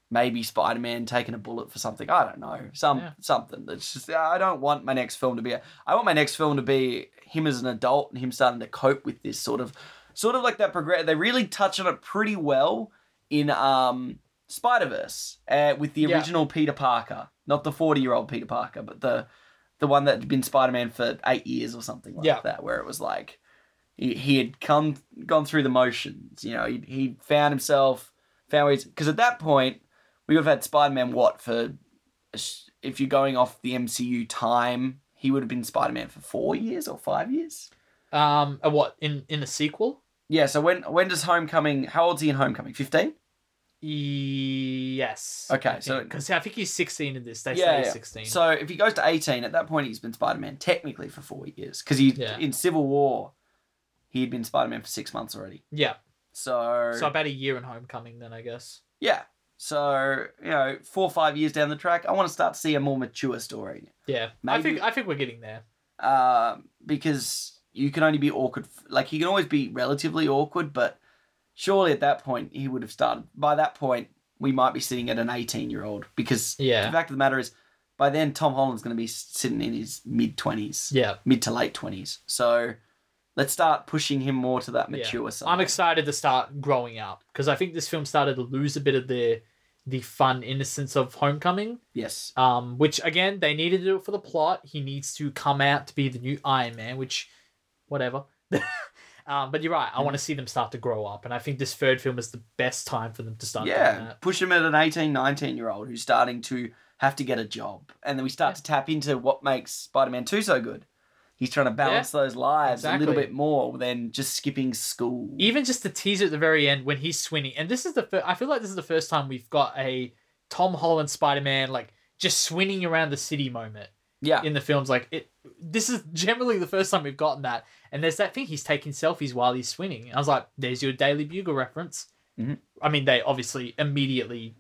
S1: maybe spider-man taking a bullet for something i don't know some
S2: Yeah.
S1: something that's just i don't want my next film to be a, i want my next film to be him as an adult and him starting to cope with this sort of sort of like that progress they really touch on it pretty well in um spider-verse uh, with the
S2: Yeah.
S1: original peter parker not the 40 year old peter parker but the the one that had been spider-man for eight years or something like
S2: Yeah.
S1: that where it was like he, he had come gone through the motions. You know, he he found himself found ways because at that point we would have had Spider Man what for if you're going off the MCU time he would have been Spider Man for four years or five years.
S2: Um. uh, What in in a sequel?
S1: Yeah. So when when does Homecoming? How old's he in Homecoming? Fifteen.
S2: Yes.
S1: Okay, so-
S2: because I think he's sixteen in this. They
S1: Yeah,
S2: say he's
S1: yeah.
S2: sixteen.
S1: So if he goes to eighteen, at that point he's been Spider Man technically for four years because he
S2: Yeah.
S1: in Civil War he had been Spider Man for six months already.
S2: yeah.
S1: So
S2: So about a year in Homecoming, then I guess.
S1: Yeah. So, you know, four or five years down the track, I want to start to see a more mature story.
S2: Yeah. I
S1: Maybe-
S2: think I think we're getting there.
S1: Um, because you can only be awkward. Like, he can always be relatively awkward, but surely at that point, he would have started. By that point, we might be sitting at an 18 year old because the
S2: Yeah.
S1: fact of the matter is, by then, Tom Holland's going to be sitting in his mid 20s,
S2: Yeah.
S1: mid to late 20s. So, let's start pushing him more to that
S2: Yeah.
S1: mature side.
S2: I'm excited to start growing up because I think this film started to lose a bit of the the fun innocence of Homecoming,
S1: Yes.
S2: um, which again they needed to do it for the plot. He needs to come out to be the new Iron Man, which, whatever. um, but you're right. I want to see them start to grow up, and I think this third film is the best time for them to start. doing
S1: yeah
S2: that.
S1: push him at an 18 19 year old who's starting to have to get a job and then we start
S2: Yeah.
S1: to tap into what makes spider-man 2 so good he's trying to balance those lives a little
S2: exactly.
S1: bit more than just skipping school
S2: even just the teaser at the very end when he's swinging, and this is the fir- I feel like this is the first time we've got a Tom Holland Spider Man like just swinging around the city moment.
S1: yeah
S2: in the films. Like it, this is generally the first time we've gotten that. And there's that thing he's taking selfies while he's swinging. I was like, there's your Daily Bugle reference.
S1: Mhm.
S2: I mean, they obviously immediately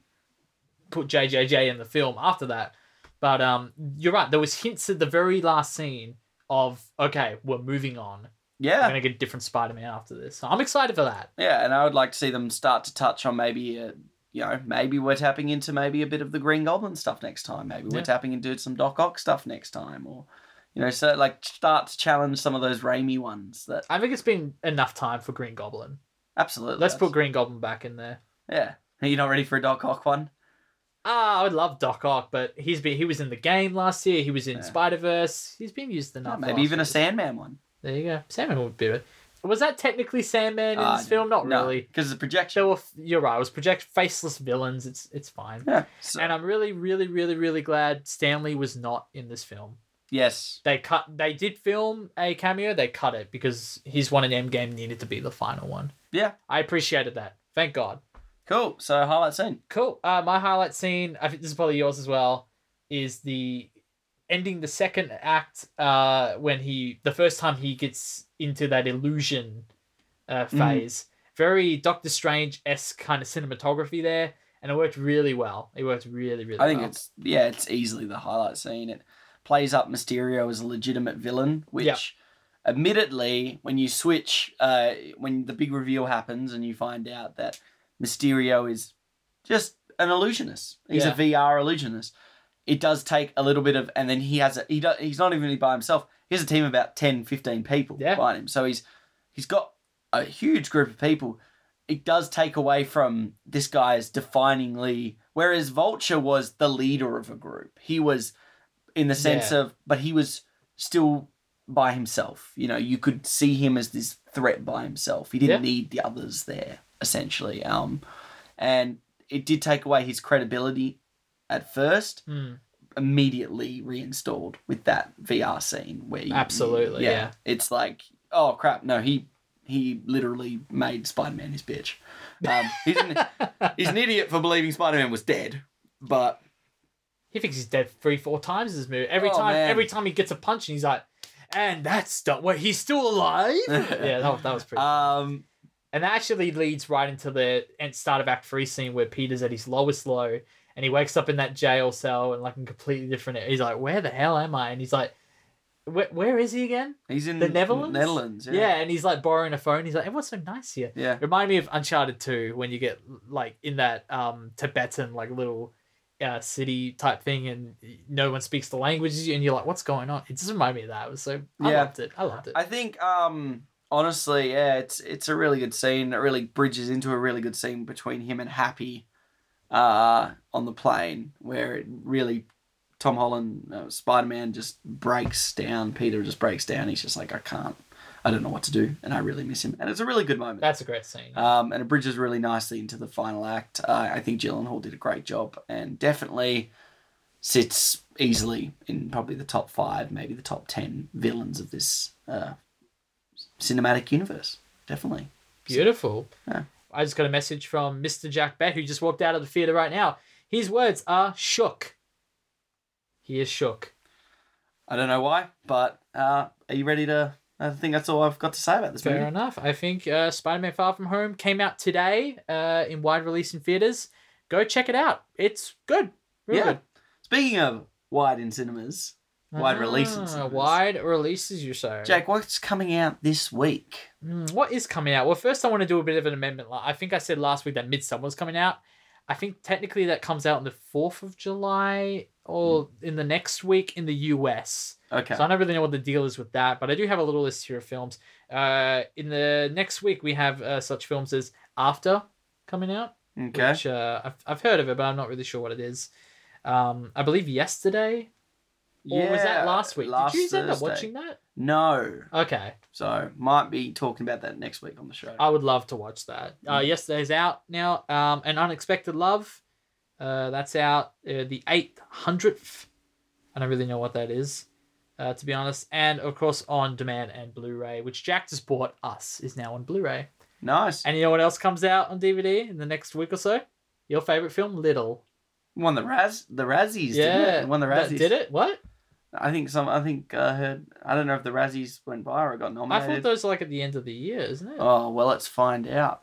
S2: put JJJ in the film after that. But um, you're right. There was hints at the very last scene of okay, we're moving on. We're
S1: yeah
S2: gonna get a different Spider-Man after this. So I'm excited for that.
S1: yeah and i would like to see them start to touch on maybe uh you know maybe we're tapping into maybe a bit of the green goblin stuff next time maybe we're
S2: Yeah.
S1: tapping into some doc ock stuff next time or you know so like start to challenge some of those Raimi ones that
S2: I think it's been enough time for Green Goblin.
S1: absolutely
S2: Let's
S1: that's-
S2: put Green Goblin back in there.
S1: yeah are you not ready for a doc ock one
S2: Ah, I would love Doc Ock, but he's been he was in the game last year. He was in
S1: Yeah.
S2: Spider Verse. He's been used
S1: No,
S2: enough.
S1: maybe even a
S2: last year.
S1: sandman one
S2: There you go. Sandman would be it. Was that technically Sandman in
S1: Uh,
S2: this film? Not really.
S1: because it's a projection.
S2: There were. You're right. It was project faceless villains. It's it's fine.
S1: Yeah. So,
S2: And I'm really, really, really, really glad Stanley was not in this film.
S1: yes.
S2: They cut. They did film a cameo. They cut it because his one in Endgame needed to be the final one.
S1: Yeah.
S2: I appreciated that. Thank God.
S1: Cool. So highlight scene.
S2: Cool. Uh, my highlight scene, I think this is probably yours as well, is the ending the second act
S1: Mm.
S2: uh, when he, the first time he gets into that illusion uh, phase very Doctor Strange esque kind of cinematography there, and it worked really well. It worked really, really.
S1: I think
S2: well.
S1: it's yeah, it's easily the highlight scene. It plays up Mysterio as a legitimate villain, which,
S2: Yeah.
S1: admittedly, when you switch, uh, when the big reveal happens and you find out that Mysterio is just an illusionist, he's
S2: Yeah.
S1: a VR illusionist. It does take a little bit of, and then he has a he do, he's not even by himself. He has a team of about 10, 15 people
S2: Yeah.
S1: behind him. So he's he's got a huge group of people it does take away from this guy's definingly whereas vulture was the leader of a group he was in the sense
S2: Yeah.
S1: of but he was still by himself you know you could see him as this threat by himself he didn't
S2: Yeah.
S1: need the others there essentially um and it did take away his credibility at first
S2: Hmm.
S1: immediately reinstalled with that VR scene where you,
S2: Absolutely, yeah.
S1: it's like oh crap no he he literally made Spider Man his bitch. Um, he's, an, he's an idiot for believing Spider Man was dead, but
S2: He thinks he's dead three, four times in this movie. Every
S1: Oh,
S2: time,
S1: man.
S2: every time he gets a punch, and he's like, "And that's done. Wait, he's still alive." yeah, that, was- that was pretty.
S1: um,
S2: And that actually leads right into the end start of Act Three scene where Peter's at his lowest low, and he wakes up in that jail cell and like in completely different. He's like, "Where the hell am I?" And he's like, "Where, where is he again?"
S1: he's in
S2: The Netherlands?
S1: Netherlands,
S2: Yeah.
S1: yeah,
S2: and he's like borrowing a phone. He's like, "Everyone's so nice here."
S1: yeah.
S2: Remind me of Uncharted Two when you get like in that um Tibetan like little uh, city type thing, and no one speaks the language, and you're like, "What's going on?" It just reminded me of that. It was so I
S1: Yeah.
S2: loved it. I loved it.
S1: I think um, honestly, yeah, it's it's a really good scene. It really bridges into a really good scene between him and Happy uh, on the plane, where it really Tom Holland uh, Spider Man just breaks down. Peter just breaks down. He's just like, I can't, I don't know what to do, and I really miss him. And it's a really good moment.
S2: That's a great scene.
S1: Um, and it bridges really nicely into the final act. Uh, I think Gyllenhaal did a great job and definitely sits easily in probably the top five, maybe the top ten villains of this uh, cinematic universe. Definitely.
S2: Beautiful.
S1: Yeah.
S2: I just got a message from Mr. Jack Beck, who just walked out of the theater right now. His words are shook. He is shook.
S1: I don't know why, but uh, are you ready to? I think that's all I've got to say about this
S2: Fair
S1: movie.
S2: enough. I think uh, Spider Man Far From Home came out today uh, in wide release in theaters. Go check it out. It's good. Real
S1: Yeah.
S2: good.
S1: Speaking of wide in cinemas, wide release in
S2: Ah,
S1: cinemas.
S2: Wide releases, you say.
S1: Jake, what's coming out this week?
S2: Mm, what is coming out? Well, first I want to do a bit of an amendment. Like, I think I said last week that Midsummer was coming out. I think technically that comes out on the fourth of July or in the next week in the US.
S1: Mm. Okay.
S2: So I don't really know what the deal is with that, but I do have a little list here of films. Uh, in the next week we have uh, such films as After coming out,
S1: Okay.
S2: which uh, I've, I've heard of it, but I'm not really sure what it is. Um, I believe yesterday, or was that last week? Did you end up
S1: Thursday.
S2: watching that?
S1: No.
S2: Okay.
S1: So might be talking about that next week on the show.
S2: I would love to watch that. Uh,
S1: Mm.
S2: yesterday's out now. Um, and Unexpected Love, uh, that's out uh, the eight hundredth. I don't really know what that is, uh, to be honest. And of course, on demand and Blu-ray, which Jack just bought us, is now on Blu-ray.
S1: nice.
S2: And you know what else comes out on DVD in the next week or so? Your favorite film, Little.
S1: won the Raz the Razzies,
S2: yeah,
S1: didn't it? Won the
S2: that
S1: Razzies.
S2: did it. What?
S1: I think some I think I heard I don't know if the Razzies went by or got
S2: I thought
S1: nominated.
S2: those were like at the end of the year, isn't it?
S1: Oh well let's find out.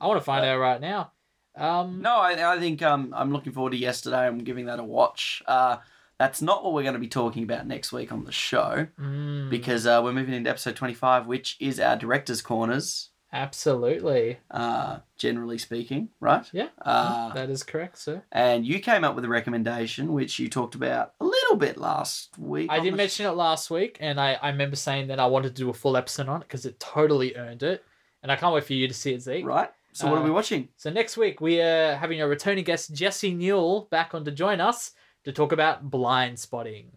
S2: I want to find out right now. Um,
S1: No, I, I think um I'm looking forward to yesterday. I'm giving that a watch. Uh that's not what we're going to be talking about next week on the show
S2: mm,
S1: because uh, we're moving into episode 25, which is our director's corners,
S2: absolutely.
S1: uh, generally speaking, right?
S2: Yeah.
S1: Uh,
S2: that is correct, sir.
S1: and you came up with a recommendation which you talked about a little bit last week.
S2: I
S1: on
S2: did
S1: the
S2: mention it last week, and I, I remember saying that I wanted to do a full episode on it because it totally earned it. And I can't wait for you to see it, Zeke.
S1: Right. So what are
S2: Uh,
S1: we watching?
S2: So next week, we are having our returning guest, Jesse Newell, back on to join us to talk about blind spotting.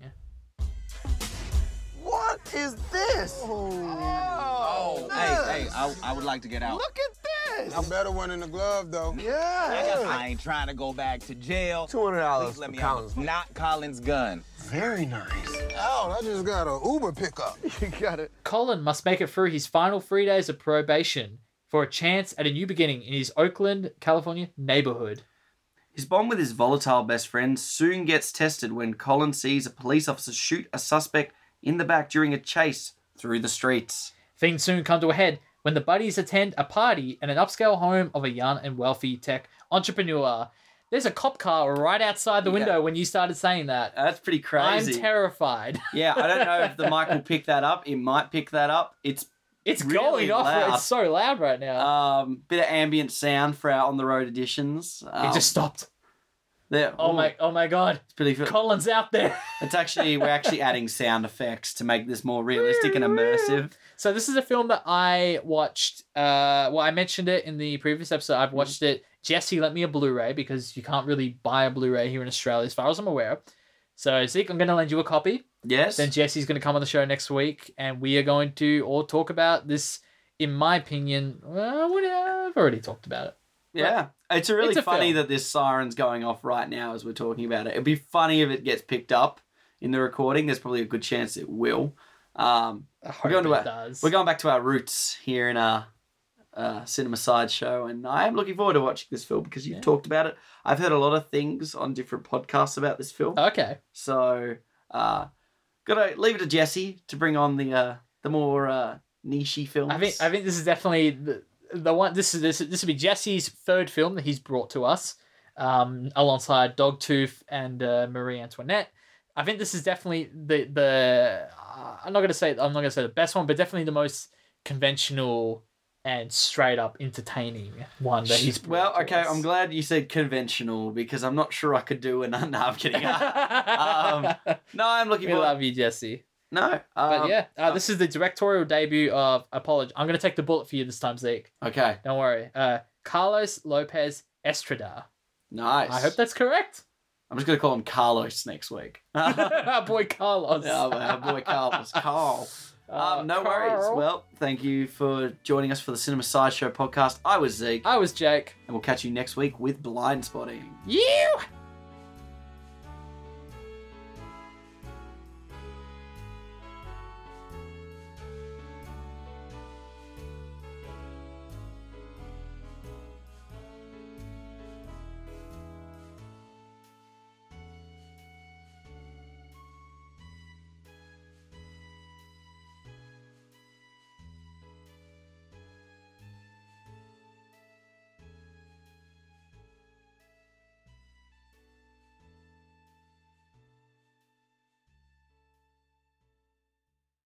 S4: What is this? Oh,
S5: Hey, hey, I, I would like to get out.
S4: Look at this.
S6: I'm better one in the glove though.
S5: I,
S4: yeah.
S5: got- I ain't trying to go back to jail.
S6: Two hundred
S5: Please
S6: dollars
S5: let me out. Not Collins' gun.
S4: Very nice.
S6: Oh, I just got a Uber pickup.
S4: You got it.
S2: Colin must make it through his final three days of probation for a chance at a new beginning in his Oakland, California neighborhood.
S1: His bond with his volatile best friend soon gets tested when Colin sees a police officer shoot a suspect in the back during a chase through the streets.
S2: Things soon come to a head when the buddies attend a party in an upscale home of a young and wealthy tech entrepreneur. There's a cop car right outside the window
S1: Yeah.
S2: when you started saying that.
S1: That's pretty crazy.
S2: I'm terrified.
S1: yeah, I don't know if the mic will pick that up. It might pick that up. It's
S2: It's
S1: Really
S2: going off.
S1: loud.
S2: It's so loud right now.
S1: um bit of ambient sound for our on the road editions. Um,
S2: it just stopped.
S1: there-
S2: Oh
S1: ooh,
S2: my! Oh my God!
S1: It's pretty. Cool.
S2: Colin's out there.
S1: It's actually we're actually adding sound effects to make this more realistic and immersive.
S2: So this is a film that I watched. Uh, well, I mentioned it in the previous episode.
S1: Mm-hmm.
S2: I've watched it. Jesse lent me a Blu-ray because you can't really buy a Blu-ray here in Australia, as far as I'm aware. So Zeke, I'm going to lend you a copy.
S1: Yes.
S2: Then Jesse's going to come on the show next week, and we are going to all talk about this. In my opinion, well, what- I've already talked about it.
S1: yeah. It's really
S2: It's a
S1: funny
S2: film.
S1: that this siren's going off right now as we're talking about it. It'd be funny if it gets picked up in the recording. There's probably a good chance it will. Um,
S2: I hope
S1: We're going to
S2: it
S1: our-
S2: does.
S1: We're going back to our roots here in our uh, cinema sideshow, and I am looking forward to watching this film because you've
S2: Yeah.
S1: talked about it. I've heard a lot of things on different podcasts about this film,
S2: Okay.
S1: so uh, gotta leave it to Jesse to bring on the uh, the more uh, nichey films.
S2: I think I think this is definitely the, the one. This is this this would be Jesse's third film that he's brought to us, um, alongside Dogtooth and uh, Marie Antoinette. I think this is definitely the the. Uh, I'm not gonna say I'm not gonna say the best one, but definitely the most conventional and straight up entertaining one that he's.
S1: well,
S2: brought to
S1: okay.
S2: us.
S1: I'm glad you said conventional because I'm not sure I could do an. No, I'm kidding. no, I'm looking
S2: we
S1: forward.
S2: love you, Jesse.
S1: No, um,
S2: But yeah, uh, this is the directorial debut of. Apology. I'm gonna take the bullet for you this time, Zeke.
S1: Okay,
S2: Don't worry. Uh, Carlos Lopez Estrada.
S1: nice.
S2: I hope that's correct.
S1: I'm just gonna call him Carlos next week.
S2: Our boy Carlos.
S1: Yeah, well, our boy Carlos. Carl.
S2: Uh,
S1: Um, no worries.
S2: Carl.
S1: Well, thank you for joining us for the Cinema
S2: Uh,
S1: Sideshow podcast. I was Zeke,
S2: I was Jake.
S1: and we'll catch you next week with Blind Spotting.
S2: You.